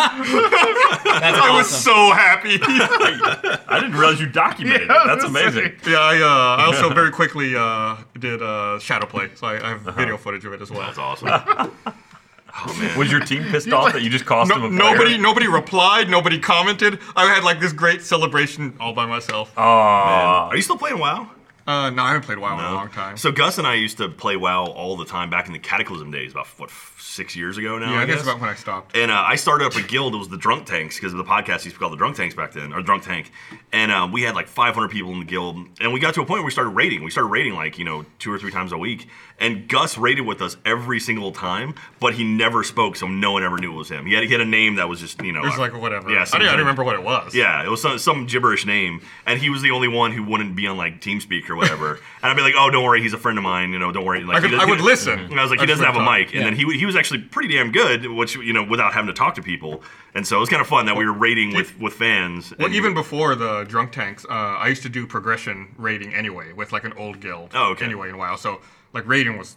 That's
I was
awesome.
*laughs*
so happy. yeah,
I didn't realize you documented
Yeah,
it. That's
I was
amazing.
like-
I, uh, I also very quickly uh, did uh, shadow play, so I, I have video footage of it as well.
That's awesome.
Uh,
oh man.
Was your team pissed off that you just cost them
No,
a player?
nobody, nobody replied. Nobody commented. I had like this great celebration all by myself.
Uh,
Aw.
Are you still playing WoW?
Uh, no, I haven't played WoW in a long time.
So Gus and I used to play WoW all the time back in the Cataclysm days, about what f- six years ago now.
yeah,
I
I guess
guess.
that's about when I stopped.
and uh, I started up a guild. It was the Drunk Tanks because the podcast used to be called the Drunk Tanks back then, or Drunk Tank. And uh, we had like 500 people in the guild, and we got to a point where we started raiding. We started raiding like you know two or three times a week. And Gus raided with us every single time, but he never spoke, so no one ever knew it was him. He had, he had a name that was just you know
It was like whatever.
Yeah,
I didn't, I
something.
didn't remember what it was.
Yeah, it was some, some gibberish name, and he was the only one who wouldn't be on like TeamSpeak or
*laughs*
whatever. and I'd be like, "Oh, don't worry, he's a friend of mine. You know, don't worry." Like,
I could-
he does-
I would
he- Mm-hmm.
listen.
And I was like,
I
"He
just
doesn't have a
wouldn't
mic," and then he w- he was actually pretty damn good, which you know, without having to talk to people. And so it was kind of fun that we were rating with with fans.
Well,
and-
even before the drunk tanks, uh, I used to do progression raiding anyway with like an old guild.
Oh, okay.
Anyway, in WoW, so like raiding was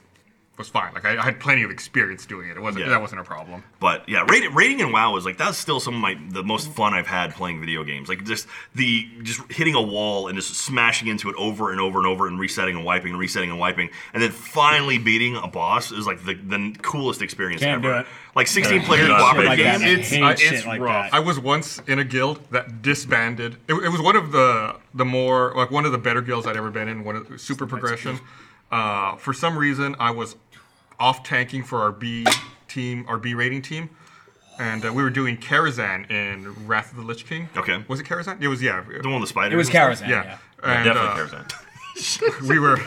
was fine. Like I, I had plenty of experience doing it. It wasn't
Yeah.
that wasn't a problem.
But yeah, rating, rating and WoW was like that's still some of my the most fun I've had playing video games. Like just the just hitting a wall and just smashing into it over and over and over and resetting and wiping and resetting and wiping, and then finally beating a boss is like the, the coolest experience
Can't
ever.
do it.
Like 16 player
Yeah.
cooperative
Like that,
games.
man. I
It's-
hate
I-
shit
it's
like
rough.
that.
I was once in a guild that disbanded. It, it was one of the the more like one of the better guilds I'd ever been in. One of the- super progression. Uh, for some reason, I was off tanking for our B team, our B rating team, and uh, we were doing Karazhan in Wrath of the Lich King.
Okay.
Was it Karazhan? It was yeah.
The one with the spider.
It was Karazhan. Yeah.
Yeah. And,
Definitely
uh,
cares that.
we were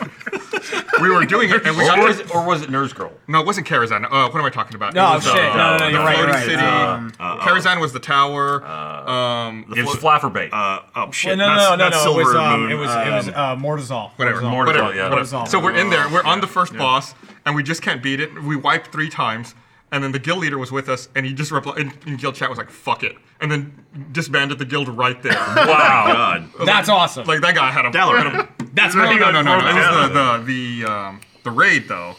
*laughs* we were doing it, and we got
Or was
to,
it, or was it Nerds Girl?
no, it wasn't Karazhan. Uh, what am I talking about?
No,
it was,
shit. no,
uh,
no, no,
the
you're right, you're
floating
right. Uh,
city. Karazhan was the tower. um,
It was Flaffer Bait.
Uh, oh shit!
no,
that's,
no, no,
that's
no. It
Silver
was, um,
Moon.
it was, it was, uh, Mortazal.
whatever.
Mortazal.
Mortazal,
whatever,
yeah.
whatever.
Mortazal.
So we're in there. We're on the first boss, and we just can't beat it. We wiped three times, and then the guild leader was with us, and he just replied in, in guild chat was like, "Fuck it," and then disbanded the guild right
*laughs*
*laughs* there.
wow.
God.
That's awesome.
like that guy had him.
*laughs* Dalaran.
That's *laughs* no, no, no, no, no. It
Yeah.
was the the the, um, the raid though.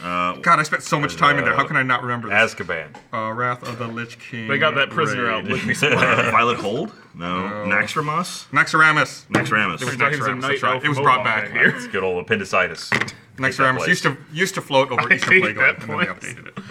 God, I spent so much time in there. How can I not remember this?
Azkaban.
uh, Wrath of the Lich King.
They got that prisoner
raid.
out. With
*laughs*
me.
Violet Hold? No. Naxxramas?
Naxxramas.
Naxxramas.
It was
He was a
Naxxramas.
night
That's right.
elf
It was brought
Mohawk
back.
here.
It's good old appendicitis.
Naxxramas used to used to float over
I
Easter
hate
Plague,
that
and then they
place.
updated it.
*laughs*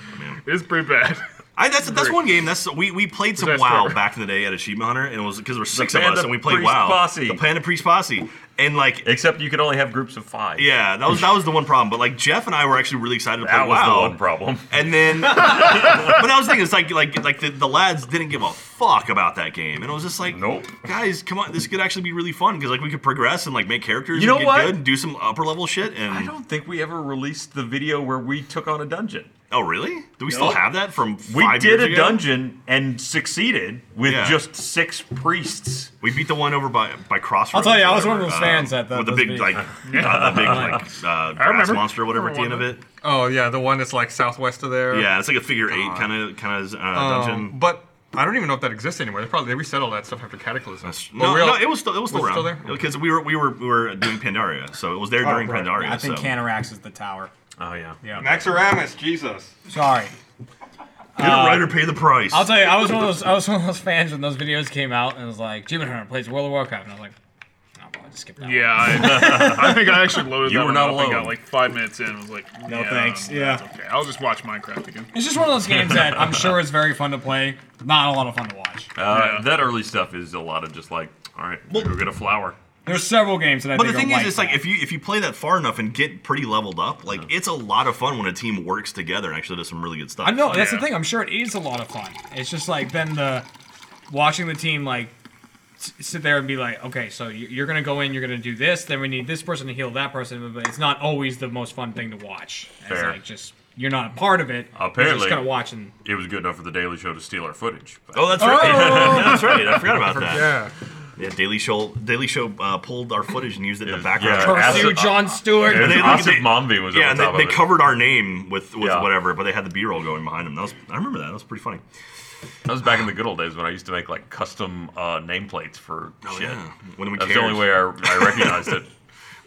It's pretty bad.
I, that's that's one game. That's we, we played some
That's
WoW
fair.
back in the day at Achievement Hunter, and it was because there were six of
Panda
us, and we played
Priest
WoW.
Posse.
The Panda Priest Posse, and like
Except you could only have groups of five.
yeah, that was that was the one problem. But like Jeff and I were actually really excited to play
That was
WoW.
the one problem.
And then, *laughs* but I was thinking, it's like like like the, the lads didn't give a fuck about that game, and it was just like,
Nope.
guys, come on, this could actually be really fun because like we could progress and like make characters,
You know
and get
what?
good and do some upper level shit. And
I don't think we ever released the video where we took on a dungeon.
oh really? Do we still
Nope.
have that from?
We
five
did
years
a
ago?
dungeon and succeeded with
Yeah.
just six priests.
We beat the one over by by Crossroads.
I'll tell you, I was
whatever,
one of those
uh,
fans at the-
with the
those
big
videos.
like uh, the big like uh, grass
remember.
monster or whatever at the end of it.
Oh yeah, the one that's like southwest of there.
Yeah, it's like a figure eight kind of kind of uh,
Um,
dungeon.
but I don't even know if that exists anymore. They probably they reset all that stuff after Cataclysm.
No,
But we all-
no, it was still it was still
was it still
around
there?
because we were we were we were doing Pandaria, so it was there during Pandaria.
I think
so.
Canarax is the tower.
Oh yeah.
Yeah.
Naxxramas, Jesus.
Sorry.
Get
uh,
a rider, pay the price.
I'll tell you, I was one of those. I was one of those fans when those videos came out, and it was like, Jim Hunter plays World of Warcraft, and I was like, I'll probably just skip that.
Yeah,
*laughs*
I, I think I actually loaded
You
that
were
one
not
up and
alone.
got like five minutes in. and was like, no
thanks,
Yeah, that's okay. I'll just watch Minecraft again.
It's just one of those games that I'm sure is very fun to play, not a lot of fun to watch.
Uh,
Yeah.
That early stuff is a lot of just like, all right, we'll go get a flower.
There's several games that I.
but the
think
thing
are
is, it's
that.
like if you if you play that far enough and get pretty leveled up, like it's a lot of fun when a team works together and actually does some really good stuff.
I know that's
Yeah.
the thing. I'm sure it is a lot of fun. It's just like then the watching the team like s- sit there and be like, okay, so you- you're gonna go in, you're gonna do this, then we need this person to heal that person. But it's not always the most fun thing to watch. It's
Fair.
like just you're not a part of it. you're
Apparently.
just kind of watching.
It was good enough for the Daily Show to steal our footage. But
Oh, that's right.
*laughs*
Yeah, that's right. I forgot about that.
Yeah.
Yeah, Daily Show Daily Show uh, pulled our footage and used it in the
Yeah.
background.
Curse
Curse
Acid-
you, John Stewart.
*laughs* and
they-
they,
like,
Asif
they-
Mombi was
Yeah,
on
and
top
they, they
of it.
covered our name with, with
Yeah.
whatever, but they had the B-roll going behind them. That was I remember that. That was pretty funny.
that was back in the good old days when I used to make like custom uh, nameplates for
Oh,
shit.
when we
Oh, That's
cared.
the only way I, I recognized
*laughs*
it.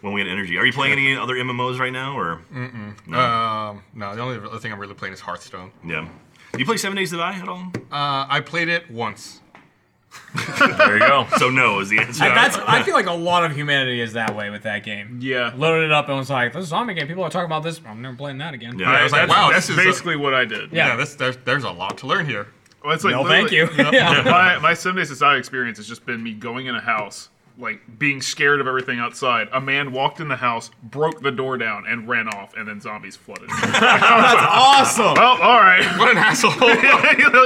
when we had energy. Are you playing any other MMOs right now, or
Mm.
Um, no, the only other thing I'm really playing is Hearthstone.
yeah? Do you play Seven Days to Die at all?
Uh, I played it once.
There you go.
So no is the answer.
That's. I feel like a lot of humanity is that way with that game.
Yeah.
Loaded it up and was like, this is a zombie game. People are talking about this. I'm never playing that again.
Yeah.
I was like,
That's-
wow,
that's
this is a-
basically what I did.
Yeah,
Yeah.
this, there's there's a lot to learn here.
Well, it's like
No, thank you. *laughs*
literally-
yeah.
my my Sunday society experience has just been me going in a house, like being scared of everything outside. A man walked in the house, broke the door down, and ran off, and then zombies
*laughs*
flooded. That's awesome. Well, all right. *laughs*
What an asshole!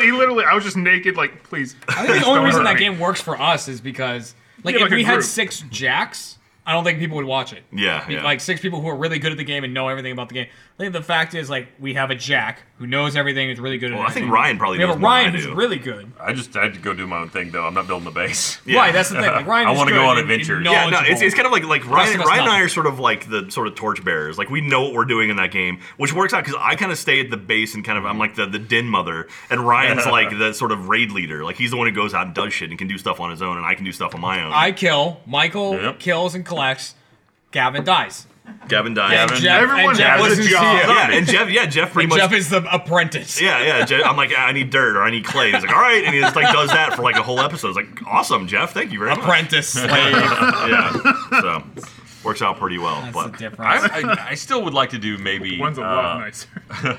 he literally, I was just naked, like, please.
I think the only
don't
reason
hurt
that
me.
game works for us is because, like,
Yeah,
if
like a
we had
group.
six jacks, I don't think people would watch it.
Yeah,
Be-
yeah.
Like six people who are really good at the game and know everything about the game. I think the fact is, like, we have a jack who knows everything and is really good at.
Well, I think
everything.
Ryan probably
We have
knows
a
more
Ryan
than I
who's
do.
really good.
I just had to go do my own thing though. I'm not building the base.
*laughs* Yeah.
Right, that's the thing. Like, Ryan
I
is
wanna go
good and-
on
and
adventures.
yeah, no, it's,
knowledgeable.
it's kind of like like Ryan,
of us
Ryan and I
nothing.
are sort of like the sort of torchbearers. Like we know what we're doing in that game, which works out because I kind of stay at the base and kind of I'm like the, the den mother, and
*laughs*
Ryan's like the sort of raid leader. Like he's the one who goes out and does shit and can do stuff on his own, and I can do stuff on my own.
I kill. Michael
Yep.
kills and collects. Gavin dies.
Gavin dies.
And Jeff,
everyone
and Jeff
has a
listens to
job.
you.
yeah, and Jeff. Yeah, Jeff pretty
And
much
Jeff is the apprentice.
Yeah, yeah. Jeff, I'm like, I need dirt or I need clay. He's like, all right, and he just like does that for like a whole episode. It's like, awesome, Jeff. Thank you very much. *laughs*
Apprentice slave.
Yeah, so works out pretty well.
That's
but
the
*laughs*
difference.
I, I, I still would like to do maybe
One's a
uh,
lot nicer. *laughs*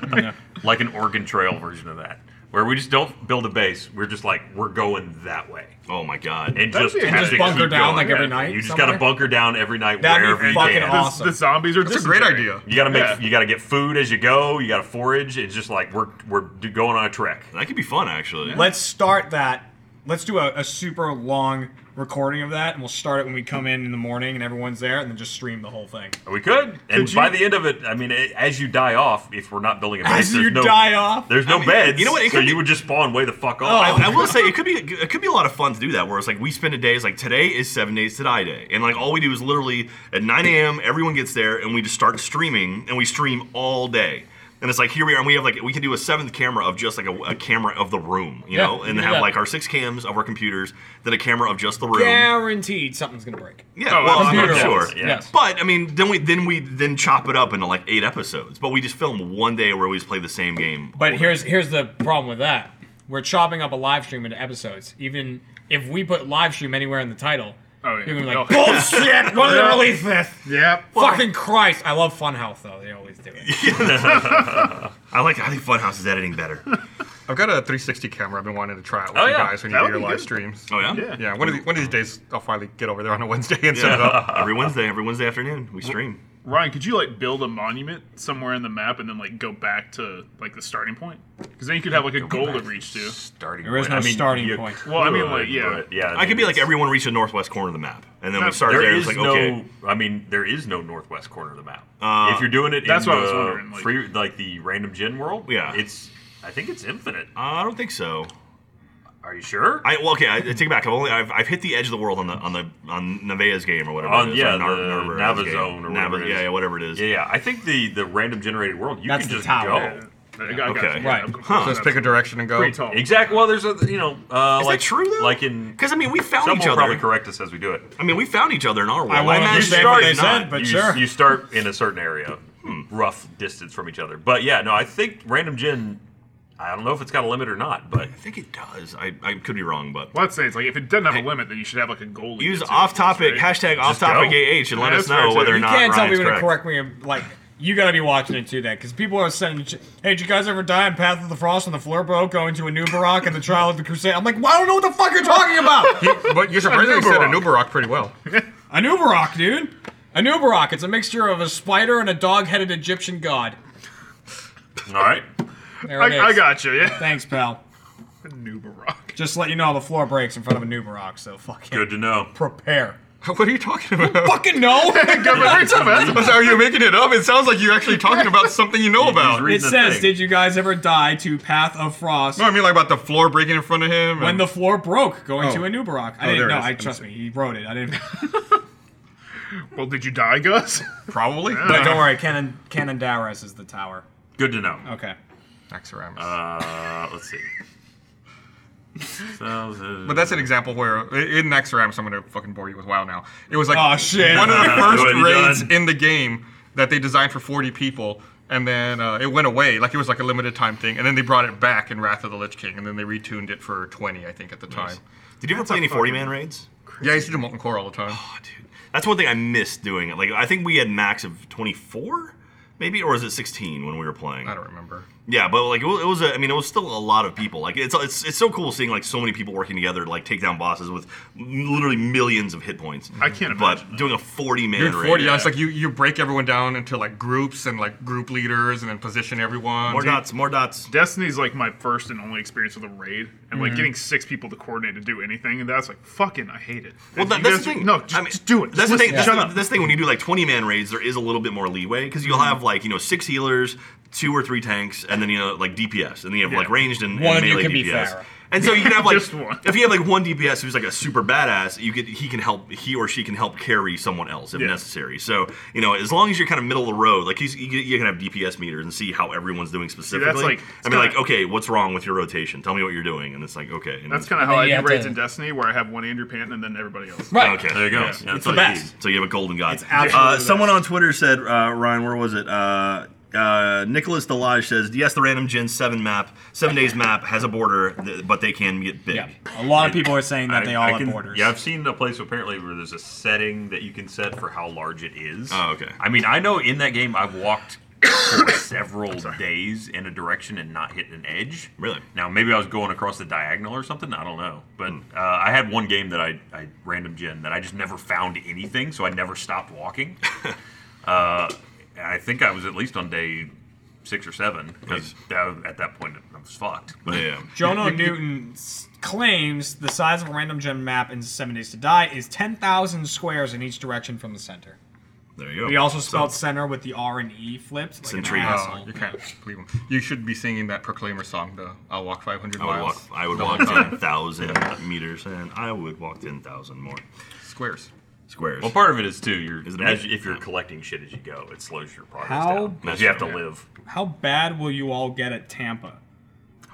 like an Oregon Trail version of that, where we just don't build a base. We're just like we're going that way,
oh my god,
and
That'd
just
be a
have
good
to
Just bunker
keep
down
going.
like every
Yeah.
night.
You just
somewhere.
gotta bunker down every night
That'd be
wherever you
fucking
can.
awesome.
The zombies are
That's a great
dysentery.
idea.
You gotta make,
Yeah.
you gotta get food as you go. You gotta forage. It's just like we're we're do- going on a trek.
that could be fun actually.
Let's start that. Let's do a, a super long recording of that, and we'll start it when we come in in the morning and everyone's there, and then just stream the whole thing.
We could, and
Could
by
you-
the end of it, I mean, a- as you die off, if we're not building a base,
As
there's
you
no,
die off.
there's no
mean,
beds.
you know what, it
So
could be- Oh.
you would just spawn way the fuck off.
I, I will say it could be it could be a lot of fun to do that. Where it's like we spend a day. It's like today is seven days to die day, and like all we do is literally at 9 a.m. Everyone gets there and we just start streaming and we stream all day. And it's like here we are, and we have like we can do a seventh camera of just like a, a camera of the room, you know, and
we can do
have
that.
like our six cams of our computers, then a camera of just the room.
Guaranteed something's gonna break.
Yeah,
Oh,
well, I'm
computer
not sure.
wise,
Yeah.
yes.
But I mean, then we then we then chop it up into like eight episodes. But we just film one day where we just play the same game.
But here's here's the problem with that. We're chopping up a live stream into episodes. Even if we put live stream anywhere in the title,
Oh, yeah.
you're gonna be
*laughs*
like,
Oh.
bullshit! When did they release this?
Yeah.
Fucking Christ! I love Fun Health though. They always do it.
I like I think Funhouse is editing
*laughs*
better.
I've got a 360 camera. I've been wanting to try out with
Oh,
you
yeah.
guys when
That
you do
would
your
be
live
good.
streams.
Oh yeah.
Yeah.
Yeah, one of, the, one of these days I'll finally get over there on a *laughs* Wednesday and set it up.
*laughs* Yeah. Every Wednesday, every Wednesday afternoon, we stream.
Ryan, could you like build a monument somewhere in the map and then like go back to like the starting point? Because then you could have like a goal to reach to.
Starting
There is
point.
no
I mean,
starting
you
point.
Well, I mean,
could,
like, yeah.
but, yeah.
I could be like
it's-
everyone reach the northwest corner of the map, and then we
Not-
start there.
There
and it's
is
like
no.
okay,
I mean, there is no northwest corner of the map.
Uh,
if you're doing it,
that's
in
what I was
the
wondering, like-
free, like the random gen world.
Yeah.
it's. I think it's infinite.
uh, I don't think so.
Are you sure?
I well, okay, I, I take it back. I've only I've, I've hit the edge of the world on the on the on Navea's game or whatever.
On-
it is,
yeah,
or Nar-
the
Narva's
Nava
game.
Zone or
Nava-
whatever it is.
Yeah, yeah, whatever it is.
yeah, yeah. I think the the random generated world you
That's
can
the
just
tower.
go.
I got- I got
Okay.
you.
Right.
Yeah,
Huh.
Let's pick a direction and go.
Pretty tall.
Exactly. Well, there's a you know uh,
Is
like
that true though?
Like in
because I mean we found
someone
each
will
other.
probably correct us as we do it.
I mean we found each other in our world.
won't
imagine
understand
they
what
did
they
not.
said, but-
you,
sure.
you start in a certain area, rough distance from each other. But yeah, no, I think random gen. I don't know if it's got a limit or not, but
I think it does. I, I could be wrong, but
Well, let's say it's like if it doesn't have a limit, then you should have like a goal. to
use
get to.
off topic
Right.
hashtag off topic
go.
AH and let
Yeah,
us
that's fair,
know
too.
whether or
You
not
you can't tell
Ryan's
people to
correct.
correct me. Like you gotta be watching it too, that because people are sending. ch- Hey, did you guys ever die in Path of the Frost when the floor broke, going to a new Barak and the Trial of the Crusade? I'm like, well, I don't know what the fuck you're talking about.
He- but you surprisingly said Anubarak pretty well. *laughs*
a new Barak, dude. A new Barak. It's a mixture of a spider and a dog-headed Egyptian god.
*laughs* all right.
There it
I,
is.
I got
*laughs*
you. Yeah.
Thanks, pal.
New Barak. *laughs*
Just to let you know the floor breaks in front of a new Barak, so fucking
Good to know.
prepare.
What are you talking about?
Fucking no! *laughs*
Government So are you making it up? It sounds like you're actually talking about something you know about.
reading
it
the
says,
thing.
"Did you guys ever die to Path of Frost?"
No, I mean like about the floor breaking in front of him.
When
and-
the floor broke, going
Oh.
to a new Barak. I
Oh,
didn't
there it
know.
is.
I
I'm
trust me. He wrote it. I didn't.
Well, did you die, Gus? *laughs*
probably.
But don't worry, Canon Canon Dowris is the tower.
Good to know.
Okay.
Axoramus.
Uh, let's see.
But that's an example where in Naxxramas, I'm gonna fucking bore you with WoW now. It was like
Aw, shit. *laughs*
one of the
Good,
first
you
raids
done.
in the game that they designed for 40 people, and then uh, it went away. Like it was like a limited time thing, and then they brought it back in Wrath of the Lich King, and then they retuned it for 20, I think, at the time.
Did you ever play any 40 man raids?
Yeah, I used to do Molten Core all the time.
Oh, dude. That's one thing I missed doing it. Like I think we had max of 24 maybe or was it 16 when we were playing?
I don't remember.
Yeah, but like it was, it was a, I mean, it was still a lot of people. Like it's, it's it's so cool seeing like so many people working together to like take down bosses with literally millions of hit points.
I can't
But
imagine.
doing a 40 man
Dude,
raid.
40, yeah, it's like you, you break everyone down into like groups and like group leaders and then position everyone.
more
Dude,
dots, more dots.
Destiny's like my first and only experience with a raid, and
Mm-hmm.
like getting six people to coordinate to do anything, and that's like fucking, I hate it.
Well,
If
that,
you
that's
guys-
the thing.
No, just,
I mean,
just do it.
That's
Just
the thing.
listen,
That's,
Shut
the,
up. Mm-hmm.
that's the thing. When you do like 20 man raids, there is a little bit more leeway because you'll have like you know six healers, two or three tanks, and then you know like DPS, and then you have like ranged and, and
One, you
melee
can be
DPS.
Pharah.
and so you can have
*laughs*
like
Just one.
if you have like one DPS who's like a super badass, you could he can help he or she can help carry someone else if
Yeah.
necessary. So you know as long as you're kind of middle of the road, like he's, you, can- you can have DPS meters and see how everyone's doing specifically.
like-
I mean, like
kinda-
okay, what's wrong with your rotation? Tell me what you're doing, and it's like okay, and
That's
it's-
kind of how
then
I
you
do
have
raids
to-
in Destiny, where I have one Ender Pant and then everybody else.
Right.
Okay,
There you go.
Yeah.
Yeah,
It's
that's
the
all you
best.
need.
So you have a golden god.
It's absolutely
Uh,
the
someone
best.
on Twitter said, uh, Ryan, where was it? Uh, uh, Nicholas Delage says, yes, the random Gen 7 map, 7 days map has a border, th- but they can get big.
Yeah. A lot of people are saying that
I-
they all
I
have
can-
borders.
Yeah, I've seen a place apparently where there's a setting that you can set for how large it is.
Oh, okay.
I mean, I know in that game I've walked
*coughs*
*coughs* for several days in a direction and not hit an edge.
Really?
Now maybe I was going across the diagonal or something. I don't know, but
Hmm.
uh, I had one game that I, I random gen that I just never found
*laughs*
anything, so I never stopped walking. uh, I think I was at least on day six or seven because at that point I was fucked. But
Yeah. *laughs*
Jono Newton s- claims the size of a random gem map in Seven Days to Die is 10,000 squares in each direction from the center.
There you go.
He also
So-
spelled center with the R and E flipped. Like an
intriguing.
asshole.
Oh, you can't believe him. You should be singing that Proclaimer song, the I'll Walk 500
I would walk.
Miles.
I would
The
walk
whole time.
ten thousand meters, and I would walk ten thousand more
Squares.
squares.
well, part of it is too. You're
Is it Oh.
as
an-
you- if you're collecting shit as you go, it slows your progress
How-
down because you have to
Yeah.
live.
How bad will you all get at Tampa?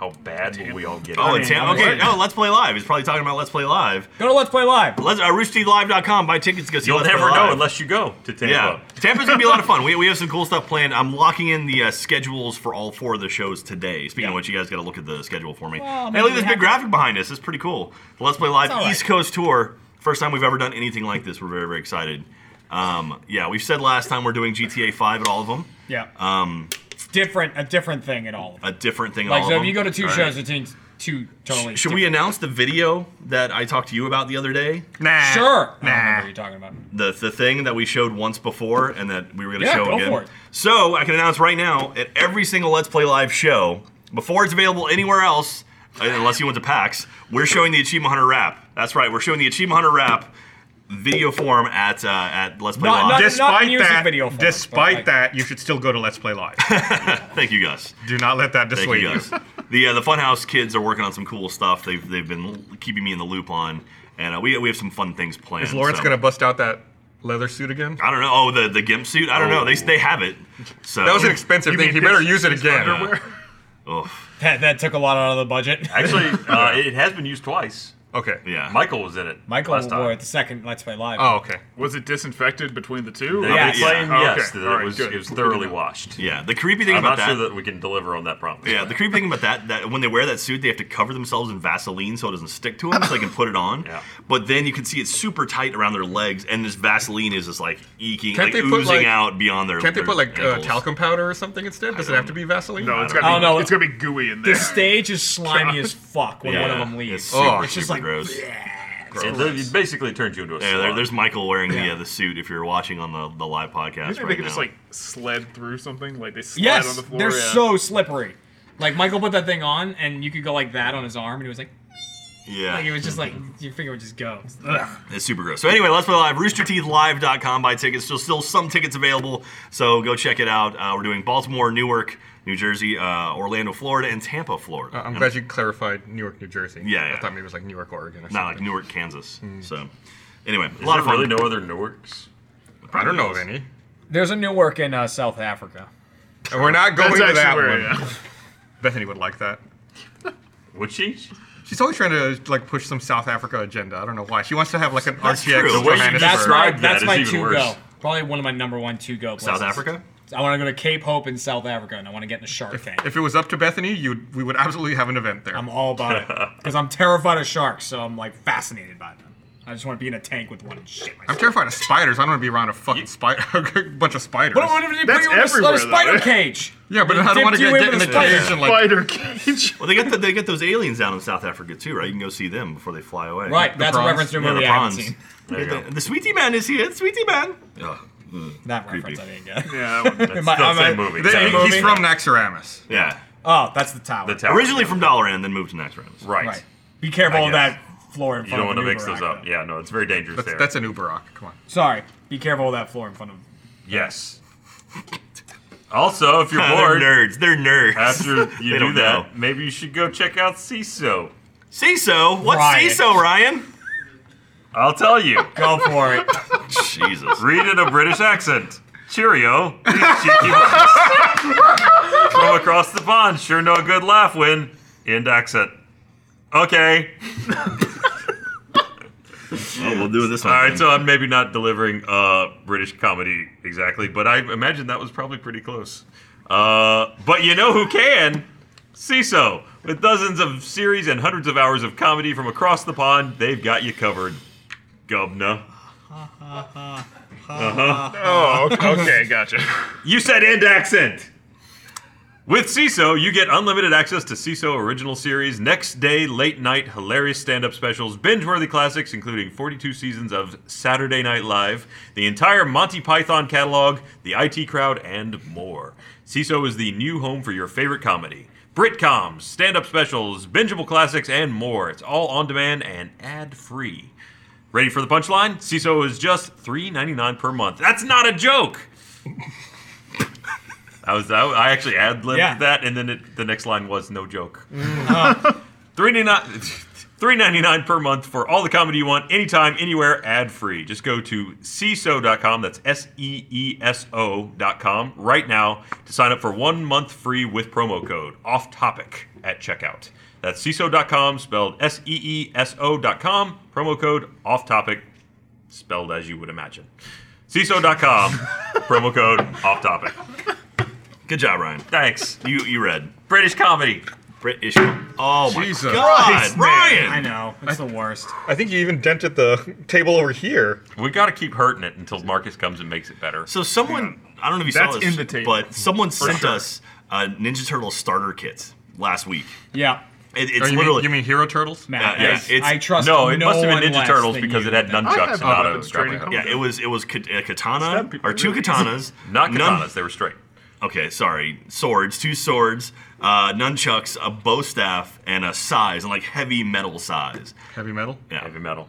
How bad will we all get?
oh,
at
it's
it?
him. Okay, no, Let's Play Live. He's probably talking about Let's Play Live.
Go to Let's Play Live.
Let's uh, roosterteethlive.com. Buy tickets. Go see
You'll
Let's Play
never know
Live.
unless you go to Tampa.
Yeah, Tampa's gonna be a lot of fun. We, we have some cool stuff planned. I'm locking in the uh, schedules for all four of the shows today. Speaking of which, you guys got to look at the schedule for me.
Well,
hey,
maybe
look at this
Oh, we
big
have-
graphic behind us. It's pretty cool. The Let's Play Live
all right.
East Coast Tour. First time we've ever done anything like this. We're very very excited. Um, yeah, we've said last time we're doing GTA 5 at all of them.
Yeah. Um, different, a different thing at all. of them.
A different thing. At
Like
all
so,
of
if
them.
you go to two
All right.
shows, it's two totally.
Should we announce the video that I talked to you about the other day?
different-
Nah.
Sure. I don't remember what
Nah.
you're talking about.
the the thing that we showed once before and that we were going to
Yeah,
show
go
again.
for it.
So I can announce right now at every single Let's Play Live show before it's available anywhere else, uh, unless you went to PAX, we're showing the Achievement Hunter wrap. That's right, we're showing the Achievement Hunter wrap video form at uh, at Let's Play
Not-
Live.
not-
Despite
music
that,
video form,
despite
but, like-
that, Uh, you should still go to Let's Play Live.
Thank you, Gus.
Do not let that
Thank
dissuade
you,
*laughs*
you.
Gus. the uh, the Funhouse kids are working on some cool stuff. They've they've been l- keeping me in the loop on, and uh, we we have some fun things planned.
Is Lawrence
so-
gonna bust out that leather suit again?
I don't know. Oh, the, the gimp suit. I don't know. They,
Oh.
they have it. So
That was an expensive thing. He better use it
*laughs*
again.
Ugh.
That that took a lot out of the budget.
*laughs*
Actually, uh, it has been used twice.
Okay.
Yeah.
Michael was in it.
*laughs* Michael
last
wore
time.
it the second Let's Play Live.
Oh, okay.
Was it disinfected between the two?
They
Or-
Yeah.
claim
Yeah.
yes
Okay.
that
All
it
right,
was
good.
it was
Good
thoroughly
enough.
washed.
Yeah, the creepy thing
I'm
about
not
that.
sure that we can deliver on that promise.
yeah, the creepy thing about that that when they wear that suit, they have to cover themselves in Vaseline so it doesn't stick to them, so they can put it on.
Yeah.
But then you can see it's super tight around their legs, and this Vaseline is just like eking, like
Can't they
oozing
put, like-
out beyond their.
Can't they
their
put like uh,
ankles.
talcum powder or something instead? Does it have to be Vaseline?
No, it's
I
got.
don't know.
It's gonna be gooey in there.
The stage is slimy as fuck when
Yeah,
one of them
It's
leaves.
super,
Oh,
it's just
super
like,
gross.
It, it basically turns you into a
Yeah, there-
slut.
there's Michael wearing the uh, the suit. If you're watching on the, the live podcast,
Maybe
right
they could
now.
just like sled through something, like they slide
Yes,
on the floor.
they're
yeah.
so slippery. Like Michael put that thing on, and you could go like that on his arm, and it was like,
yeah,
like it was just like your finger would just go.
It's super gross. So anyway, let's play live. Roosterteethlive.com. Buy tickets. Still, still some tickets available. So go check it out. Uh, we're doing Baltimore, Newark, New Jersey, uh, Orlando, Florida, and Tampa, Florida.
Uh, I'm glad you clarified Newark, New Jersey.
Yeah, yeah.
I thought maybe it was like Newark, Oregon or
Not
something.
like Newark, Kansas. So anyway, a
Is
lot
there
of fun.
really no other Newarks.
I don't know of any.
There's a new work in uh, South Africa.
And we're not going
That's
to
actually
that
where.
one.
Yeah.
Bethany would like that.
Would she?
She's always trying to like push some South Africa agenda. I don't know why. She wants to have like an
That's
RTX
true. The way you
Johannesburg.
That's my
Describe that
that's
is
my
even
two
worse.
go. Probably one of my number one two go. Places.
South Africa.
I want to go to Cape Hope in South Africa, and I want to get in a shark tank.
If it was up to Bethany, you'd, we would absolutely have an event there.
I'm all about it
*laughs*
because I'm terrified of sharks, so I'm like fascinated by them. I just want to be in a tank with one and shit
I'm
myself.
terrified of spiders. I don't want to be around a fucking spider, *laughs* a bunch of spiders.
What what if they put
That's
you in a,
everywhere,
a spider
though.
cage?
yeah, but
They
I don't want to
dipped you
get, get in
with
the
a spider.
cage and like.
*laughs*
Spider cage.
Well, they get the, they get those aliens down in South Africa too, right? You can go see them before they fly away.
Right, that's a
prawns.
reference to a
Yeah,
movie
the
I haven't
prawns.
seen.
Get The, the sweetie man is here. Sweetie man. Ugh.
That
Creepy.
reference I didn't get. *laughs*
Yeah, that one.
That's
My-
the same
my-
movie.
They-
Same
he's
movie.
from Naxxramas.
Yeah.
Oh, that's the tower.
The tower.
Originally from Dollarand, then moved to next round.
Right.
Right. Be careful
I
of
guess.
that floor in
You
front
don't
of
want to
Uber
mix those
Rock,
up.
though.
Yeah, no, it's very dangerous
That's,
there.
that's an Uber rock. Come on.
Sorry. Be careful of that floor in front of.
yes. *laughs*
*laughs*
Also, if you're
*laughs* They're
bored
nerds. They're nerds. *laughs*
after you
They
do
don't
that,
know.
maybe you should go check out CISO.
CISO. What's
Ryan.
CISO, Ryan?
I'll tell you.
Go for
*laughs*
it.
Jesus.
Read in a British accent. Cheerio. these
*laughs*
cheeky ones. From across the pond, sure no good laugh when. End accent. Okay.
Oh, we'll do it this one.
All right, so I'm maybe not delivering uh, British comedy exactly, but I imagine that was probably pretty close. Uh, but you know who can? CISO. With dozens of series and hundreds of hours of comedy from across the pond, they've got you covered. Gubna.
Oh, okay, okay, gotcha.
You said end accent. With CISO, you get unlimited access to CISO original series, next day, late night, hilarious stand up specials, binge worthy classics, including 42 seasons of Saturday Night Live, the entire Monty Python catalog, the IT crowd, and more. CISO is the new home for your favorite comedy. Britcoms, stand up specials, bingeable classics, and more. It's all on demand and ad free. Ready for the punchline? CISO is just $3.99 per month. That's not a joke! I was I, I actually ad libbed
Yeah.
that, and then it, the next line was no joke. *laughs* Three ninety nine. Three ninety nine per month for all the comedy you want, anytime, anywhere, ad free. Just go to seeso.com. That's s e e s o dot com right now to sign up for one month free with promo code off topic at checkout. That's seeso.com spelled s e e s o dot com. Promo code off topic spelled as you would imagine. seeso.com promo code off topic.
Good job, Ryan.
Thanks.
You you read
British comedy.
British. Oh my
Jesus
God,
Christ,
Ryan!
I know. It's the worst.
I think you even dented the table over here.
We got to keep hurting it until Marcus comes and makes it better.
So someone, I don't know if you saw
That's
this,
in the tape.
but someone sent
sure.
us uh, Ninja Turtle starter kits last week.
Yeah.
It,
Or
it's
Oh, you,
literally
mean, you mean Hero Turtles?
Matt,
yeah,
I-
it's-
I trust
no, it must have
one
been Ninja
less
Turtles
than
because
you
it had
then.
I
nunchucks
have
and not
a
a
weapons training
grappling hook.
company.
yeah, it was it was ka- a katana
Stab people
or two
really-
katanas,
Not
nun-
katanas, they were straight.
okay, sorry, swords, two swords, uh, nunchucks, a bow staff, and a size, and like heavy metal size.
Heavy metal?
Yeah,
Heavy metal.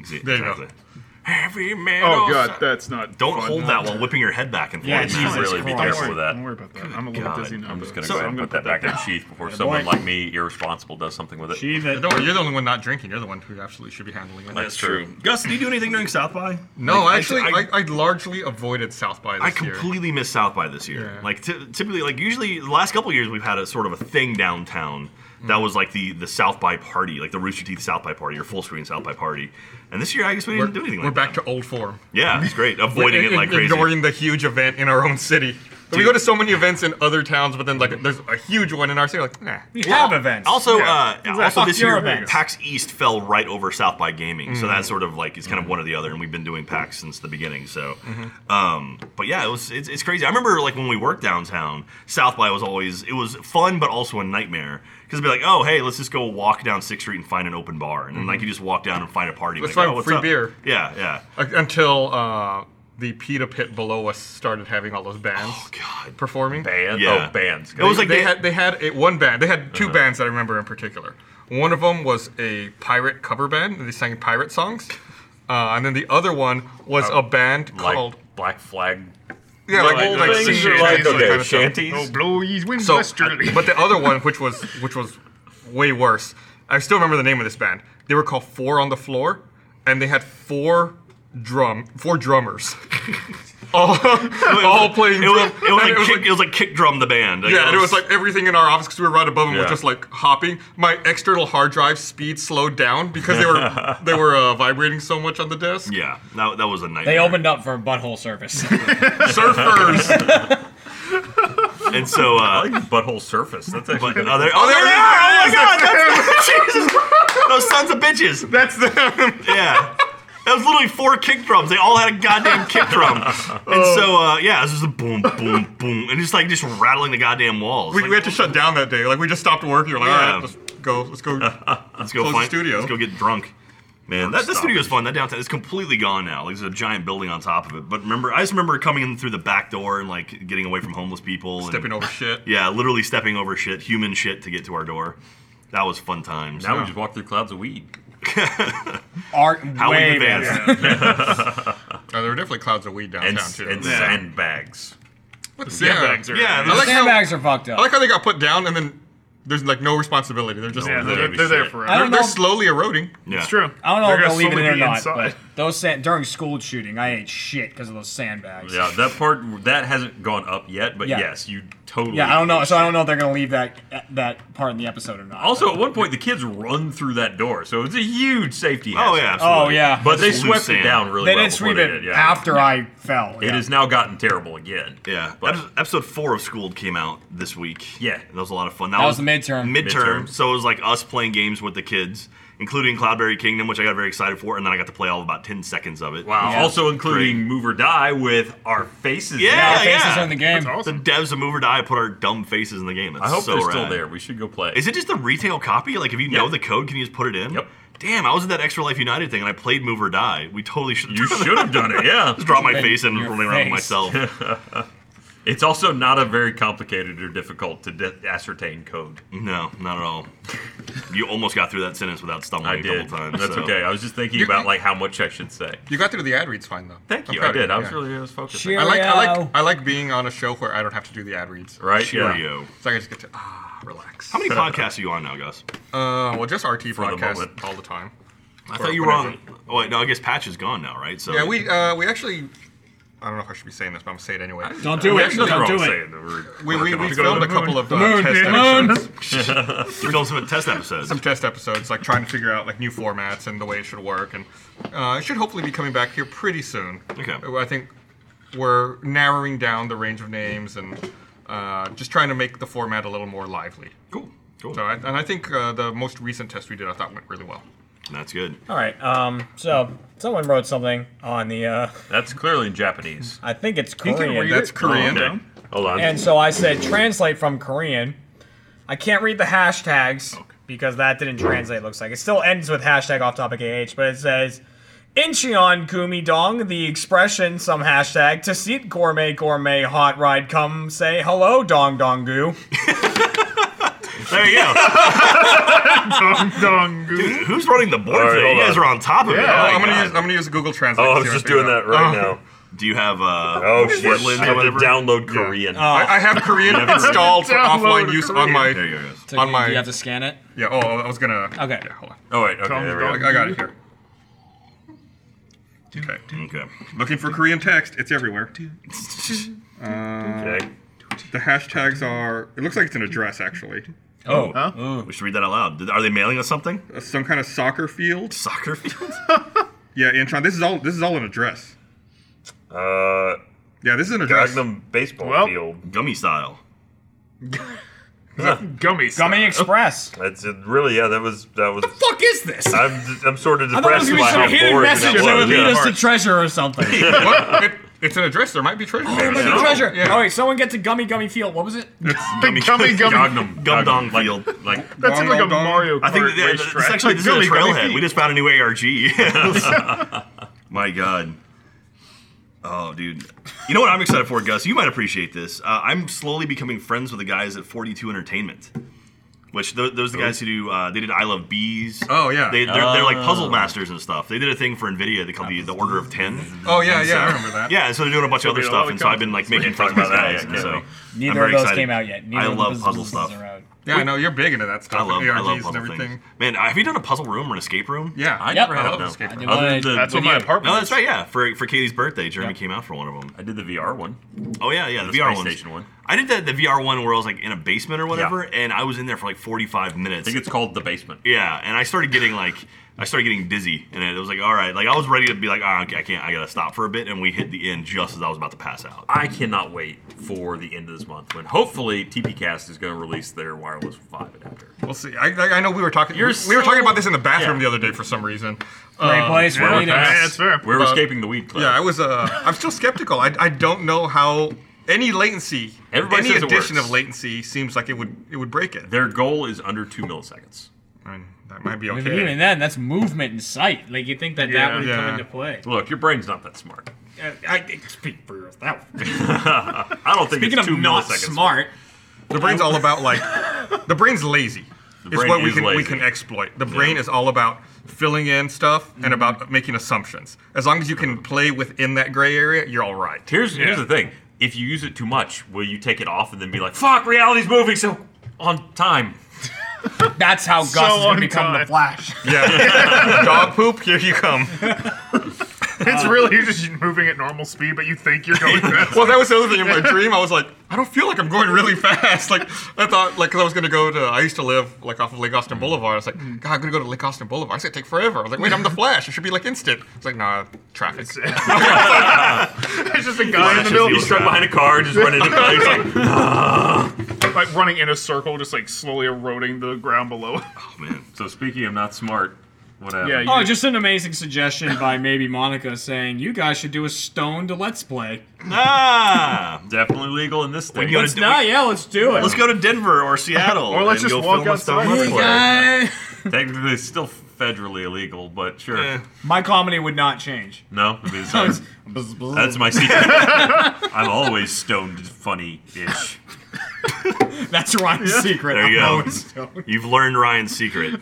exa-
There you go.
exactly. Heavy metal.
Oh
si-
god, that's not.
Don't
fun.
hold that while whipping your head back and forth.
Yeah,
It's
Jesus
not
really be
Christ.
Don't
careful
worry,
with that.
don't worry about that. I'm a little
God,
dizzy now.
I'm just
but-
gonna
So-
go ahead and put that back in sheath before someone
boy.
like me, irresponsible, does something with it.
No, you're the only one not drinking. You're the one who absolutely should be handling it.
That's true. Gus, did you do anything during South by?
No,
Like,
actually,
I-
I, I, largely avoided South by this
I
year.
completely missed South by this year.
Yeah.
Like ty- typically, like usually, the last couple of years we've had a sort of a thing downtown
Mm.
that was like the the South by party, like the Rooster Teeth South by party or full screen South by party. And this year, I guess we
We're,
didn't do anything.
we're
like
back
that.
to old form.
yeah, it's great. Avoiding it
*laughs* We're
like
ign-
crazy.
Ignoring the huge event in our own city. We go to so many events in other towns, but then like there's a huge one in our city. Like, nah.
We have events.
Also, uh, also
Fuck
this
your
year,
events. Mm-hmm.
PAX East fell right over South by Gaming, so that's sort of like it's kind of one or the other, and we've been doing PAX since the beginning. So,
Mm-hmm.
um, but yeah, it was it's, it's crazy. I remember like when we worked downtown, South by was always it was fun, but also a nightmare because it'd be like, oh hey, let's just go walk down Sixth Street and find an open bar, and then
Mm-hmm.
like you just walk down and find a party.
Let's
like,
find
oh, what's
free
up?
beer.
Yeah,
*laughs*
yeah.
Like, until uh, the pita pit below us started having all those bands
God.
performing.
Band?
Yeah.
Oh, bands.
It was like
they,
they-
had they had a, one band. They had 2 bands that I remember in particular. One of them was a pirate cover band. and They sang pirate songs, uh, and then the other one was a band
like
called
Black Flag.
yeah, like,
like
old,
things
sea
are
shanties,
like,
that
okay,
kind of stuff.
Oh,
*laughs* shanties.
blow ye wind
So, uh,
westerly. *laughs*
but the other one, which was which was way worse, I still remember the name of this band. They were called Four on the Floor, and they had four drum four drummers, *laughs* all, all playing.
It was,
*laughs* drum-
it was
and
like kick, it was like kick drum the band. Like,
yeah, and it was like everything in our office because we were right above them
Yeah.
was just like hopping. My external hard drive speed slowed down because
*laughs*
they were they were uh, vibrating so much on the desk.
yeah, that, that was a nightmare.
They opened up for a butthole
*laughs*
*laughs*
service.
Surfers.
and
*laughs*
so
Oh,
uh,
I like butthole surface. That's actually
*laughs* But
kinda
oh, there,
cool.
oh, there they are! Oh my God! That's, Jesus, Christ. *laughs* those sons of bitches!
That's them.
Yeah, that was literally four kick drums. They all had a goddamn kick *laughs* drum, and so uh, yeah, it was just a boom, boom, boom, and just like just rattling the goddamn walls.
We,
Like,
we had to shut down that day. Like we just stopped work. You're like,
Yeah.
all right, let's go.
*laughs*
Let's go.
let's go
close the
find
studio.
Let's go get drunk. Man, that, that
Stop
studio
it.
was fun. That downtown is completely gone now. Like there's a giant building on top of it. But remember, I just remember coming in through the back door and like getting away from homeless people. and-
Stepping over shit.
Yeah, literally stepping over shit, human shit, to get to our door. That was fun times.
Now we just walk through clouds of weed.
Art
How we've
way better.
advanced.
*laughs*
Uh, there were definitely clouds of weed downtown
And,
too.
and
Yeah.
sandbags.
But
Sandbags are-
Yeah,
I like, how, I
Sandbags are fucked up.
like how they got put down and then there's like no responsibility. They're just
yeah,
they're,
they're,
Holy
they're there
shit.
I
forever.
they're
don't know.
slowly eroding.
Yeah.
It's true.
I don't know
They're
if
gonna
they'll leave it
slowly
in or
be
not,
inside.
but those sand- during school shooting, I ate shit because of those sandbags.
Yeah, that part that hasn't gone up yet, but
Yeah.
yes, you totally.
Yeah, I don't know. So I don't know if they're gonna leave that that part in the episode or not.
Also, at one point, the kids run through that door, so it's a huge safety.
Oh
hazard.
yeah.
oh
absolutely.
yeah,
but they
Just loose
swept it
sand.
down really
they
well.
didn't
before
sweep
they
it
did, yeah.
after I fell.
It
yeah.
has now gotten terrible again.
Yeah,
But-
Epis- episode four of Schooled came out this week.
Yeah.
and that was a lot of fun. That,
was the midterm.
Midterm.
Midterm.
So it was like us playing games with the kids, including Cloudberry Kingdom, which I got very excited for, and then I got to play all about ten seconds of it.
Wow.
Yeah.
Also including Move or Die with our faces.
Yeah,
now.
Our faces
yeah.
are in the game.
That's
The
awesome.
devs of Move or Die put our dumb faces in the game. That's
I hope
so
they're
rad.
still there. We should go play. *laughs*
Is it just the retail copy? Like, if you know the code, can you just put it in?
Yep.
Damn, I was at that Extra Life United thing and I played Move or *laughs* Die. We totally should.
*laughs* you should have done it. Yeah.
just drop my face in and
Your
running around with
face.
myself.
It's also not a very complicated or difficult to de- ascertain code.
No, not at all. You almost got through that sentence without stumbling
I
a couple
did.
times.
That's
so.
okay. I was just thinking
You-
about like how much I should say.
You got through the ad reads fine though.
Thank
I'm
you. I
proud of
did. I was
yeah.
really I was focused.
Cheer-
I like I like
Cheerio.
I like being on a show where I don't have to do the ad reads.
Right? Yeah.
Cheerio.
So I can just get to ah relax.
*laughs*
How many podcasts are you on now, Gus?
Uh, well, just RT
the
broadcast
moment.
all the time.
I thought you were on. Oh, wait, no, I guess Patch is gone now, right? So
Yeah, we uh, we actually. I don't know if I should be saying this, but I'm gonna say it anyway.
Don't do it.
There's nothing
Don't
wrong
do
with
it.
saying that we're
We, we,
working on
we
it.
filmed a couple of uh,
moon,
test
the moon.
episodes,
you filmed some test episodes.
some test episodes, like trying to figure out like new formats and the way it should work, and uh, it should hopefully be coming back here pretty soon.
Okay.
I think we're narrowing down the range of names and uh, just trying to make the format a little more lively.
Cool, cool.
So, I, and I think uh, the most recent test we did, I thought went really well.
That's good.
All right. Um. So someone wrote something on the. Uh,
That's clearly in Japanese.
I think it's
You
Oh,
can
Korean.
read
That's
it. Oh,
Korean.
Okay.
Hold on.
And so I said translate from Korean. I can't read the hashtags because that didn't translate. it Looks like it still ends with hashtag off topic ah, but it says. Incheon Gumidong, the expression, some hashtag, to seat gourmet gourmet hot ride, come say hello, dong dong goo.
There you
*laughs*
go.
Dong dong goo.
Dude, who's running the board
All right,
today? You
hold
guys
on.
are on top of it.
Oh,
My
I'm gonna
God.
use I'm gonna use Google Translate.
oh,
to
I
see
was
what
just
figure
doing
out.
that right
Oh.
now.
Do you have uh?
Oh shit!
Wetlands or
I had to
whatever?
download Korean.
I, I have Korean
Never
installed for
download
offline use on
There
my.
you go. Guys.
So
On
you,
my-
you have to scan it.
Yeah. Oh, I was gonna.
Okay.
Yeah, hold on.
Oh wait. Okay.
Dong,
There
dong.
we go.
I got it here. Okay.
Okay.
Looking for Korean text. It's everywhere.
Okay.
The hashtags are. It looks like it's an address actually.
Oh.
Huh?
Ooh.
*laughs* We should read that out loud. Did- Are they mailing us something?
Uh, Some kind of soccer field.
Soccer fields? *laughs*
Yeah, Antron. This is all. This is all an address.
Uh,
Yeah, this is an address.
Magnum baseball
Well-
field.
Gummy style.
Gummy.
Gummy Express.
That's it. Really? Yeah. That was. That was.
Oh. Fuck is this? I
I'm. I'm sort of
thought it was
depressed
gonna
by
be some
how
hidden
boring that
message
was.
that would lead
yeah.
us to treasure or something. *laughs*
What? It- it's an address. There might be treasure. there.
There's a treasure.
Yeah.
All right, someone get to Gummy Gummy Field. What was it?
Gummy gummy. gummy.
Magnum.
Gum dong
like-
field.
Like.
That sounds like a
Dong, dong.
Mario Kart
I think that,
racetrack.
it's actually this is a
Billy, Billy
trailhead.
Feet.
We just found a new
*laughs*
ARG. My God. Oh, dude. You know what I'm excited for, Gus? You might appreciate this. Uh, I'm slowly becoming friends with the guys at 42 Entertainment. Which th- those
Oh.
are the guys who do? Uh, they did I Love Bees.
Oh, yeah.
They, they're, they're like
Oh.
puzzle masters and stuff. They did a thing for Nvidia. They called the the Order of Ten.
Oh yeah, yeah. I remember that.
Yeah, so they're doing a bunch of other
they
stuff,
all
and so I've been like making friends with these
about that,
guys.
yeah,
and so
can't
I'm
Neither
very
of those
excited.
came out yet. Neither
I
of the
love
bus-
puzzle
businesses
stuff.
are out.
Yeah, I know you're big into that stuff.
I love,
ARGs
I love
and
puzzle
everything.
things. Man, have you done a puzzle room or an escape room?
Yeah,
I
Yep.
never
I
have.
love
No.
I
escape room.
did
Other
one.
than the,
That's what
when
my
you-
apartment.
No,
is.
that's right. Yeah, for for Katie's birthday, Jeremy came out for one of them.
I did the VR one.
Oh yeah, yeah, the,
The
VR
space
one.
station one.
I did the, the VR one where I was like in a basement or whatever, and I was in there for like 45 minutes.
I think it's called the basement.
yeah, and I started getting like I started getting dizzy, and it was like all right, like I was ready to be like ah, I can't, I gotta stop for a bit, and we hit the end just as I was about to pass out.
I cannot wait for the end of this month when hopefully TPcast is going to release their wireless five adapter.
We'll see. I, I I know we were talking.
You're
we we were talking
so-
about this in the bathroom
yeah.
the other day for some reason.
Great place.
We're
Where
with that.
Yeah, that's fair.
We're
But-
escaping the weed club.
Yeah, I was. Uh, I'm still skeptical. I, I don't know how any latency,
Everybody
any
says it
addition
works.
of latency seems like it would it would break it.
Their goal is under two milliseconds.
I mean, that might be
But even
okay.
then, that's movement in sight. Like you think that
Yeah.
that would
Yeah.
come into play.
Look, your brain's not that smart.
Uh, I, I speak for yourself.
I don't think
Speaking
it's two
of not
milliseconds.
smart,
The brain's all about like the brain's lazy. It's
brain
what we
is
can we
lazy.
can exploit. The brain is all about filling in stuff
Mm-hmm.
and about making assumptions. As long as you can play within that gray area, you're all right.
Here's here's the thing: if you use it too much, will you take it off and then be like, "Fuck, reality's moving so on time"?
that's how Gus
So
is going
on
to become the
time.
Flash.
Yeah. *laughs* Dog poop, here you come.
It's
Oh.
really you're just moving at normal speed, but you think you're
*laughs*
going fast.
Well, that was the other thing in my dream. I was like, I don't feel like I'm going really fast. *laughs* Like I thought, like 'cause I was gonna go to. I used to live like off of Lake Austin Boulevard. I was like, God, I'm gonna go to Lake Austin Boulevard. It's gonna take forever. I was like, Wait, I'm the Flash. It should be like instant. It's like, nah, traffic.
it's just a guy in the
Flashes
middle,
the
You
old
struck behind a car, just run
*laughs*
into place. Like,
like running in a circle, just like slowly eroding the ground *laughs* below.
Oh man,
so speaking of not smart, what
yeah,
happened?
you,
Oh, just an amazing suggestion by maybe Monica saying you guys should do a stoned let's play.
*laughs* ah,
definitely legal in this state.
you gotta
*laughs* It's not. Yeah, let's do it.
let's go to Denver or Seattle,
Or let's
and
just
go
walk
film a Stone
outside.
Rose play.
Hey, guys.
Technically, it's still federally illegal, but sure.
Eh.
My comedy would not change.
No, it'd be the
*laughs*
same. That's
That's,
my secret. I'm always stoned funny ish.
That's Ryan's secret.
There you
I'm
go.
always stoned.
You've learned Ryan's secret.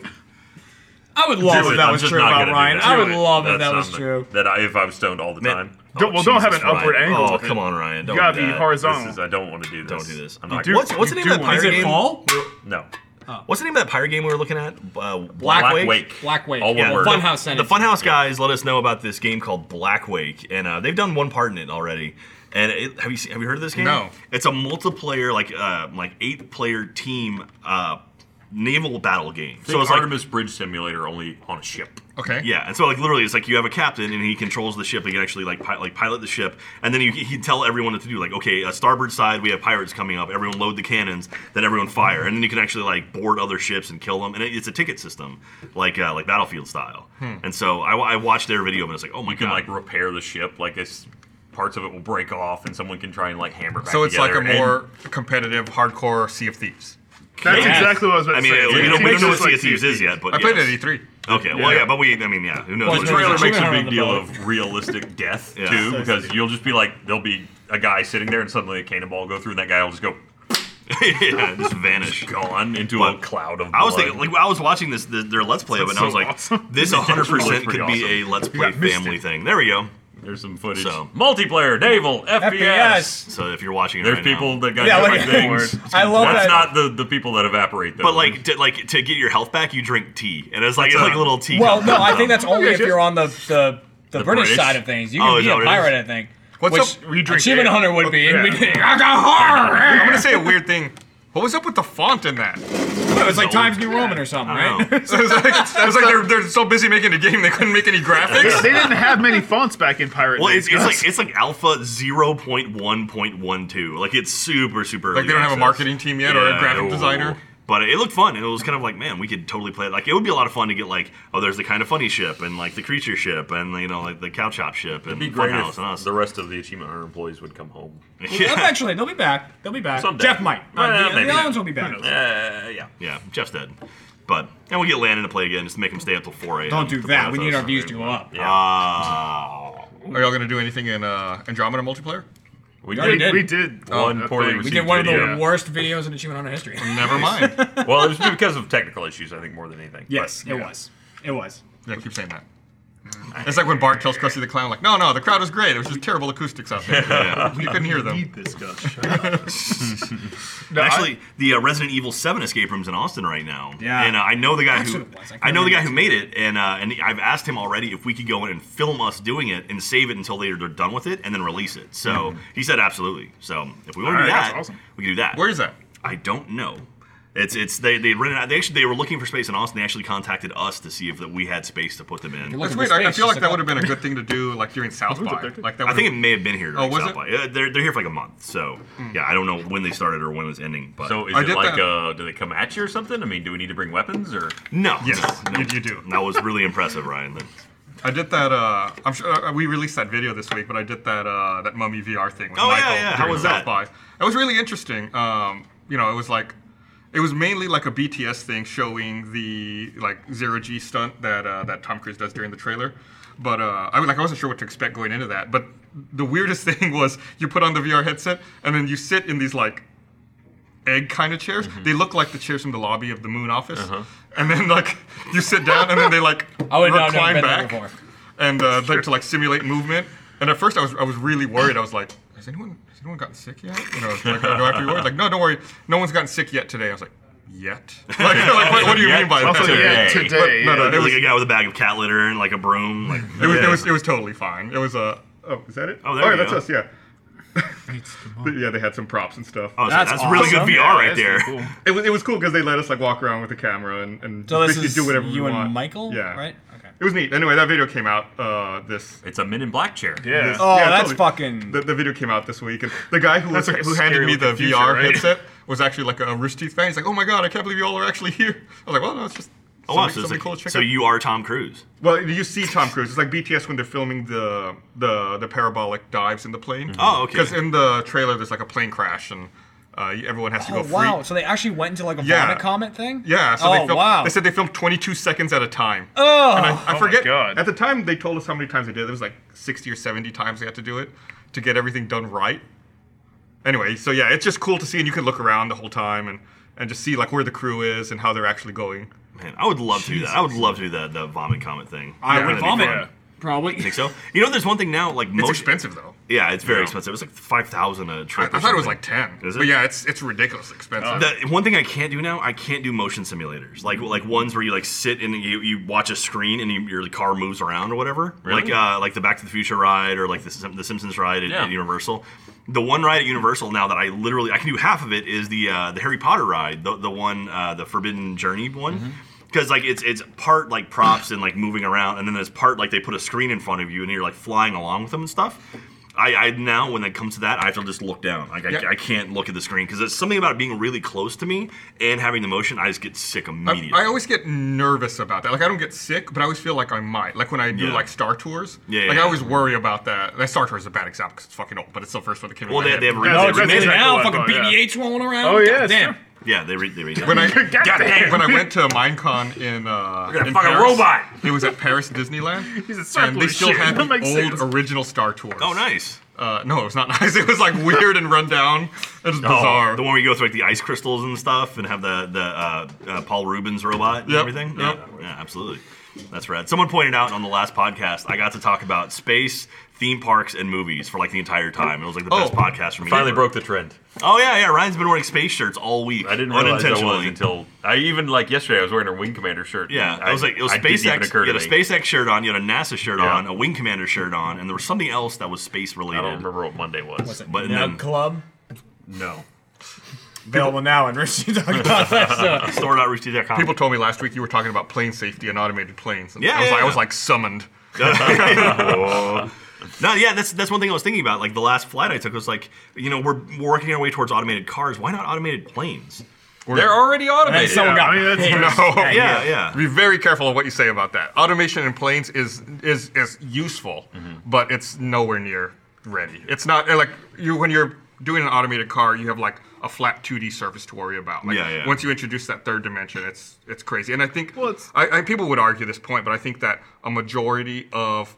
I would love
Do
if
it.
that
I'm
was
just
true
not
about
gonna do
Ryan.
that.
I
Do
would
it.
love if
That's
that was
something
true.
That I, if I'm stoned all the time.
Don't- well, don't have
Jesus,
an upward
Ryan.
angle
Oh,
with it.
come on, Ryan. Don't
You gotta
do
be
that.
horizontal.
This is, I don't want to do this.
Don't do this.
I'm not.
do-
gonna-
what's what's the
you
name of
do
that pirate
want to.
Is it
game?
fall?
No.
What's the name of that pirate game we were looking at? Uh,
Black
Wake?
Wake.
Black Wake.
All one
Yeah,
word.
Funhouse
The
Energy.
Funhouse guys let us know about this game called Black Wake, and uh, they've done one part in it already. And it, have you seen, have you heard of this game?
No.
It's a multiplayer, like uh, like eight player team uh, naval battle game.
So
So it's like
Artemis Bridge Simulator only on a ship.
Okay.
yeah, and so like literally, it's like you have a captain and he controls the ship. He can actually like pi- like pilot the ship, and then you, he'd tell everyone what to do. Like, okay, uh, starboard side, we have pirates coming up. Everyone load the cannons. Then everyone fire, and then you can actually like board other ships and kill them. And it, it's a ticket system, like uh, like battlefield style. And so I, wa- I watched their video and it's like, oh my
You can
god,
like repair the ship. Like it's parts of it will break off, and someone can try and like hammer back
So it's like
together.
a
and-
more competitive, hardcore Sea of Thieves.
That's
Yeah.
exactly what I was about
I
to
mean,
say.
it, we
It
don't, we
makes
don't know
*laughs*
what
us
Sea
like
of Thieves is yet, but
I played
yes.
it at E E3.
Okay, well,
Yeah.
yeah, but we, I mean, yeah, who knows?
Well,
what
it's
The
we're-
really-
trailer makes a
Swimming
big
on the
deal
boat.
of realistic *laughs* death
Yeah.
too, because you'll just be like, there'll be a guy sitting there, and suddenly a cannonball will go through, and that guy will just go
*laughs* yeah, just vanish.
gone into a
But
cloud of. Blood.
I was thinking, like, I was watching this, the, their Let's Play of it, and I was
so
like,
awesome.
*laughs*
this 100
That's
percent
pretty
could be a
awesome.
Let's Play
got mystic.
family thing. There we go.
There's some footage.
So-
Multiplayer, naval, FPS.
FPS.
So if you're watching it
There's
right now-
people that got
Yeah,
different
like-
things.
I love that.
That's not the, the people that evaporate. Though.
but like, to, like to get your health back, you drink tea, and it's like it's like a little tea.
Well,
cup.
no, I think that's only if
just-
you're on the the, the, British,
British?
side of things. You
Oh,
can
is
be
that
a
what it
pirate, I think.
What's
Which
up?
We drink
Achievement
ale.
Hunter would be.
Yeah.
and we'd be, *laughs* I got hard.
I'm gonna say a weird thing. What was up with the font in that? *laughs*
It was like Times New Roman or something,
I
right? *laughs*
don't know.
So it's like, it's like they're, they're so busy making a game they couldn't make any
*laughs*
graphics.
They didn't have many fonts back in
*laughs*
pirate.
Well, it's,
days,
it's
guys.
like it's like Alpha 0.1.12. Like it's super super.
Like
early
they don't have a
access.
marketing team yet or a
Yeah,
graphic
no.
designer.
But it looked fun, and it was kind of like, man, we could totally play it. Like it would be a lot of fun to get like, oh, there's the kind of funny ship, and like the creature ship, and you know, like the cow chop ship, and
It'd be great
Funhouse
if
and us.
the rest of the Achievement Hunter employees would come home.
*laughs* yeah.
Eventually, they'll be back. They'll be back.
Someday.
Jeff might.
Well,
Uh, the,
maybe.
the other ones will be back.
Uh, yeah.
yeah, Jeff's dead, but and we get Landon to play again, just make him stay up till 4 a.m.
Don't do
to play
that. We
with
need
us.
our views to go up.
Yeah.
Ah.
Are y'all gonna do anything in uh, Andromeda multiplayer?
we
already
did.
did.
we did Oh,
One
that
poorly
thing.
received
We did one of the
video.
worst videos in Achievement Hunter history.
Never mind.
well, it was because of technical issues, I think, more than anything.
yes,
But-
it was. It was.
Yeah, keep saying that. It's like when Bart tells Krusty the Clown, like, no, no, the crowd was great. It was just terrible acoustics out there. *laughs* You couldn't hear them.
Need
*laughs*
this guy. Shut up. No, I-
Actually, the uh, Resident Evil Seven escape room's in Austin right now.
Yeah.
and uh, I know the guy
That's
who
what it was. I
I, know the
couldn't
guy who made it, and uh, and I've asked him already if we could go in and film us doing it and save it until later they're done with it and then release it. So
Hmm.
he said absolutely. So if we want to do
Alright,
that,
that's awesome.
we can do that.
Where is that?
I don't know. It's it's they they rented out. They actually they were looking for space in Austin. They actually contacted us to see if that we had space to put them in.
That's
Looking for
weird. I, I
space,
feel
just
like that would have been a good thing to do, like during South by. Like that.
I think it
would've-
may have been here. during
Oh, was
South
it? Hmm.
by. Uh, They're, they're here for like a month, so yeah, I don't know when they started or when it was ending. But
So is
I
it
did
like,
that.
uh, do they come at you or something? I mean, do we need to bring weapons or?
no,
Yes,
no, no.
you- you do.
That was really impressive, Ryan.
I did that. Uh, I'm sure uh, we released that video this week, but I did that uh, that mummy VR thing with
Oh, yeah,
Michael
yeah. How
during
was that?
South by. It was really interesting. Um, you know, it was like it was mainly like a BTS thing showing the like zero G stunt that uh, that Tom Cruise does during the trailer. But uh, I was like I wasn't sure what to expect going into that. But the weirdest *laughs* thing was you put on the VR headset and then you sit in these like egg kind of chairs.
Mm-hmm.
They look like the chairs in the lobby of the Moon office. And then like you sit down and then they like
Uh-huh. *laughs* I would not have
recline
been
back
there before.
and uh, like to like simulate movement. And at first, I was I was really worried. I was like, "Has anyone has anyone gotten sick yet?" You know, like, do I have to be worried? Like, no, don't worry, no one's gotten sick yet today. I was like, "Yet?" *laughs* Like, like, what, what do you mean by that?
also, yeah,
Today.
today.
But- no, no,
yeah.
It
It
was
was-
like a guy with a bag of cat litter and like a broom. Like
It was, it was it was totally fine. It was Uh, oh, is that it?
Oh, there
yeah,
you
that's
go.
us. Yeah. *laughs* yeah, they had some props and stuff.
oh, so that's,
That's
really good
awesome.
VR
Yeah,
right
that's
there.
cool.
It was it was cool because they let us like walk around with the camera and and
So this
basically
is
do whatever
you
we
and
want.
Michael,
Yeah.
right? Okay.
It was neat. Anyway, that video came out uh, this
It's a Men in Black chair.
Yeah.
Oh,
Yeah,
that's
totally.
fucking.
The, the video came out this week, and the guy who was,
That's like
who handed
scary
me the
looking future,
VR
right?
headset was actually like a Rooster Teeth fan. He's like, "Oh my god, I can't believe you all are actually here." I was like, "Well, no, it's just
Oh, wow,
something,
so, it's
something
like-
cool to check
so
out."
you are Tom Cruise.
well, you see Tom Cruise. It's like BTS when they're filming the the the parabolic dives in the plane.
Oh, okay.
Hmm. Because in the trailer, there's like a plane crash and. Uh, everyone has to go
Oh
free.
wow! So they actually went into like a
Yeah.
vomit comment thing.
Yeah, so
oh
they filmed,
wow!
They said they filmed 22 seconds at a time. Oh, and I, I forget.
God.
At the time, they told us how many times they did. it. It was like 60 or 70 times they had to do it to get everything done right. Anyway, so yeah, it's just cool to see, and you can look around the whole time and and just see like where the crew is and how they're actually going.
Man, I would love to do that. I would love to do that, the vomit comment thing.
I
Yeah,
would
that'd be
vomit.
fun.
Probably.
Think so? You know, there's one thing now, like
It's
most.
expensive though.
Yeah, it's very expensive. It's like five thousand a
I,
trip. or
I thought it was
something.
like 10.
Is it? Oh,
But yeah, it's it's ridiculously expensive.
The one thing I can't do now, I can't do motion simulators, like like ones where you like sit and you, you watch a screen and you, your car moves around or whatever, like uh, like the Back to the Future ride or like the Sim- the Simpsons ride at,
Yeah.
at Universal. The one ride at Universal now that I literally I can do half of it is the uh, the Harry Potter ride, the the one uh, the Forbidden Journey one. Because like it's it's part like props and like moving around, and then there's part like they put a screen in front of you and you're like flying along with them and stuff. I, I now when it comes to that, I have to just look down. Like I,
Yeah.
I can't look at the screen because it's something about it being really close to me and having the motion. I just get sick
I,
immediately.
I always get nervous about that. Like I don't get sick, but I always feel like I might. Like when I do
Yeah.
like Star Tours.
Yeah,
Like
yeah.
I always worry about that. That Star Tours is a bad example because it's fucking old, but it's the first one that came. in
well,
my
they,
head.
they have a re-
That's
they
it,
remade
that's
it.
it.
now
I
fucking
thought, yeah.
BBH rolling around.
Oh, yeah,
God damn.
sure.
yeah, they re- they remade
when I
Goddamn.
when I went to Minecon in uh
Look at that
in
fucking
Paris,
robot.
It was at Paris Disneyland.
He's a circle
and they
of
still
shit. *laughs*
had
That
the old
makes sense.
original Star Tours.
oh, nice.
Uh, no, it was not *laughs* nice. It was like weird and run down. It was bizarre.
Oh, The one where you go through like the ice crystals and stuff, and have the the uh, uh, Paul Rubens robot and
Yep,
everything.
yep.
Yeah, yeah, absolutely. That's rad. Someone pointed out on the last podcast, I got to talk about space, theme parks, and movies for like the entire time. It was like the best
Oh.
podcast for me.
Finally
ever.
broke the trend.
Oh yeah, yeah. Ryan's been wearing space shirts all week.
I didn't realize I was
unintentionally.
until I even like yesterday. I was wearing a wing commander shirt.
Yeah,
I
I was like, it was
I didn't even
SpaceX.
occur
You
to
had a
me.
SpaceX shirt on, you had a NASA shirt
Yeah.
on, a Wing Commander shirt on, and there was something else that was space
I
related.
don't remember what Monday was.
Was it
But
Nug
then-
Club?
No. *laughs*
Available now and Richie talking about that stuff.
Store.roosty.com.
People told me last week you were talking about plane safety and automated planes. And
Yeah,
I was
yeah,
like
yeah.
I was like summoned.
Oh,
No, yeah, that's that's one thing I was thinking about. Like the last flight I took was like, you know, we're we're working our way towards automated cars. Why not automated planes?
They're
*laughs*
already
Hey,
automated.
someone got
I mean, that's-
pissed.
No.
Yeah, yeah.
Be very careful of what you say about that. Automation in planes is is is useful, but it's nowhere near ready. It's not uh, like you when you're doing an automated car, you have like a flat 2D surface to worry about. Like,
Yeah, yeah.
Once you introduce that third dimension, it's it's crazy. And I think
Well, it's-
I, I people would argue this point, but I think that a majority of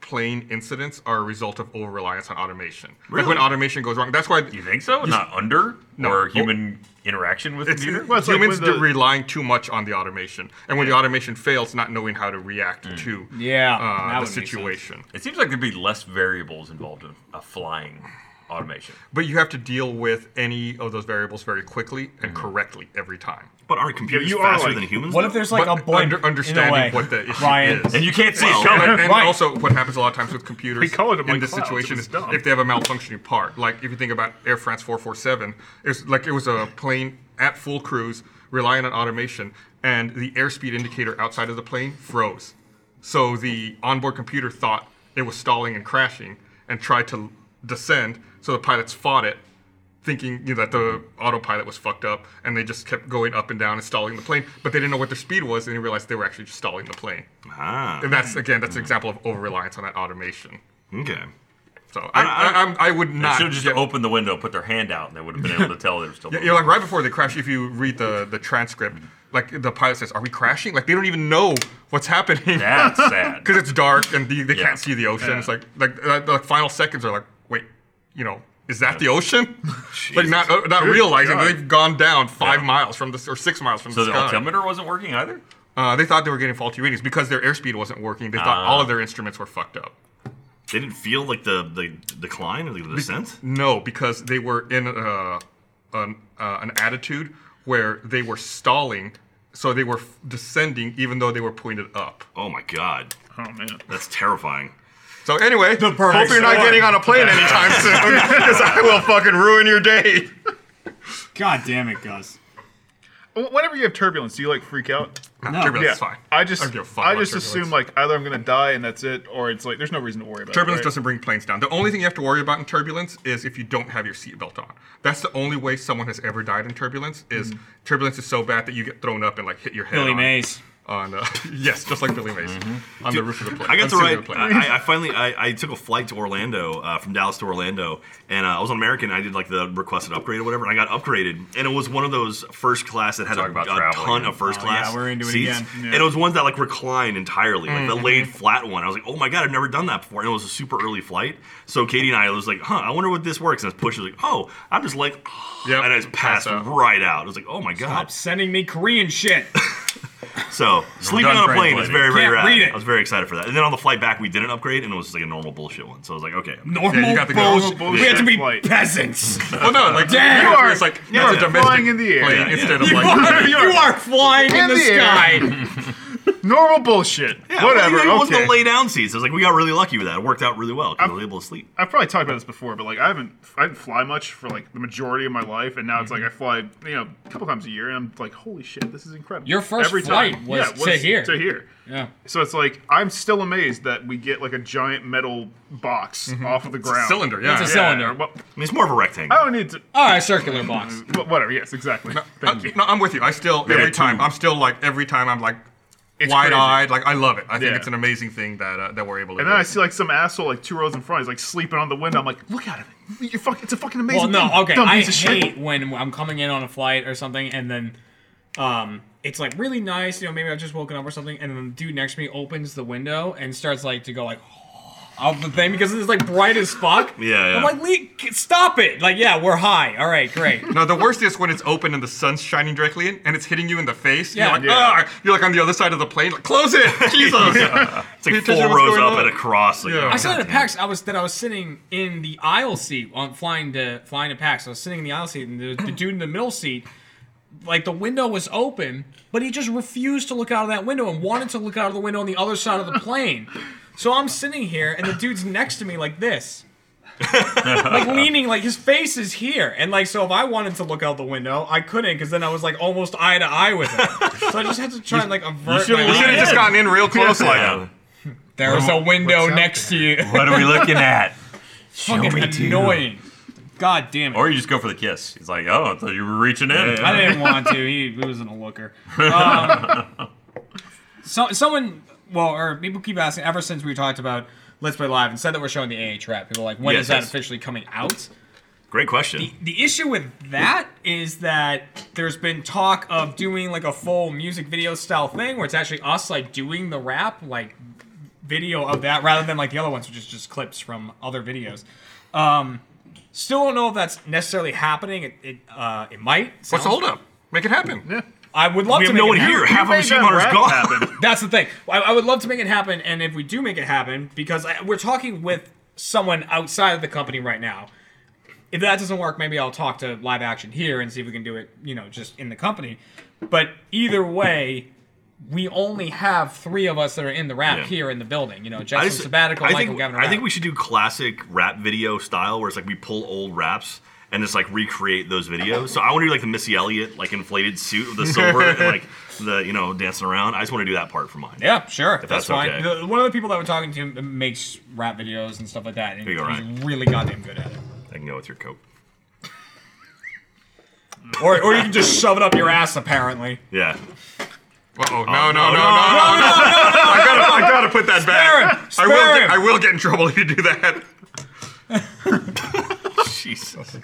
plane incidents are a result of over reliance on automation. Like when
Really?
automation goes wrong, that's why
You think so? Not under
No.
or human interaction with
it's,
computer?
it-
Well, it's like
humans
when the-
do relying too much on the automation, and when the automation fails, not knowing how to react to
Mm. Yeah, that
uh, the
would make
situation.
It seems like there'd be less variables involved in a flying automation.
But you have to deal with any of those variables very quickly and
Mm.
correctly every time.
But aren't computers
you are,
faster
like-
than humans?
What if there's like
But
a blimp
under-
in a
understanding
way?
what the issue
Ryan.
is.
And you can't see
Oh,
it
And,
coming.
and
Right.
also, what happens a lot of times with computers
We call it
in
among
this
clouds.
situation
It
is
was dumb.
if they have a malfunctioning part. Like if you think about Air France 447, it's like it was a plane at full cruise relying on automation, and the airspeed indicator outside of the plane froze. So the onboard computer thought it was stalling and crashing, and tried to descend. So the pilots fought it thinking you know, that the autopilot was fucked up, and they just kept going up and down and stalling the plane. But they didn't know what their speed was, and they realized they were actually just stalling the plane.
Ah,
And that's again, that's an example of over reliance on that automation.
okay.
So I, I, I'm- I, would
They
not.
should have just
get-
opened the window, put their hand out, and they would have been able to tell they were still.
Yeah, you know, like right before they crash, if you read the the transcript, like the pilot says, "Are we crashing?" Like they don't even know what's happening *laughs*
That's sad.
because it's dark and the, they
Yeah.
can't see the ocean.
Yeah.
It's like like uh, the final seconds are like, wait, you know. Is that the ocean? like not uh, not realizing that
God.
they've gone down five miles from the or six miles from
So
the
the
sky.
altimeter wasn't working either.
Uh, they thought they were getting faulty readings because their airspeed wasn't working. They thought
Ah.
all of their instruments were fucked up.
They didn't feel like the, the decline or the descent?
No, because they were in uh, an, uh, an attitude where they were stalling, so they were f- descending even though they were pointed up.
Oh my god.
Oh man. *laughs*
That's terrifying.
So anyway, hope
perfect
you're not
storm.
getting on
*laughs*
a plane anytime soon because I will fucking ruin your day.
God damn it, Gus.
Wh- Whenever you have turbulence, do you like freak out?
No, *laughs* turbulence
Yeah,
is fine.
I just,
don't
I,
give a fuck about
just assume like either I'm gonna die and that's it, or it's like there's no reason to worry about
Turbulence
it. right?
doesn't bring planes down. The only thing you have to worry about in turbulence is if you don't have your seatbelt on. That's the only
Mm-hmm.
way someone has ever died in turbulence. Is turbulence is so bad that you get thrown up and like hit your head.
Billy
on.
Mays.
on uh, *laughs* yes, just like Billy Mason
Mm-hmm.
on the roof of the plane.
I got
on
to
the ceiling of
ride.
the plane.
I, I finally I, I took a flight to Orlando uh, from Dallas to Orlando, and uh, I was on American. I did like the requested upgrade or whatever. And I got upgraded, and it was one of those first class that had a,
Talk about
a
traveling.
ton of first
Oh,
class
yeah, Mm-hmm. we're into it
seats,
again.
and it was ones that like reclined entirely, like the laid flat one. I was like, oh my god, I've never done that before, and it was a super early flight. So Katie and I was like, huh, I wonder what this works. And I pushed, I was like, oh, I'm just like,
Yep,
and I just
pass
passed
out.
right out. I was like, oh my god.
Stop sending me Korean shit.
So sleeping
done
on a
translating.
plane is very, very
Can't
rad.
read it.
I was very excited for that. And then on the flight back, we did an upgrade, and it was just like a normal bullshit one. So I was like, okay. I'm-
Normal
Yeah, you got the good-
bullshit.
normal
We have to be
bullshit flight.
peasants.
well, no, like
Damn.
you are. It's like
You
that's
are
a domestic
flying in the air.
plane
Yeah, yeah.
instead of
*laughs* you,
like
are, you are flying in
In
the,
the air.
sky.
Normal bullshit.
Yeah,
Whatever.
It wasn't
okay.
the lay down seats. I was like, we got really lucky with that. It worked out really well because I was able to sleep.
I've probably talked about this before, but like I haven't I didn't fly much for like the majority of my life, and now it's like I fly you know a couple times a year, and I'm like, holy shit, this is incredible.
Your first flight was
Yeah,
to here.
To here.
Yeah.
So it's like I'm still amazed that we get like a giant metal box off of the ground.
cylinder. Yeah,
Mm-hmm. It's a
Yeah,
cylinder.
or what-
I mean, it's more of a rectangle.
I don't need to.
All right, circular box.
wh- Whatever. Yes, exactly.
I,
Thank you.
Uh, No, I'm with you. I still
Yeah,
every
two.
time. I'm still like every time. I'm like
It's
wide eyed. Like I love it. I think
Yeah.
it's an amazing thing that uh, that we're able to.
And
do.
then I see like some asshole like two rows in front. He's like sleeping on the window. I'm like, look at him. You're fuck, it's a fucking
Well,
amazing.
no,
thing,
okay.
dumb
I
piece of shit."
hate when I'm coming in on a flight or something, and then um, it's like really nice. You know, maybe I've just woken up or something, and then the dude next to me opens the window and starts like to go like. *gasps* Out the thing because it's like bright as fuck.
Yeah, yeah.
I'm like, Lee, k- stop it. Like, yeah, we're high. All right, great.
No, the worst is when it's open and the sun's shining directly in, and it's hitting you in the face.
Yeah.
Yeah, you're like,
Yeah.
ah, you're like on the other side of the plane. Like, close it,
It's
Jesus.
like
Can
four
you tell me what's
rows
going
up
on?
and across. Like,
Yeah.
oh,
I
I said
God
at
damn.
PAX, I was that I was sitting in the aisle seat on flying to flying to PAX. I was sitting in the aisle seat, and
*clears throat*
the, the dude in the middle seat, like the window was open, but he just refused to look out of that window and wanted to look out of the window on the other side of the plane. So I'm sitting here, and the dude's next to me like
*laughs*
this. like leaning, like his face is here, and like so. If I wanted to look out the window, I couldn't, because then I was like almost eye to eye with him. so I just had to try and like avert.
should've
my
You should have
eyes.
just gotten in real close, like.
Yeah.
There's a window
happening?
next to you.
*laughs* What are we looking at?
fucking annoying. God damn it.
Or you just go for the kiss. He's like, oh, I thought you were reaching in.
I didn't want to. He wasn't a looker. Um, *laughs* so, someone, well, or people keep asking ever since we talked about Let's Play Live and said that we're showing the AA trap. People are like, when is
Yes,
that
yes.
officially coming out?
Great question.
The issue with that is that there's been talk of doing like a full music video style thing where it's actually us like doing the rap, like video of that rather than like the other ones, which is just clips from other videos. Um, still don't know if that's necessarily happening. It, it, uh, it might.
What's
Sounds-
the holdup? Make it happen.
Yeah.
I would love
We
to
have
make
no
it
one
happen.
here. Half of
made
the
that
machine hunter's
rap
*laughs* gone.
That's the thing. I, I would love to make it happen, and if we do make it happen, because I, we're talking with someone outside of the company right now. If that doesn't work, maybe I'll talk to live action here and see if we can do it. You know, just in the company. But either way, we only have three of us that are in the rap
Yeah.
here in the building. You know,
I
Jackson
just-
Sabbatical,
I
Michael
think,
Gavin.
I think we should do classic rap video style where it's like we pull old raps and just like recreate those videos. So I want to do like the Missy Elliott like inflated suit with the silver and like the you know dancing around. I just want to do that part for mine.
Yeah, sure.
that's
that's fine.
okay.
The- one of the people that we're talking to makes rap videos and stuff like that, and
You're
he's
right.
really goddamn good at it.
I can go with your coat.
Or, or you can just shove it up your ass, apparently.
Yeah.
Uh oh. No, no, no, no, no, no, no, I gotta, I gotta put
*laughs*
that back.
him.
I will,
Spare
get,
him.
I will get in trouble if you do that.
Jesus.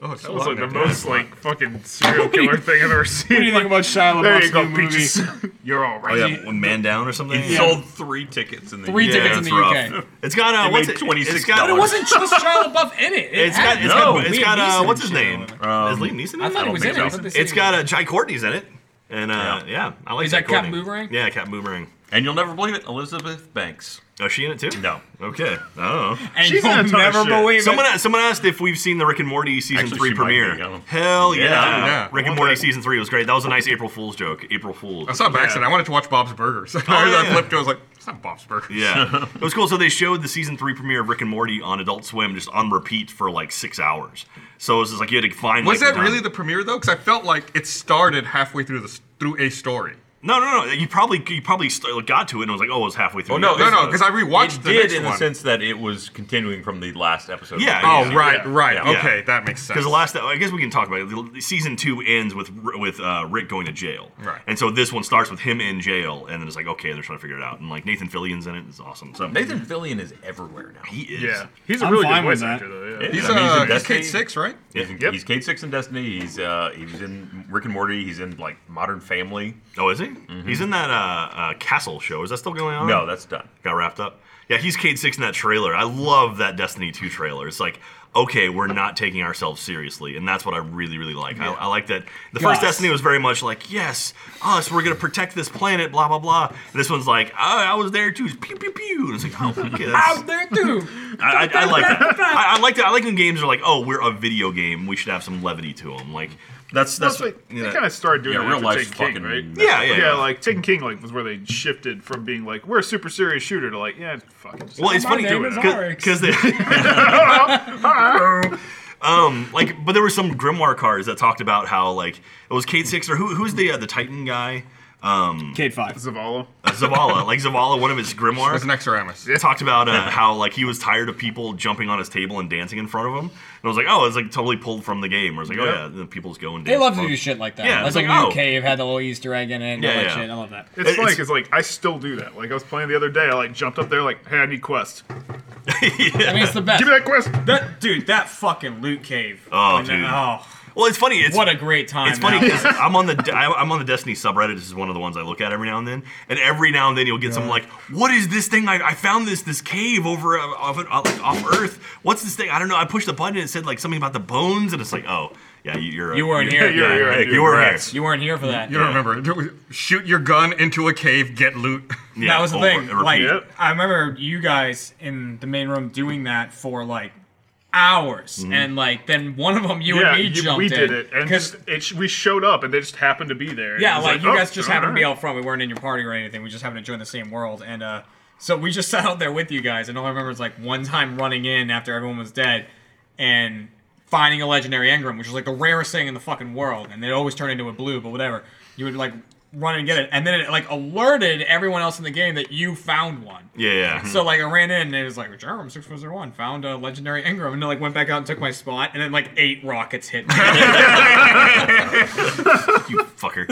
Oh, it's so
That was
hot
like
in
the
there.
most like fucking serial killer thing I've ever seen. What
do you think about Shia
There you
LaBeof's
go,
new movie?
peaches. *laughs* You're all right.
Oh, yeah, one man down or something.
He sold three tickets in the
Three
year.
tickets in
it's
the
rough.
UK.
It's got uh,
It
what's
made
it? It's got,
$26.
But it wasn't just Shia LaBeouf in it. it
It's got
had-
it's
No,
got, it's
Liam
got uh,
Neeson
what's
and
his
shit
name?
in it.
Is Liam Neeson in
I
it?
thought he was
think
in it. I
so.
thought they said
It's
he
got
was-
uh, Jai Courtney's in it, and uh, yeah. I like.
Is
Jai
that Captain
Courtney.
Boomerang?
Yeah, Captain Boomerang. Oh,
And you'll never believe it, Elizabeth Banks.
Is she in it too?
No.
Okay. I don't know.
And
She's in a ton
you'll
of
never
shit.
believe *laughs*
Someone
it.
a- someone asked if we've seen the Rick and Morty season
Actually,
three
she might be,
premiere.
yeah.
Hell yeah.
Yeah.
Yeah.
Rick and Morty season three was great. That was a nice April Fool's joke. April Fool's.
I saw it by accident. I wanted to watch Bob's Burgers. *laughs*
Oh,
I
yeah.
flipped. I was like, it's not Bob's Burgers.
Yeah, *laughs* it was cool. So they showed the season three premiere of Rick and Morty on Adult Swim just on repeat for like six hours. So it was just like you had to find.
Was
like,
that really
time.
the premiere though? Because I felt like it started halfway through the s- through a story.
No, no, no. You probably you probably st- got to it and was like, oh, it was halfway through.
Oh no,
Yeah.
it's-
no, 'cause I rewatched
it
the
did
next
in the
one.
sense that it was continuing from the last episode. Uh,
Yeah,
Oh,
yeah.
right, right.
Yeah.
Okay, that makes sense.
Because the last, I guess we can talk about it. The- Season two ends with R- with uh, Rick going to jail,
Right.
And so this one starts with him in jail, and then it's like, okay, they're trying to figure it out. And like Nathan Fillion's in it, it's awesome. So
Nathan Fillion is everywhere now.
he is,
Yeah, he's a
I'm
really good
fine with
voice
that.
actor though. Yeah.
he's,
I mean,
uh,
in
he's
Destiny.
Kate Six, right?
He's, in,
Yep.
he's Kate Six in Destiny. He's uh, he was in Rick and Morty. He's in like Modern Family.
Oh, is he? He's in that uh, uh, Castle show. Is that still going on?
No, that's done.
got wrapped up. Yeah, he's Cade Six in that trailer. I love that Destiny 2 trailer. It's like, okay, we're not taking ourselves seriously, and that's what I really, really like. I, I like that. The first
Yes.
Destiny was very much like, yes, us, we're gonna protect this planet, blah blah blah. And this one's like, I, I was there too, pew pew pew. And it's like, oh, okay, that's,
there too.
I, I, I like that. I, I like that. I like when games are like, oh, we're a video game, we should have some levity to them. Like, that's that's,
That's what
you
they
know,
kind of started doing
Yeah,
that
real
after
life's
Taken King,
fucking
right?
messed
Yeah, up. yeah,
yeah.
yeah.
Like Taken King, like was where they shifted from being like we're a super serious shooter to like yeah, it's fucking. Just
Well, it's
My
funny
name is Oryx.
because they. *laughs* um, like, but there were some Grimoire cards that talked about how like it was Kate Six or who, who's the uh, the Titan guy, um,
Kate Five.
*laughs* Zavala.
uh, Zavala. like Zavala, one of his
That's
Grimoires.
an Exoramus.
Talked about uh, how like he was tired of people jumping on his table and dancing in front of him, and I was like, oh, it's like totally pulled from the game. Where it's like,
Yeah.
oh yeah, the people just go and
They
dance
love to
in
do
front
shit like that.
Yeah,
that's
it's
like,
like,
like
oh.
Cave had the little Easter egg in it. And all
Yeah,
that
yeah.
shit. I love that.
It's
It-
funny
it's-
because like I still do that. Like I was playing the other day, I like jumped up there like, hey, I need quest.
I mean, it's the best.
Give me that quest.
That dude, that fucking loot cave.
Oh,
When that-
dude.
oh,
of them. Well, it's funny. It's
what a great time.
It's funny
that
because I'm on the De- I- I'm on the Destiny subreddit. This is one of the ones I look at every now and then, and every now and then you'll get some like, "What is this thing? I, I found this this cave over uh, off, uh, like, off Earth. What's this thing? I don't know. I pushed the button and it said like something about the bones, and it's like, oh *laughs* yeah, you, you're a-
You weren't
you're-
here.
Yeah, you're-
hey,
you're-
you were here.
congrats.
You weren't here for that.
You don't remember? Shoot your gun into a cave, get loot. *laughs*
Yeah,
that was the
over-
thing.
and repeat.
Like,
Yep.
I remember you guys in the main room doing that for like hours,
Mm-hmm.
and like then one of them, you
yeah,
and me,
you-
jumped
we
in.
did it, and
'Cause-
just it, sh- we showed up, and they just happened to be there. And
Yeah,
it was
like, you
oh,
guys just happened to be
alright.
out front. We weren't in your party or anything. We just happened to join the same world, and uh, so we just *laughs* sat out there with you guys. And all I remember is like one time running in after everyone was dead, and finding a legendary engram, which was like the rarest thing in the fucking world, and it always turned into a blue, but whatever. You would like run and get it, and then it like alerted everyone else in the game that you found one.
yeah, yeah. *laughs*
So like I ran in and it was like Jerem six four zero one found a legendary Ingram and then like went back out and took my spot and then like eight rockets hit me.
you fucker.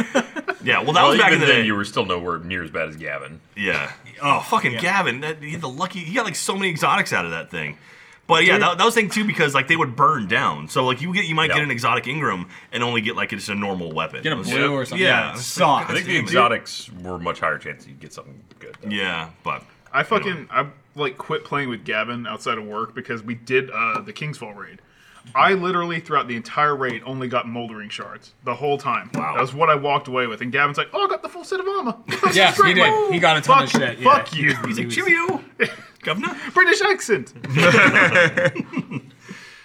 Yeah, well, that
Well,
was back
even
in the
then,
day.
you were still nowhere near as bad as Gavin.
Yeah. Oh, fucking Gavin. That, he had the lucky. He got like so many exotics out of that thing. But yeah, that, that was the thing too because like they would burn down. So like you get you might
Yeah.
get an exotic Ingram and only get like just a normal weapon.
Get a
It was-
blue or something.
Yeah.
it sucked.
I think the
Damn it.
exotics were much higher chance you'd get something good. though.
Yeah, but
I fucking I like quit playing with Gavin outside of work because we did uh, the Kingsfall raid. I literally throughout the entire raid only got moldering shards the whole time. Wow. That was what I walked away with. And Gavin's like, "Oh, I got the full set of armor."
*laughs* Yeah, he did. He got a ton
fuck,
of shit. Yeah.
Fuck you,
he's like cheerio, governor.
British accent.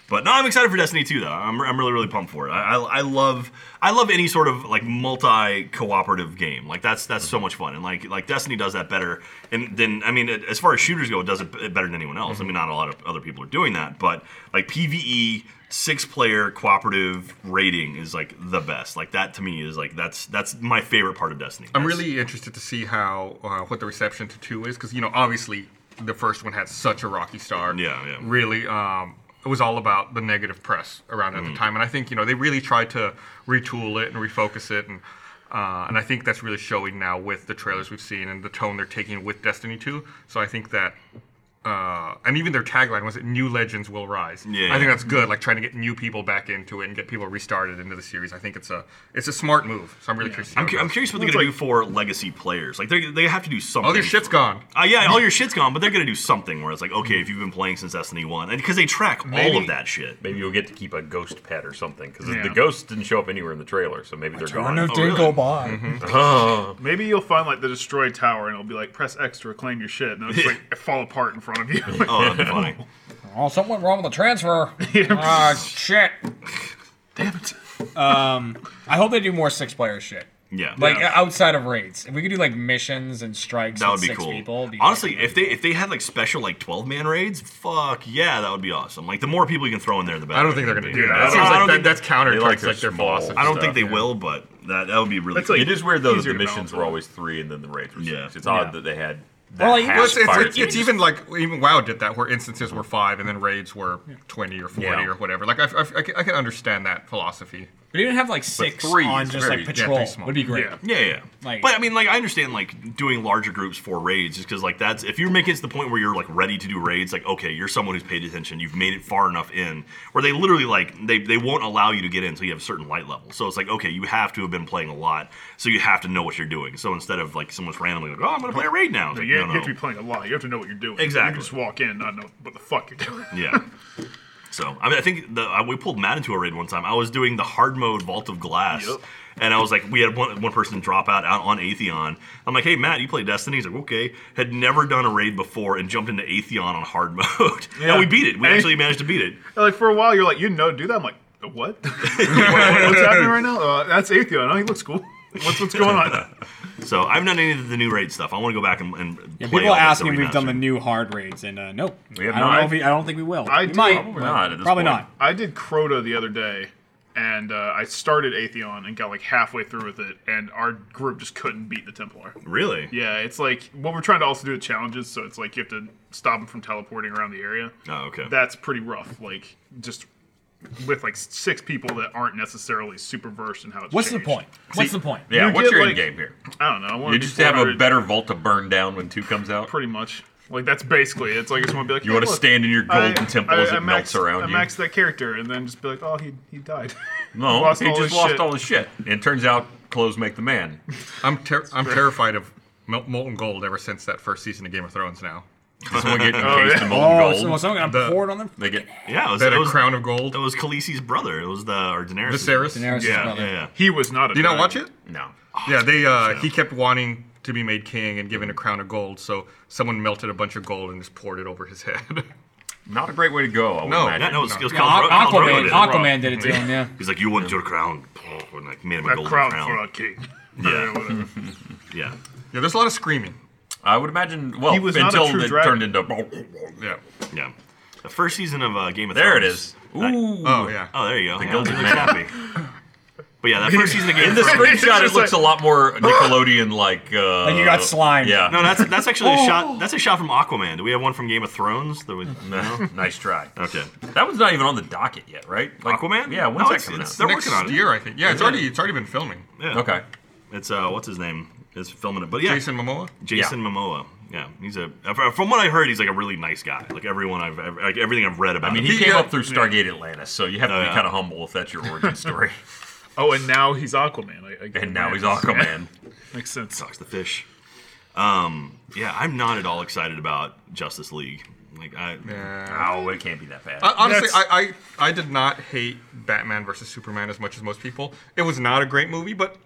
But no, I'm excited for Destiny 2 though. I'm, I'm really really pumped for it. I, I, I love I love any sort of like multi cooperative game. Like that's that's so much fun. And like like Destiny does that better. And then I mean it- as far as shooters go, it does it b- better than anyone else. I mean not a lot of other people are doing that, but like PVE six player cooperative rating is like the best. Like that to me is like that's that's my favorite part of Destiny.
I'm
That's-
really interested to see how uh, what the reception to two is because you know obviously the first one had such a rocky start.
Yeah, yeah.
Really, um, it was all about the negative press around
Mm.
at the time, and I think you know they really tried to retool it and refocus it, and uh, and I think that's really showing now with the trailers we've seen and the tone they're taking with Destiny two. So I think that. Uh, and even their tagline was it "New Legends Will Rise."
Yeah.
I think that's good. Like trying to get new people back into it and get people restarted into the series. I think it's a it's a smart move. So I'm really curious. to see
I'm,
how it
cu-
goes.
I'm curious what they're gonna do for legacy players. Like they they have to do something.
All your shit's gone.
Uh, yeah, all your shit's gone, but they're gonna do something where it's like, okay, if you've been playing since Destiny One, and because they track all
Maybe-
of that shit.
Maybe you'll get to keep a ghost pet or something because
Yeah.
the ghosts didn't show up anywhere in the trailer, so maybe they're gone.
Oh, really?
by.
*laughs* Maybe you'll find like the destroyed tower, and it'll be like, "Press X to reclaim your shit," and it'll just like fall apart in front
*laughs*
of you. *laughs* Like,
Oh, that'd be funny.
Oh, something went wrong with the transfer. Ah, shit. Um,
damn it.
I hope they do more six player shit.
Yeah,
Like
Yeah.
outside of raids, if we could do like missions and strikes,
that
with
would be
six
cool.
People, it'd be
Honestly,
fucking
if they if they had like special like twelve man raids, fuck yeah, that would be awesome. Like the more people you can throw in there, the better.
I don't think they're going to do
Yeah,
that.
I
That
don't-
seems
I
like
don't
that,
think-
that's counter
They
to
like
like
their
their
small-
philosophy.
I don't think
stuff,
they
yeah.
will, but That that would be really.
That's like-
cool.
It is weird though that
Easier
the
to
missions
balance
were
out.
always three and then the raids were
Yeah.
six. It's odd
Yeah.
that they had that
Well,
half
Well, it's, it's,
fire
it's,
team
it's
just-
even like even WoW did that, where instances were five and then raids were twenty or forty
Yeah.
or whatever. Like I, I, I can- I can understand that philosophy.
But even have like six
three
on
is
just
very-
like
yeah,
three
patrol
small.
would be great.
Yeah.
Yeah, yeah.
Like-
but I mean, like, I understand like doing larger groups for raids, just because like that's if you're making it to the point where you're like ready to do raids, like okay, you're someone who's paid attention, you've made it far enough in where they literally like they they won't allow you to get in until you have a certain light level. So it's like okay, you have to have been playing a lot, so you have to know what you're doing. So instead of like someone's randomly like, oh, I'm gonna play a raid now, it's like,
you,
no,
you have to
no.
be playing a lot. You have to know what you're doing. You
Exactly.
can just walk in and not know what the fuck you're doing.
yeah. So I mean, I think the, I, we pulled Matt into a raid one time. I was doing the hard mode Vault of Glass,
Yep.
and I was like, we had one, one person drop out, out on Atheon. I'm like, hey Matt, you play Destiny? He's like, okay. Had never done a raid before and jumped into Atheon on hard *laughs* mode, and we beat it. We
Hey.
actually managed to beat it.
Like for a while, you're like, you know, do that. I'm like, what? *laughs* What- what's happening right now? Uh, that's Atheon. Oh, he looks cool. *laughs* What's what's going on?
So I haven't done any of the new raid stuff. I want to go back and, and
Yeah,
play
people
all that,
ask
the
me if we've done the
remaster.
new hard raids, and uh, nope.
We have
I don't
not.
know if we, I don't think we will.
I
we
do.
might.
Probably
not at this
Probably
point.
not.
I did Crota the other day, and uh, I started Atheon and got like halfway through with it, and our group just couldn't beat the Templar.
Really?
Yeah, it's like what we're trying to also do with challenges, so it's like you have to stop them from teleporting around the area.
Oh, okay.
That's pretty rough. Like just with like six people that aren't necessarily super versed in how it's.
What's
changed.
the point? What's the point?
Yeah,
you
what's
get,
your end
like-
game here?
I don't know. I wanna
You
do
just have a
400
better vault to burn down when two comes out.
Pretty much. Like that's basically it. it's like I just want to be like
You
hey,
want to
look,
stand in your golden
I-
temple
I-
as
I
it melts
maxed-
around you.
I maxed that character and then just be like, oh, he he died. *laughs*
no,
lost
he
all
just
his
lost
shit.
all his shit. And turns out clothes make the man.
*laughs*
I'm ter- I'm terrified of mol- molten gold ever since that first season of Game of Thrones. Now
Does someone get encased
yeah.
in
Oh,
molten
so,
gold?
someone got
The-
poured on them.
they get
Yeah, it was,
that
it
a
was,
crown of gold.
it was Khaleesi's brother. It was the or Daenerys.
Viserys. Do
Daenerys'
Yeah, yeah,
brother.
yeah.
he was not. A
you not
dragon.
watch it?
no.
Yeah, they uh, he kept wanting to be made king and given a crown of gold, so someone melted a bunch of gold and just poured it over his *laughs* head.
Not a great way to go. I would
No.
Yeah,
imagine.
no, it was, it was
Yeah,
Khal-
Aqu-
Khal Drogo
Aquaman,
did it.
Aquaman did it to him. Yeah.
He's like, you want your crown? And like, made him a
A
golden
crown,
crown.
for
*laughs*
a king.
Yeah.
whatever.
Yeah.
yeah, there's a lot of screaming.
I would imagine. Well,
He was not a
until
true
it
dragon.
turned into.
Yeah.
Yeah. The first season of uh, Game of
There it
Thrones.
is.
That-
Ooh.
Oh yeah.
Uh,
oh, there you go. The
Gilded Man.
But yeah, that first season
*laughs*
of Game
In
of
the
Thrones.
screenshot, it
just
looks a lot more Nickelodeon like. Uh,
Like you got slimed.
Yeah.
No, that's that's actually
Oh.
a shot. That's a shot from Aquaman. Do we have one from Game of Thrones? That we, no.
nice try.
Okay.
That one's not even on the docket yet, right? Like,
Aquaman?
Yeah,
No,
when's that
it's-
coming
it's-
out?
they're
Next
working on it.
year, I think. Yeah, it's already it's already been filming.
Yeah.
Okay.
It's uh, what's his name? It's filming it. But yeah,
Jason Momoa.
Jason Momoa. Yeah, he's a. From what I heard, he's like a really nice guy. Like everyone I've, like everything I've read about.
I mean,
him.
he,
He
came
got-
up through Stargate Atlantis, so you have to
Oh,
be
yeah.
kind of humble if that's your origin story.
Oh, and now he's Aquaman. I, I get
and now
it.
he's Aquaman.
Makes sense.
sucks the fish. Um, yeah, I'm not at all excited about Justice League. Like I,
Yeah. Uh,
Oh, it can't be that bad.
I- Honestly,
That's-
I, I I did not hate Batman versus Superman as much as most people. It was not a great movie, but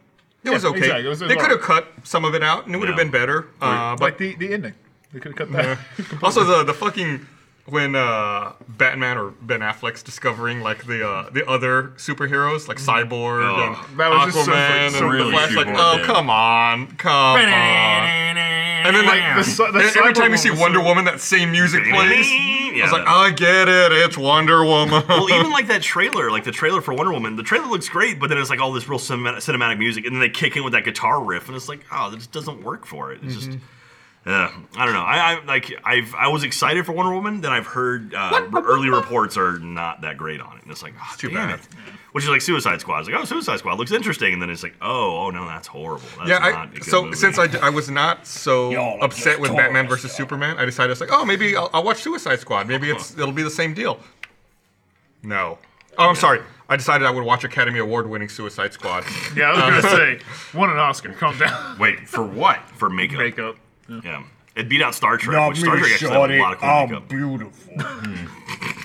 it was okay.
exactly. It was- it was
they could have
alright.
cut some of it out, and it would have
Yeah.
been better. Uh, but
Like the the ending. They could have cut that.
*laughs* also the the fucking when uh, Batman or Ben Affleck's discovering like the uh, the other superheroes like Cyborg and
Oh. that was just so
Aquaman
freaking-
and
really
the Flash, like
super
oh
dead.
come on, come on. And then
Like, the
like,
Cy- the
every time you
Cyborg
see
one was
Wonder
so-
Woman, that same music plays.
Yeah,
I was like,
that-
I get it, it's Wonder Woman.
well, even like that trailer, like the trailer for Wonder Woman, the trailer looks great, but then it's like all this real cinema- cinematic music, and then they kick in with that guitar riff, and it's like, oh, this doesn't work for it. It's just.
Mm-hmm.
Yeah, I don't know. I, I like I've I was excited for Wonder Woman. Then I've heard uh, early reports are not that great on it, and it's like, oh,
too
damn
bad.
it. Which is like Suicide Squad. It's like, oh, Suicide Squad looks interesting, and then it's like, oh, oh no, that's horrible. That's
*laughs* yeah,
not a
I,
good
so
movie.
since I, d- I was not so
Y'all are
upset
just
with Batman
Taurus,
versus
y'all.
Superman, I decided it's like, oh, maybe I'll, I'll watch Suicide Squad. Maybe it's it'll be the same deal. No. Oh, I'm sorry. I decided I would watch Academy Award-winning Suicide Squad.
*laughs* yeah, I
*laughs*
was gonna say won an Oscar. Calm down. *laughs*
Wait, for what?
for makeup,
Makeup.
yeah, it beat out Star Trek.
Y'all
which Star
me
Trek actually had
shorty,
a lot of cool
Um,
I'm
makeup.
*laughs*
beautiful.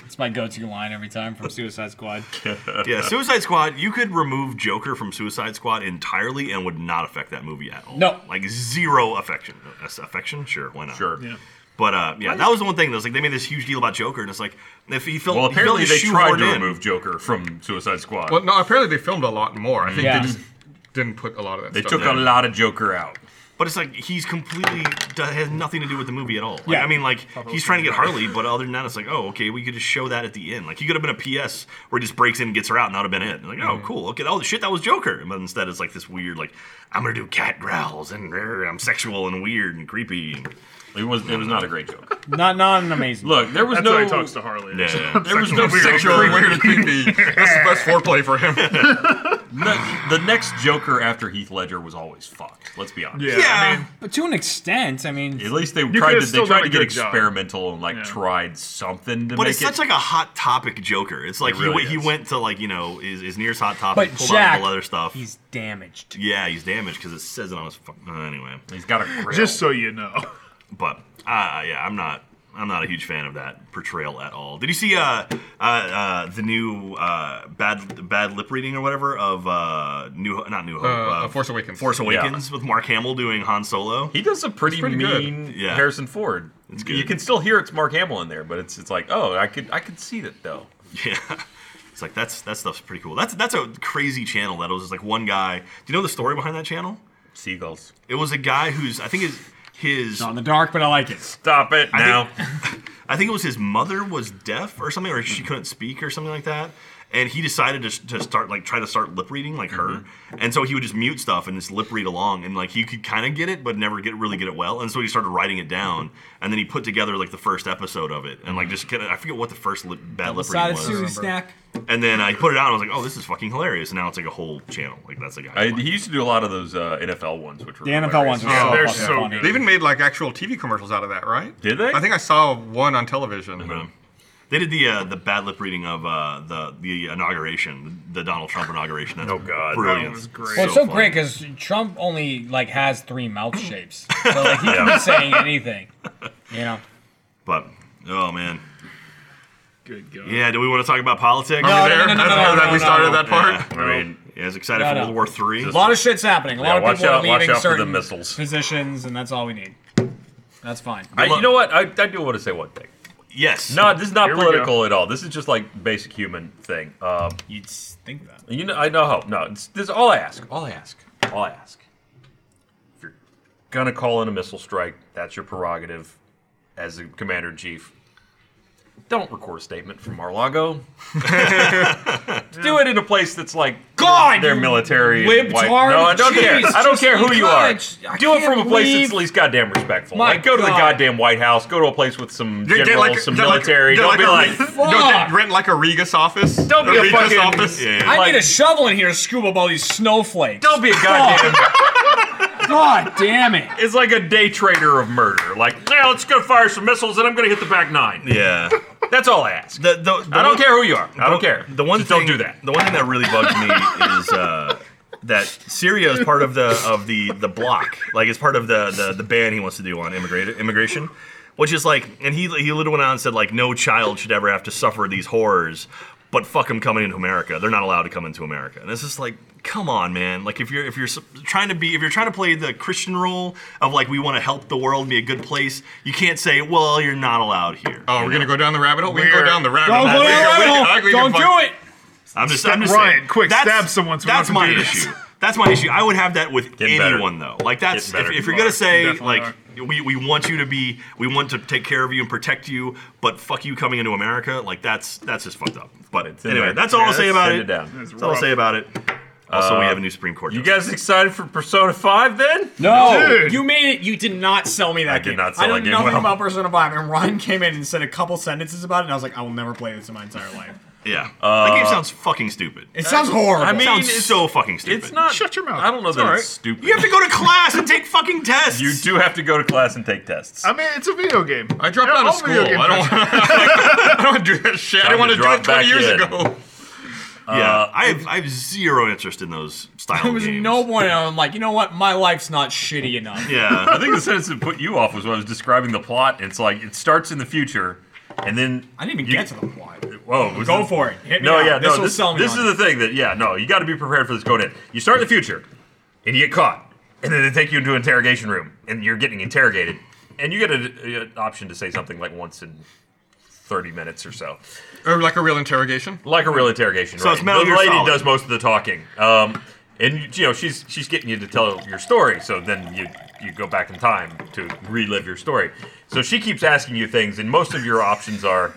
It's my go-to line every time from Suicide Squad.
Yeah, Suicide Squad, you could remove Joker from Suicide Squad entirely and would not affect that movie at all.
No.
Like zero affection. Uh, Affection? Sure, why not?
Sure.
Yeah.
But uh, yeah, that was the one thing. That was like they made this huge deal about Joker, and it's like if he felt
Well,
he felt
apparently they
he
tried
shoehorned
to
in.
remove Joker from Suicide Squad.
well, no, apparently they filmed a lot more. I think
Yeah.
they just didn't put a lot of that
they
stuff
took
in.
a lot of Joker out.
But it's like he's completely do- has nothing to do with the movie at all. Like,
Yeah.
I mean, like he's trying to get Harley, but other than that, it's like, oh, okay, we could just show that at the end. Like he could have been a PS where he just breaks in and gets her out, and that would have been it. Like, oh, cool, okay, oh shit, that was Joker. But instead, it's like this weird, like I'm gonna do cat growls and rrr, I'm sexual and weird and creepy. And,
It was it was not a great joke.
Not not an amazing.
Look, there was
That's
no
how he talks to Harley.
yeah.
there was no sexual.
Sexually weird
*laughs*
and creepy. That's the best foreplay for him.
no- the next Joker after Heath Ledger was always fucked. Let's be honest.
Yeah. I mean,
But to an extent, I mean,
At least they tried
could've
to
still
they tried
done
to
a
get
good job.
experimental and like
Yeah.
tried something to
But
make
it's
it.
such like a hot topic Joker. It's like
It
he
really
went he
is.
went to like you know is is nearest hot topic,
But
pulled out
Jack,
all the other stuff.
he's damaged.
yeah, he's damaged because it says it on his. Fu- uh, anyway,
He's got a grill.
just so you know. *laughs*
but uh, yeah, I'm not. I'm not a huge fan of that portrayal at all. Did you see uh, uh, uh, the new uh, bad bad lip reading or whatever of uh, new Ho- not new hope
Uh, Force Awakens.
Force Awakens with Mark Hamill doing Han Solo?
He does a pretty,
pretty good.
mean
Yeah.
Harrison Ford.
It's
You
good.
can still hear it's Mark Hamill in there, but it's it's like, oh, I could I could see that though.
*laughs* Yeah. It's like that's that stuff's pretty cool. That's that's a crazy channel that was just like one guy. Do you know the story behind that channel?
Seagulls.
It was a guy who's I think his his
not in the dark, but I like it.
Stop it now.
I think it was his mother was deaf or something, or she couldn't speak or something like that. And he decided to, to start like try to start lip reading like her, and so he would just mute stuff and just lip read along, and like he could kind of get it, but never get really get it well. And so he started writing it down, and then he put together like the first episode of it, and like just kind of I forget what the first lip, bad lip reading
Decided
was.
Susie snack.
And then I put it out, and I was like, oh, this is fucking hilarious. And now it's like a whole channel, like that's the guy.
I, he used to do a lot of those uh, NFL ones, which were
The NFL
hilarious.
ones are
Yeah,
so
they're
fucking
so
funny.
They even made like actual TV commercials out of that, right?
Did they?
I think I saw one on television.
They did the uh, the bad lip reading of uh, the the inauguration, the Donald Trump inauguration. That's
Oh, God.
brilliant!
That was great.
Well, it's so
funny.
great because Trump only like has three mouth
*laughs*
shapes, so like he can be saying anything. You know,
But oh man,
Good God.
yeah. Do we want to talk about politics?
Are
no,
we there?
no, no,
That's
no,
how
no,
that we
no,
started
no.
that part.
I mean, yeah, I was excited
No,
for
no.
World War Three.
a lot of shit's happening. A lot
Yeah,
of
watch
people
out-
are
watch
leaving
out for the
certain
missiles.
positions, and that's all we need. That's fine.
I, you know what? I, I do want to say one thing.
yes.
No, this is not
Here we
political at all. This is just like basic human thing. Um,
You'd s- think that.
you know, I know how. No, it's, this is all I ask. All I ask. All I ask. If you're gonna call in a missile strike, that's your prerogative as a commander in chief. Don't record a statement from Mar-Lago. Do it in a place that's like
God,
their
you
military. and white-
libtard.
No, I don't care.
Jeez,
I don't
just
care who you are.
encourage- I
Do it
can't
from a place that's
believe-
at least goddamn respectful.
My
like go to the
God.
goddamn White House. Go to a place with some
Get-
generals,
get like-
some
get like-
military.
get
don't be like.
a- don't get- rent like a Regus office.
Don't be a
Regus
fucking-
office.
Yeah.
I
Like-
need a shovel in here to scoop up all these snowflakes.
Don't be a goddamn.
*laughs* God damn it!
It's like a day trader of murder. Like, yeah, let's go fire some missiles and I'm gonna hit the back nine.
Yeah.
That's all I ask.
The, the, the
I
one-
don't care who you are. I don't
the-
care.
The one
Just
thing,
don't do that.
The one thing that really bugged me is uh, that Syria is part of the of the the block, like it's part of the the, the ban he wants to do on immigrate, immigration. Which is like, and he he literally went on and said like, no child should ever have to suffer these horrors, but fuck them coming into America. They're not allowed to come into America. And it's just like, come on, man. Like if you're if you're s- trying to be if you're trying to play the Christian role of like we want to help the world be a good place, you can't say, well, you're not allowed here.
Oh, we're gonna go down the rabbit hole. We can go
We're-
down the rabbit
Don't
hole.
go
We can-
down the
we can-
rabbit
I
hole.
can
Don't
fuck-
do it.
I'm just,
Stab
I'm just
Ryan,
saying,
quick,
that's-
stab someone so we
that's
don't have
my
to do this.
issue. That's my issue. I would have that with
Getting better.
anyone though. Like that's if,
Getting better.
if you're gonna say
Definitely
like we, we want you to be we want to take care of you and protect you, but fuck you coming into America. Like that's that's just fucked up. But
It's in
anyway,
there.
that's all I'll
Yeah,
say
let's
about
send
it.
it down. Uh,
That's
That's
all I'll
rough.
say about it. Also, we have a new Supreme Court.
You
justice.
guys excited for Persona 5 then?
No,
Dude.
You made it. You did not sell me that
I did
game.
not sell
I know
that game
nothing
*laughs*
well.
about Persona 5, and Ryan came in and said a couple sentences about it, and I was like, I will never play this in my entire life.
yeah, that game sounds fucking stupid.
It sounds horrible.
uh, I mean,
sounds
it's-
so fucking stupid.
It's not.
Shut your mouth.
I don't know
It's
that
all
it's
right.
stupid.
You have to go to class and take fucking tests.
*laughs* You do have to go to class and take tests.
I mean, it's a video game.
I dropped
Yeah,
out of
all video
school.
game
I don't.
presentations.
I don't want to do that shit. *laughs* I
Time
didn't want
to
to do
drop
it 20 years
back in.
ago.
Yeah,
uh,
I have I have zero interest in those
*laughs*
style
there was
games.
no point. and I'm like, you know what? My life's not shitty
*laughs*
enough.
*laughs*
Yeah.
I think the sentence that put you off was when I was describing the plot. It's like it starts in the future, and then
I didn't even
you-
get to the plot.
Whoa, was
Go
the-
for it. Hit me
No,
up.
yeah,
this
no.
will
This,
sell me.
this
on
is
it.
the thing that yeah, no, you got to be prepared for this going in. You start in the future, and you get caught, and then they take you into an interrogation room, and you're getting interrogated, and you get a- an option to say something like once in thirty minutes or so,
Or like a real interrogation.
like a real interrogation.
So
right?
it's Metal
the
Gear
lady
Solid.
does most of the talking. Um, and you know she's she's getting you to tell your story. So then you you go back in time to relive your story. So she keeps asking you things, and most of your options are.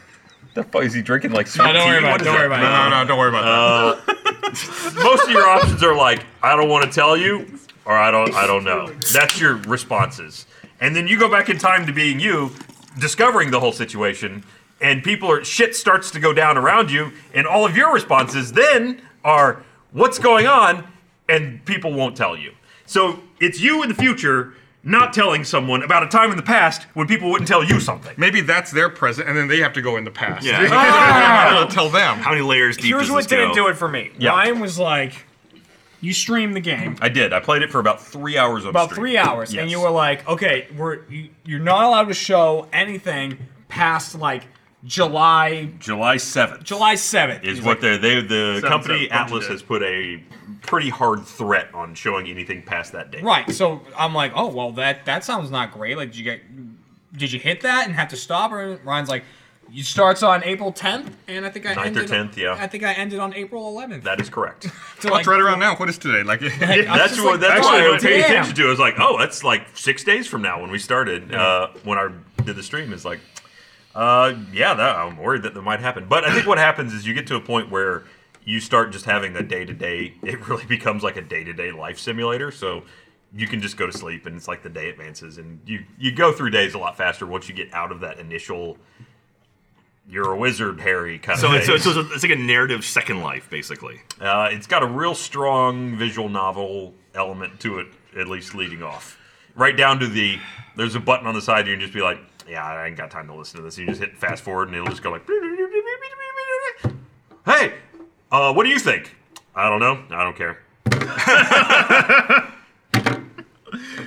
The fuck is he drinking like sweet
don't
tea?
worry about
What
it,
is
don't
that?
worry about it.
No, no, don't worry about
Uh, most of your options are like I don't want to tell you or I don't I don't know. That's your responses. And then you go back in time to being you discovering the whole situation and people are shit starts to go down around you and all of your responses then are what's going on and people won't tell you. So it's you in the future not telling someone about a time in the past when people wouldn't tell you something.
Maybe that's their present, and then they have to go in the past. *laughs*
Yeah.
Ah.
Yeah. tell them.
How many layers deep
Here's
does
what
this
didn't
go?
do it for me.
Yeah.
Mine was like, you stream the
*laughs*
game
I did. I played it for about three hours on
about
stream.
three hours,
Yes.
and you were like, okay, we're you, you're not allowed to show anything past like July
July seventh.
July seventh.
is what they're they the company
seven, bunch
Atlas
of
has put a pretty hard threat on showing anything past that date.
Right. So I'm like, oh well, that that sounds not great. Like, did you get, did you hit that and have to stop? Or Ryan's like, you starts on April 10th, and I think I
9th or
ended
10th, yeah.
I think I ended on April 11th.
That is correct.
So,
Well, it's right around now. What is today? Like, *laughs*
I was
that's
just like,
what that's
"Damn,
what I paid
damn."
attention to. I was like, oh, that's like six days from now when we started. Uh, when I did the stream, is like, uh, yeah, that, I'm worried that that might happen. But I think what happens is you get to a point where you start just having a day to day. It really *laughs* becomes like a day to day life simulator. So you can just go to sleep, and it's like the day advances, and you you go through days a lot faster once you get out of that initial. You're a wizard, Harry. Kind
So
of
it's, so
phase.
it's, it's like a narrative second life, basically.
Uh, it's got a real strong visual novel element to it, at least leading off. Right down to the there's a button on the side you can just be like, yeah, I ain't got time to listen to this. You just hit fast forward and it'll just go like, hey, uh, what do you think? I don't know. I don't care.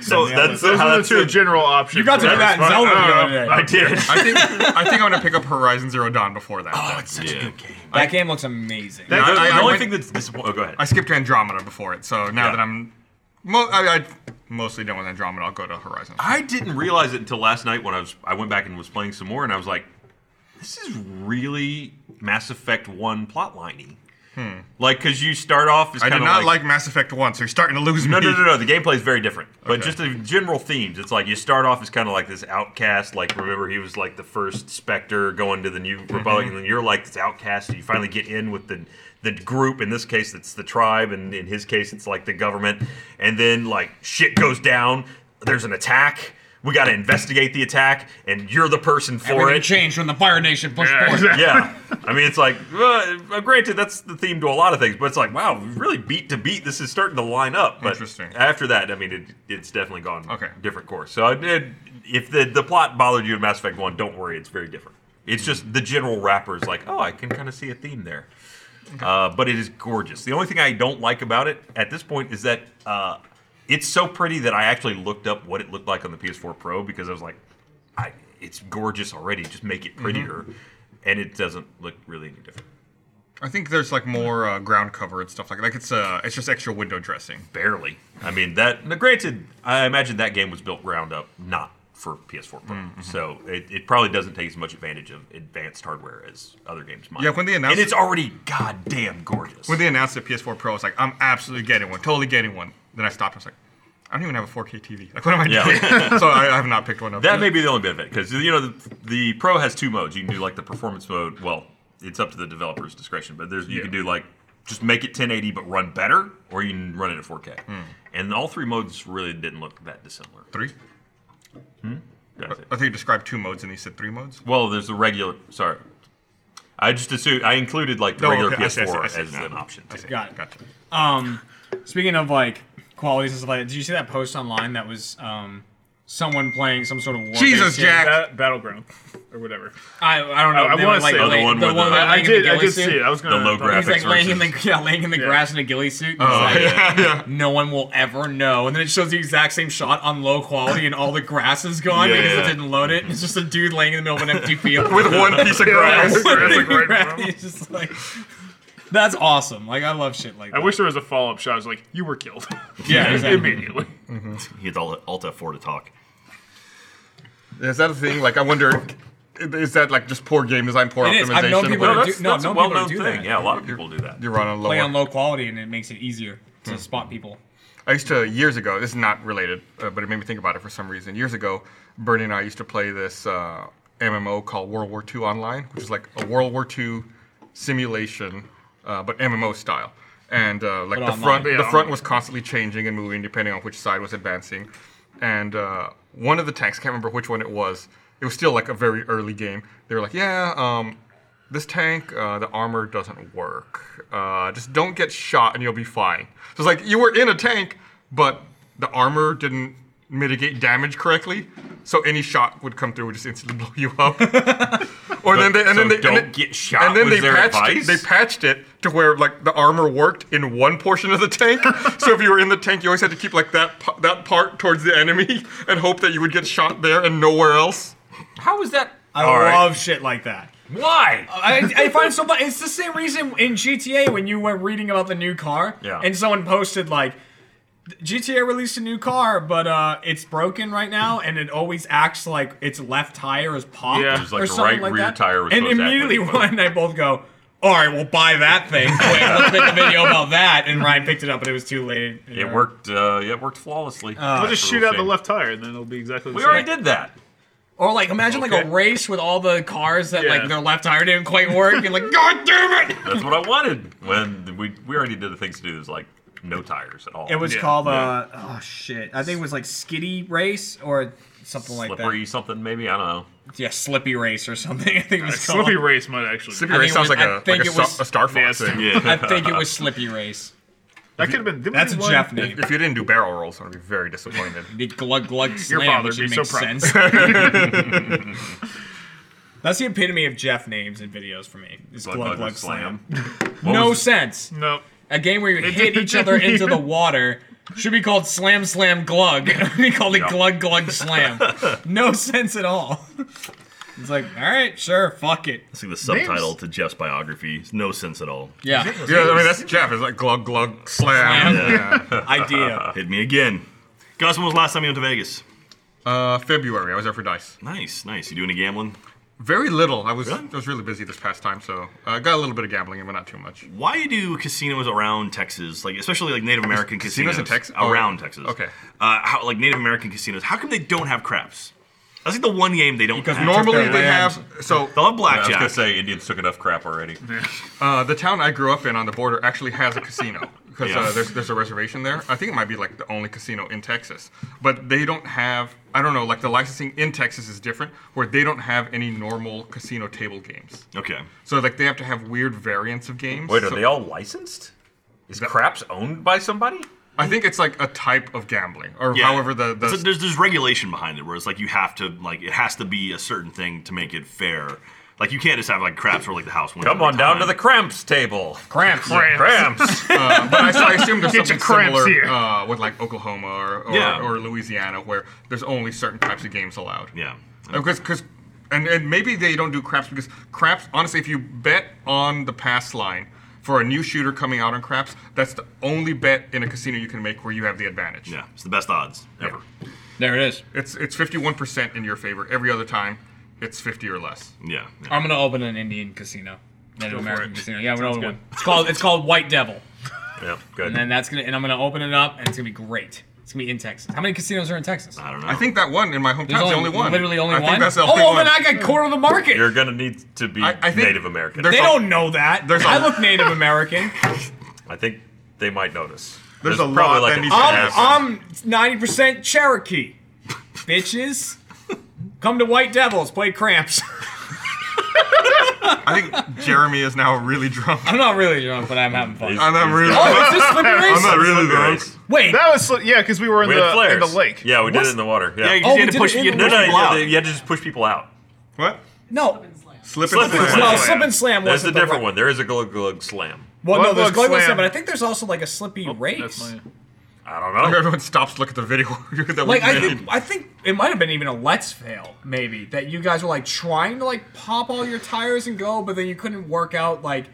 So
That's
Those
how
are the
that's
two
it.
general options. You
got to do that in Zelda the other day.
*laughs*
I did.
I think I think I'm gonna pick up Horizon Zero Dawn before that. Oh,
that's such a good game.
That game looks amazing.
I,
the
I- I
only
went-
thing that's dis- oh, go ahead.
I skipped Andromeda before it, so now
Yeah.
that I'm mo- I, I mostly done with Andromeda, I'll go to Horizon.
I didn't realize it until last night when I was I went back and was playing some more and I was like, this is really Mass Effect One plotliney. Like, cause you start off as
Hmm. I
kind
did
of
not like, Mass Effect One, so you're starting to lose
no,
me.
no, no, no. The gameplay is very different, but
Okay.
just the general themes. It's like you start off as kind of like this outcast. Like remember, he was like the first Spectre going to the New Republic, and then you're like this outcast. And you finally get in with the the group. In this case, it's the tribe, and in his case, it's like the government. And then like shit goes down. There's an attack. We got to investigate the attack, and you're the person for
Everything
it.
changed when the Fire Nation pushed
*laughs*
Yeah,
forward.
exactly.
Yeah, I mean, it's like, uh, granted, that's the theme to a lot of things, but it's like, wow, really beat to beat, this is starting to line up. But
Interesting.
After that, I mean, it, it's definitely gone
Okay.
different course. So I did. If the the plot bothered you in Mass Effect One, don't worry, it's very different. It's just the general wrapper is like, oh, I can kind of see a theme there. Uh, but it is gorgeous. The only thing I don't like about it at this point is that uh, it's so pretty that I actually looked up what it looked like on the PS4 Pro because I was like, I, it's gorgeous already. Just make it prettier, and it doesn't look really any different.
I think there's like more uh, ground cover and stuff like that. Like it's uh, it's just extra window dressing.
Barely. I mean that. Now, granted, I imagine that game was built ground up, not for PS4 Pro,
Mm-hmm.
so it, it probably doesn't take as much advantage of advanced hardware as other games might.
Yeah, when they announced
and it's
it-
already goddamn gorgeous.
When they announced the PS4 Pro, I was like, I'm absolutely getting one, totally getting one. Then I stopped. I was like, I don't even have a 4K TV. Like, what am I
Yeah.
*laughs* doing? so I, I have not picked one up.
That may be the only benefit because you know the, the Pro has two modes. You can do like the performance mode. Well, it's up to the developer's discretion, but there's you can do like just make it 1080 but run better, or you can run it at 4K.
Hmm.
And all three modes really didn't look that dissimilar.
three.
Did I
I
say-
think you described two modes, and you said three modes.
Well, there's the regular. Sorry, I just assumed I included like the
No,
regular
okay, I see, I see,
PS4
I see.
as an option. Too.
Got it.
Gotcha. *laughs*
Um, speaking of like qualities and stuff like that, did you see that post online that was um someone playing some sort of war?
Jesus, Jack.
Ba- battleground or whatever.
I, I don't know.
I
They
wanna
were, like,
say- Oh, the
lay-
one with the-
that
I, I
laying in the
did. I
ghillie
did see
suit?
it. I was gonna.
The low graphics
He's like laying in the
versus-
yeah, laying in the
Yeah.
grass in a ghillie suit. and
Oh,
he's like,
yeah, yeah.
No one will ever know. And then it shows the exact same shot on low quality, and all the grass is gone
Yeah,
because
yeah.
it didn't load it. And it's just a dude laying in the middle of an empty field *laughs*
With one piece of grass.
It's just like that's awesome. Like I love shit like
I
that.
wish there was a follow up shot. I was like, you were killed. *laughs*
yeah, exactly.
immediately.
He had Alt Alt F4 to talk.
Is that a thing? Like, I wonder, is that like just poor game design, poor
It
optimization?
is. I've known people
Well,
that
that's-
do- no,
that's
no
a
people
well-known
do
thing.
that.
Yeah, a lot of people do that.
You're on a lower.
play on low quality and it makes it easier.
to spot people.
I used to years ago. This is not related, uh, but it made me think about it for some reason. Years ago, Bernie and I used to play this uh, MMO called World War II Online, which is like a World War II simulation, uh, but MMO style. And uh, like the front,
online.
the
Yeah.
front was constantly changing and moving depending on which side was advancing. And uh, one of the tanks, can't remember which one it was. It was still like a very early game. They were like, "Yeah, um, this tank, uh, the armor doesn't work. Uh, just don't get shot and you'll be fine. So it's like you were in a tank, but the armor didn't mitigate damage correctly, so any shot would come through and just instantly *laughs* blow you up. or then they, and
so
then they and
don't
then-
get shot
And then
was
they
their
patched
advice?
it. They patched it to where like the armor worked in one portion of
*laughs*
the tank. so if you were in the tank, you always had to keep like that p- that part towards the enemy *laughs* and hope that you would get shot there and nowhere else.
How is that?
I
All right.
love shit like that.
Why?
Uh,
I, I find so funny. It's the same reason in GTA when you were reading about the new car,
Yeah.
and someone posted like, GTA released a new car, but uh, it's broken right now, and it always acts like its left tire is popped
Yeah.
yeah.
It
was like
or
the
something
right
like
rear
that.
tire was
and
supposed to act
immediately
like-
one night both go, "All right, we'll buy that thing." Quick, let's make a video about that. And Ryan picked it up, but it was too late.
It worked. Uh, yeah, it worked flawlessly.
I'll
That's
just
what
shoot
we'll
out the
see.
left tire, and then it'll be exactly the
We
same.
already did that.
Or like, imagine like
Okay.
a race with all the cars that
Yeah.
like their left tire didn't quite work, and like, God damn it!
That's what I wanted. When we we already did the things to do. There's like no tires at all.
It was
Yeah,
called uh oh shit. I think it was like Skitty Race or something like
slippery
that.
something maybe. I don't know.
Yeah, Slippy Race or something. *laughs* I think it was called.
Uh, Slippy Race might actually.
Sleepy
I
Race
mean,
sounds like
I
a
think
like a,
it
Star-
was-
a Starfall
Yeah, it's-
thing.
Yeah.
I think it was Slippy Race.
That could have been. didn't we
That's
do
a
one-
Jeff name.
If you didn't do barrel rolls, I'd be very disappointed.
*laughs* The glug glug slam,
father
which
would be
makes
so proud.
sense.
That's the epitome of Jeff names in videos for me. Is glug glug,
Glug, glug,
slam.
What
No
was-
sense.
*laughs*
No.
A game where you hit each other into the water should be called slam
*laughs*
slam glug. we called it
Yeah.
glug glug
*laughs*
slam. No sense at all. It's like, all right, sure, fuck it.
That's like the subtitle to Jeff's biography. It's no sense at all.
Yeah,
yeah, I mean that's Jeff. It's like glug glug slam. Yeah.
idea.
Hit me again. Gus, when was the last time you went to Vegas?
Uh, February, I was there for dice.
Nice, nice. You doing any gambling?
Very little. I was
Really?
I was really busy this past time, so I uh, got a little bit of gambling in, but not too much.
Why do casinos around Texas, like especially like Native American casinos,
casinos in Texas? Oh,
around Texas?
okay.
Uh, how, like Native American casinos, how come they don't have craps? That's like the one game they don't. have.
Normally
their
they
land.
have
They'll
so
have
I was
blackjack.
gonna say Indians took enough crap already.
uh, the town I grew up in on the border actually has a casino because
Yeah.
uh, there's there's a reservation there. I think it might be like the only casino in Texas, but they don't have I don't know like the licensing in Texas is different where they don't have any normal casino table games.
okay.
So like they have to have weird variants of games.
Wait, are
so,
they all licensed? Is craps owned by somebody?
I think it's like a type of gambling, or
Yeah.
however the, the
So there's there's regulation behind it where it's like you have to like it has to be a certain thing to make it fair. Like you can't just have like craps or like the house wins.
Come
every
on down
time.
to the cramps table.
Cramps.
Cramps.
Uh, but I, so I assume there's
Get
something
your cramps
similar
here.
Uh, with like Oklahoma or or,
Yeah.
or Louisiana, where there's only certain types of games allowed.
yeah.
Because because. And, and maybe they don't do craps because craps, honestly, if you bet on the pass line for a new shooter coming out on craps, that's the only bet in a casino you can make where you have the advantage.
Yeah, it's the best odds ever.
There it is.
It's it's 51% in your favor. Every other time, it's 50 or less.
Yeah. yeah.
I'm gonna open an Indian casino, Native American casino. Yeah, I'm gonna open
good.
one. It's called it's called White Devil,
yeah, good.
and that's gonna and I'm gonna open it up, and it's gonna be great. It's gonna be in Texas. How many casinos are in Texas?
I don't know.
I think that one in my hometown is the only one.
Literally only
I
one.
think that's the
oh,
only
well,
one.
then I got quarter of the market.
You're gonna need to be
I- I think
Native American.
there's
They
a-
don't know that.
There's a-
I look Native
*laughs*
American.
I think they might notice.
There's a lot that needs to
half-
happen.
I'm 90% Cherokee. Bitches. Come to White Devils, play cramps. *laughs*
I think Jeremy is now really drunk.
I'm not really drunk, but I'm having fun.
He's-
*laughs* I'm not
he's
really.
got-
Oh,
*laughs*
it's just slippery
I'm
race.
not really
Slippery
drunk.
race.
Wait,
That was yeah, because we were in
We had
the in
flares.
the lake.
Yeah, we did it in the water. Yeah.
yeah, you
Oh,
had
we
to
did
push,
it
you had
in
to push
no, no, you
people
had, to,
out.
you had to just push people out.
What?
no,
Slip
Slip and
and slam.
slam.
no, slip and slam.
There's a
wasn't the
different
right-
one. There is a glug glug slam.
Well, no,
Glug
there's
Glug
glug glug
Slam.
slam, but I think there's also like a slippy
That's
race.
my-
I don't
Remember
know.
*laughs* Everyone stops. Look at the video *laughs* that we
like I
made.
think
*laughs*
I think it might have been even a let's fail maybe that you guys were like trying to like pop all your tires and go, but then you couldn't work out like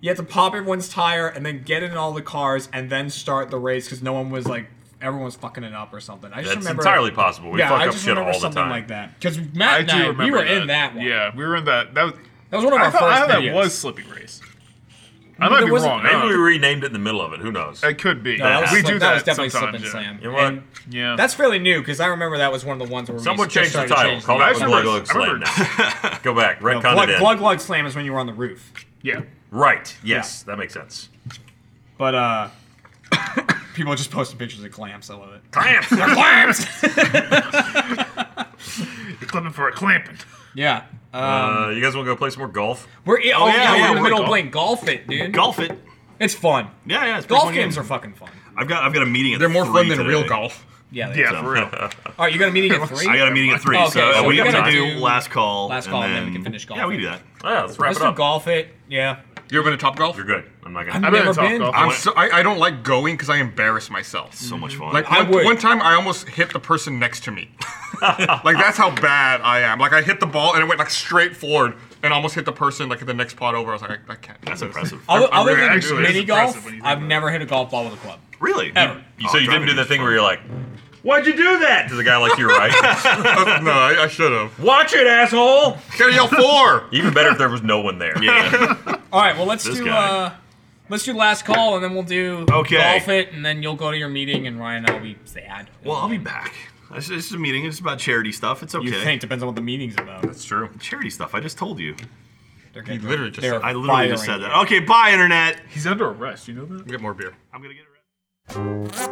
you had to pop everyone's tire and then get in all the cars and then start the race because no one was like everyone was fucking it up or something. I just
That's
remember
entirely possible. We
yeah,
fuck
I
up
just
shit
remember
all the
something
time.
like that.
because
I
Matt and
do
I,
remember
we were
that.
in that one.
Yeah, we were in that. That was,
That was one of
I
our
thought, I
first
thought that
videos.
was Slippy Race. I might
there
be
wasn't-
wrong. I
Maybe
don't
we
know.
renamed it in the middle of it. Who knows?
It could be.
that was
we
slip-
do that,
was definitely
sometimes.
Slip and Slam.
You know what?
And
Yeah. yeah.
that's fairly new because I remember that was one of the ones where we
Someone
just
changed the
started to
title.
change
Call
I
that one Glug
remember-
Glug
I
Slam
remember-
*laughs* now. Go back. Redcon
Glug,
it in.
glug glug slam is when you were on the roof.
yeah.
Right. Yes, that makes sense.
But uh people just posted pictures of clamps, I love it.
Clamps.
Uh,
clamps. You're clipping for a *laughs* clamping.
*laughs* Yeah. um,
Uh, you guys want to go play some more golf?
We're oh,
yeah,
yeah,
yeah,
we're in
we're
the middle of
golf.
playing golf it, dude.
Golf it.
It's fun.
Yeah, yeah. It's a pretty
Golf
fun
games
game.
are fucking fun.
I've got I've got a meeting at.
They're more
three
fun than
today.
real golf.
Yeah. they-
Yeah, for real.
All right, you got a meeting at three.
I got a meeting at three,
*laughs* Okay,
so, uh,
so
we
we
have
gotta
to do
do
last call.
last call, and then we can finish golf.
Yeah, we can do that.
Yeah, let's wrap
Let's
it
do
up.
golf it. Yeah.
You ever been to Top Golf?
You're good. I'm not
I'm
gonna.
I've
never
been to Top
been.
Golf.
I'm so I, I don't like going because I embarrass myself.
So much fun.
Like
I
one,
would.
one time, I almost hit the person next to me. *laughs* like that's how bad I am. Like I hit the ball and it went like straight forward and almost hit the person like at the next pot over. I was like, I, I can't. do
That's
this.
impressive.
Other,
I'm
other
really-
than
actually, it's
mini
impressive
golf,
when you think
I've
about it.
never hit a golf ball with a club.
really?
Ever.
You- so you didn't do the
that
thing where you're like, "Why'd you do that?" to the guy *laughs* like you're
*laughs*
right.
Uh, no, I, I should have.
Watch it, asshole.
Gotta
*laughs*
yell four.
Even better if there was no one *laughs* there.
Yeah.
All right, well let's
This
do
guy.
uh let's do last call and then we'll do
Okay.
golf it and then you'll go to your meeting and Ryan I'll be sad.
well, I'll be back. It's, it's a meeting. It's about charity stuff. It's okay.
you think depends on what the meeting's about.
That's true.
charity stuff. I just told you.
They're
He
getting-
literally just
they're
said,
I literally just said
firing
that.
you.
Okay, bye, internet.
He's under arrest. You know that?
"Get more beer."
I'm gonna get it. right-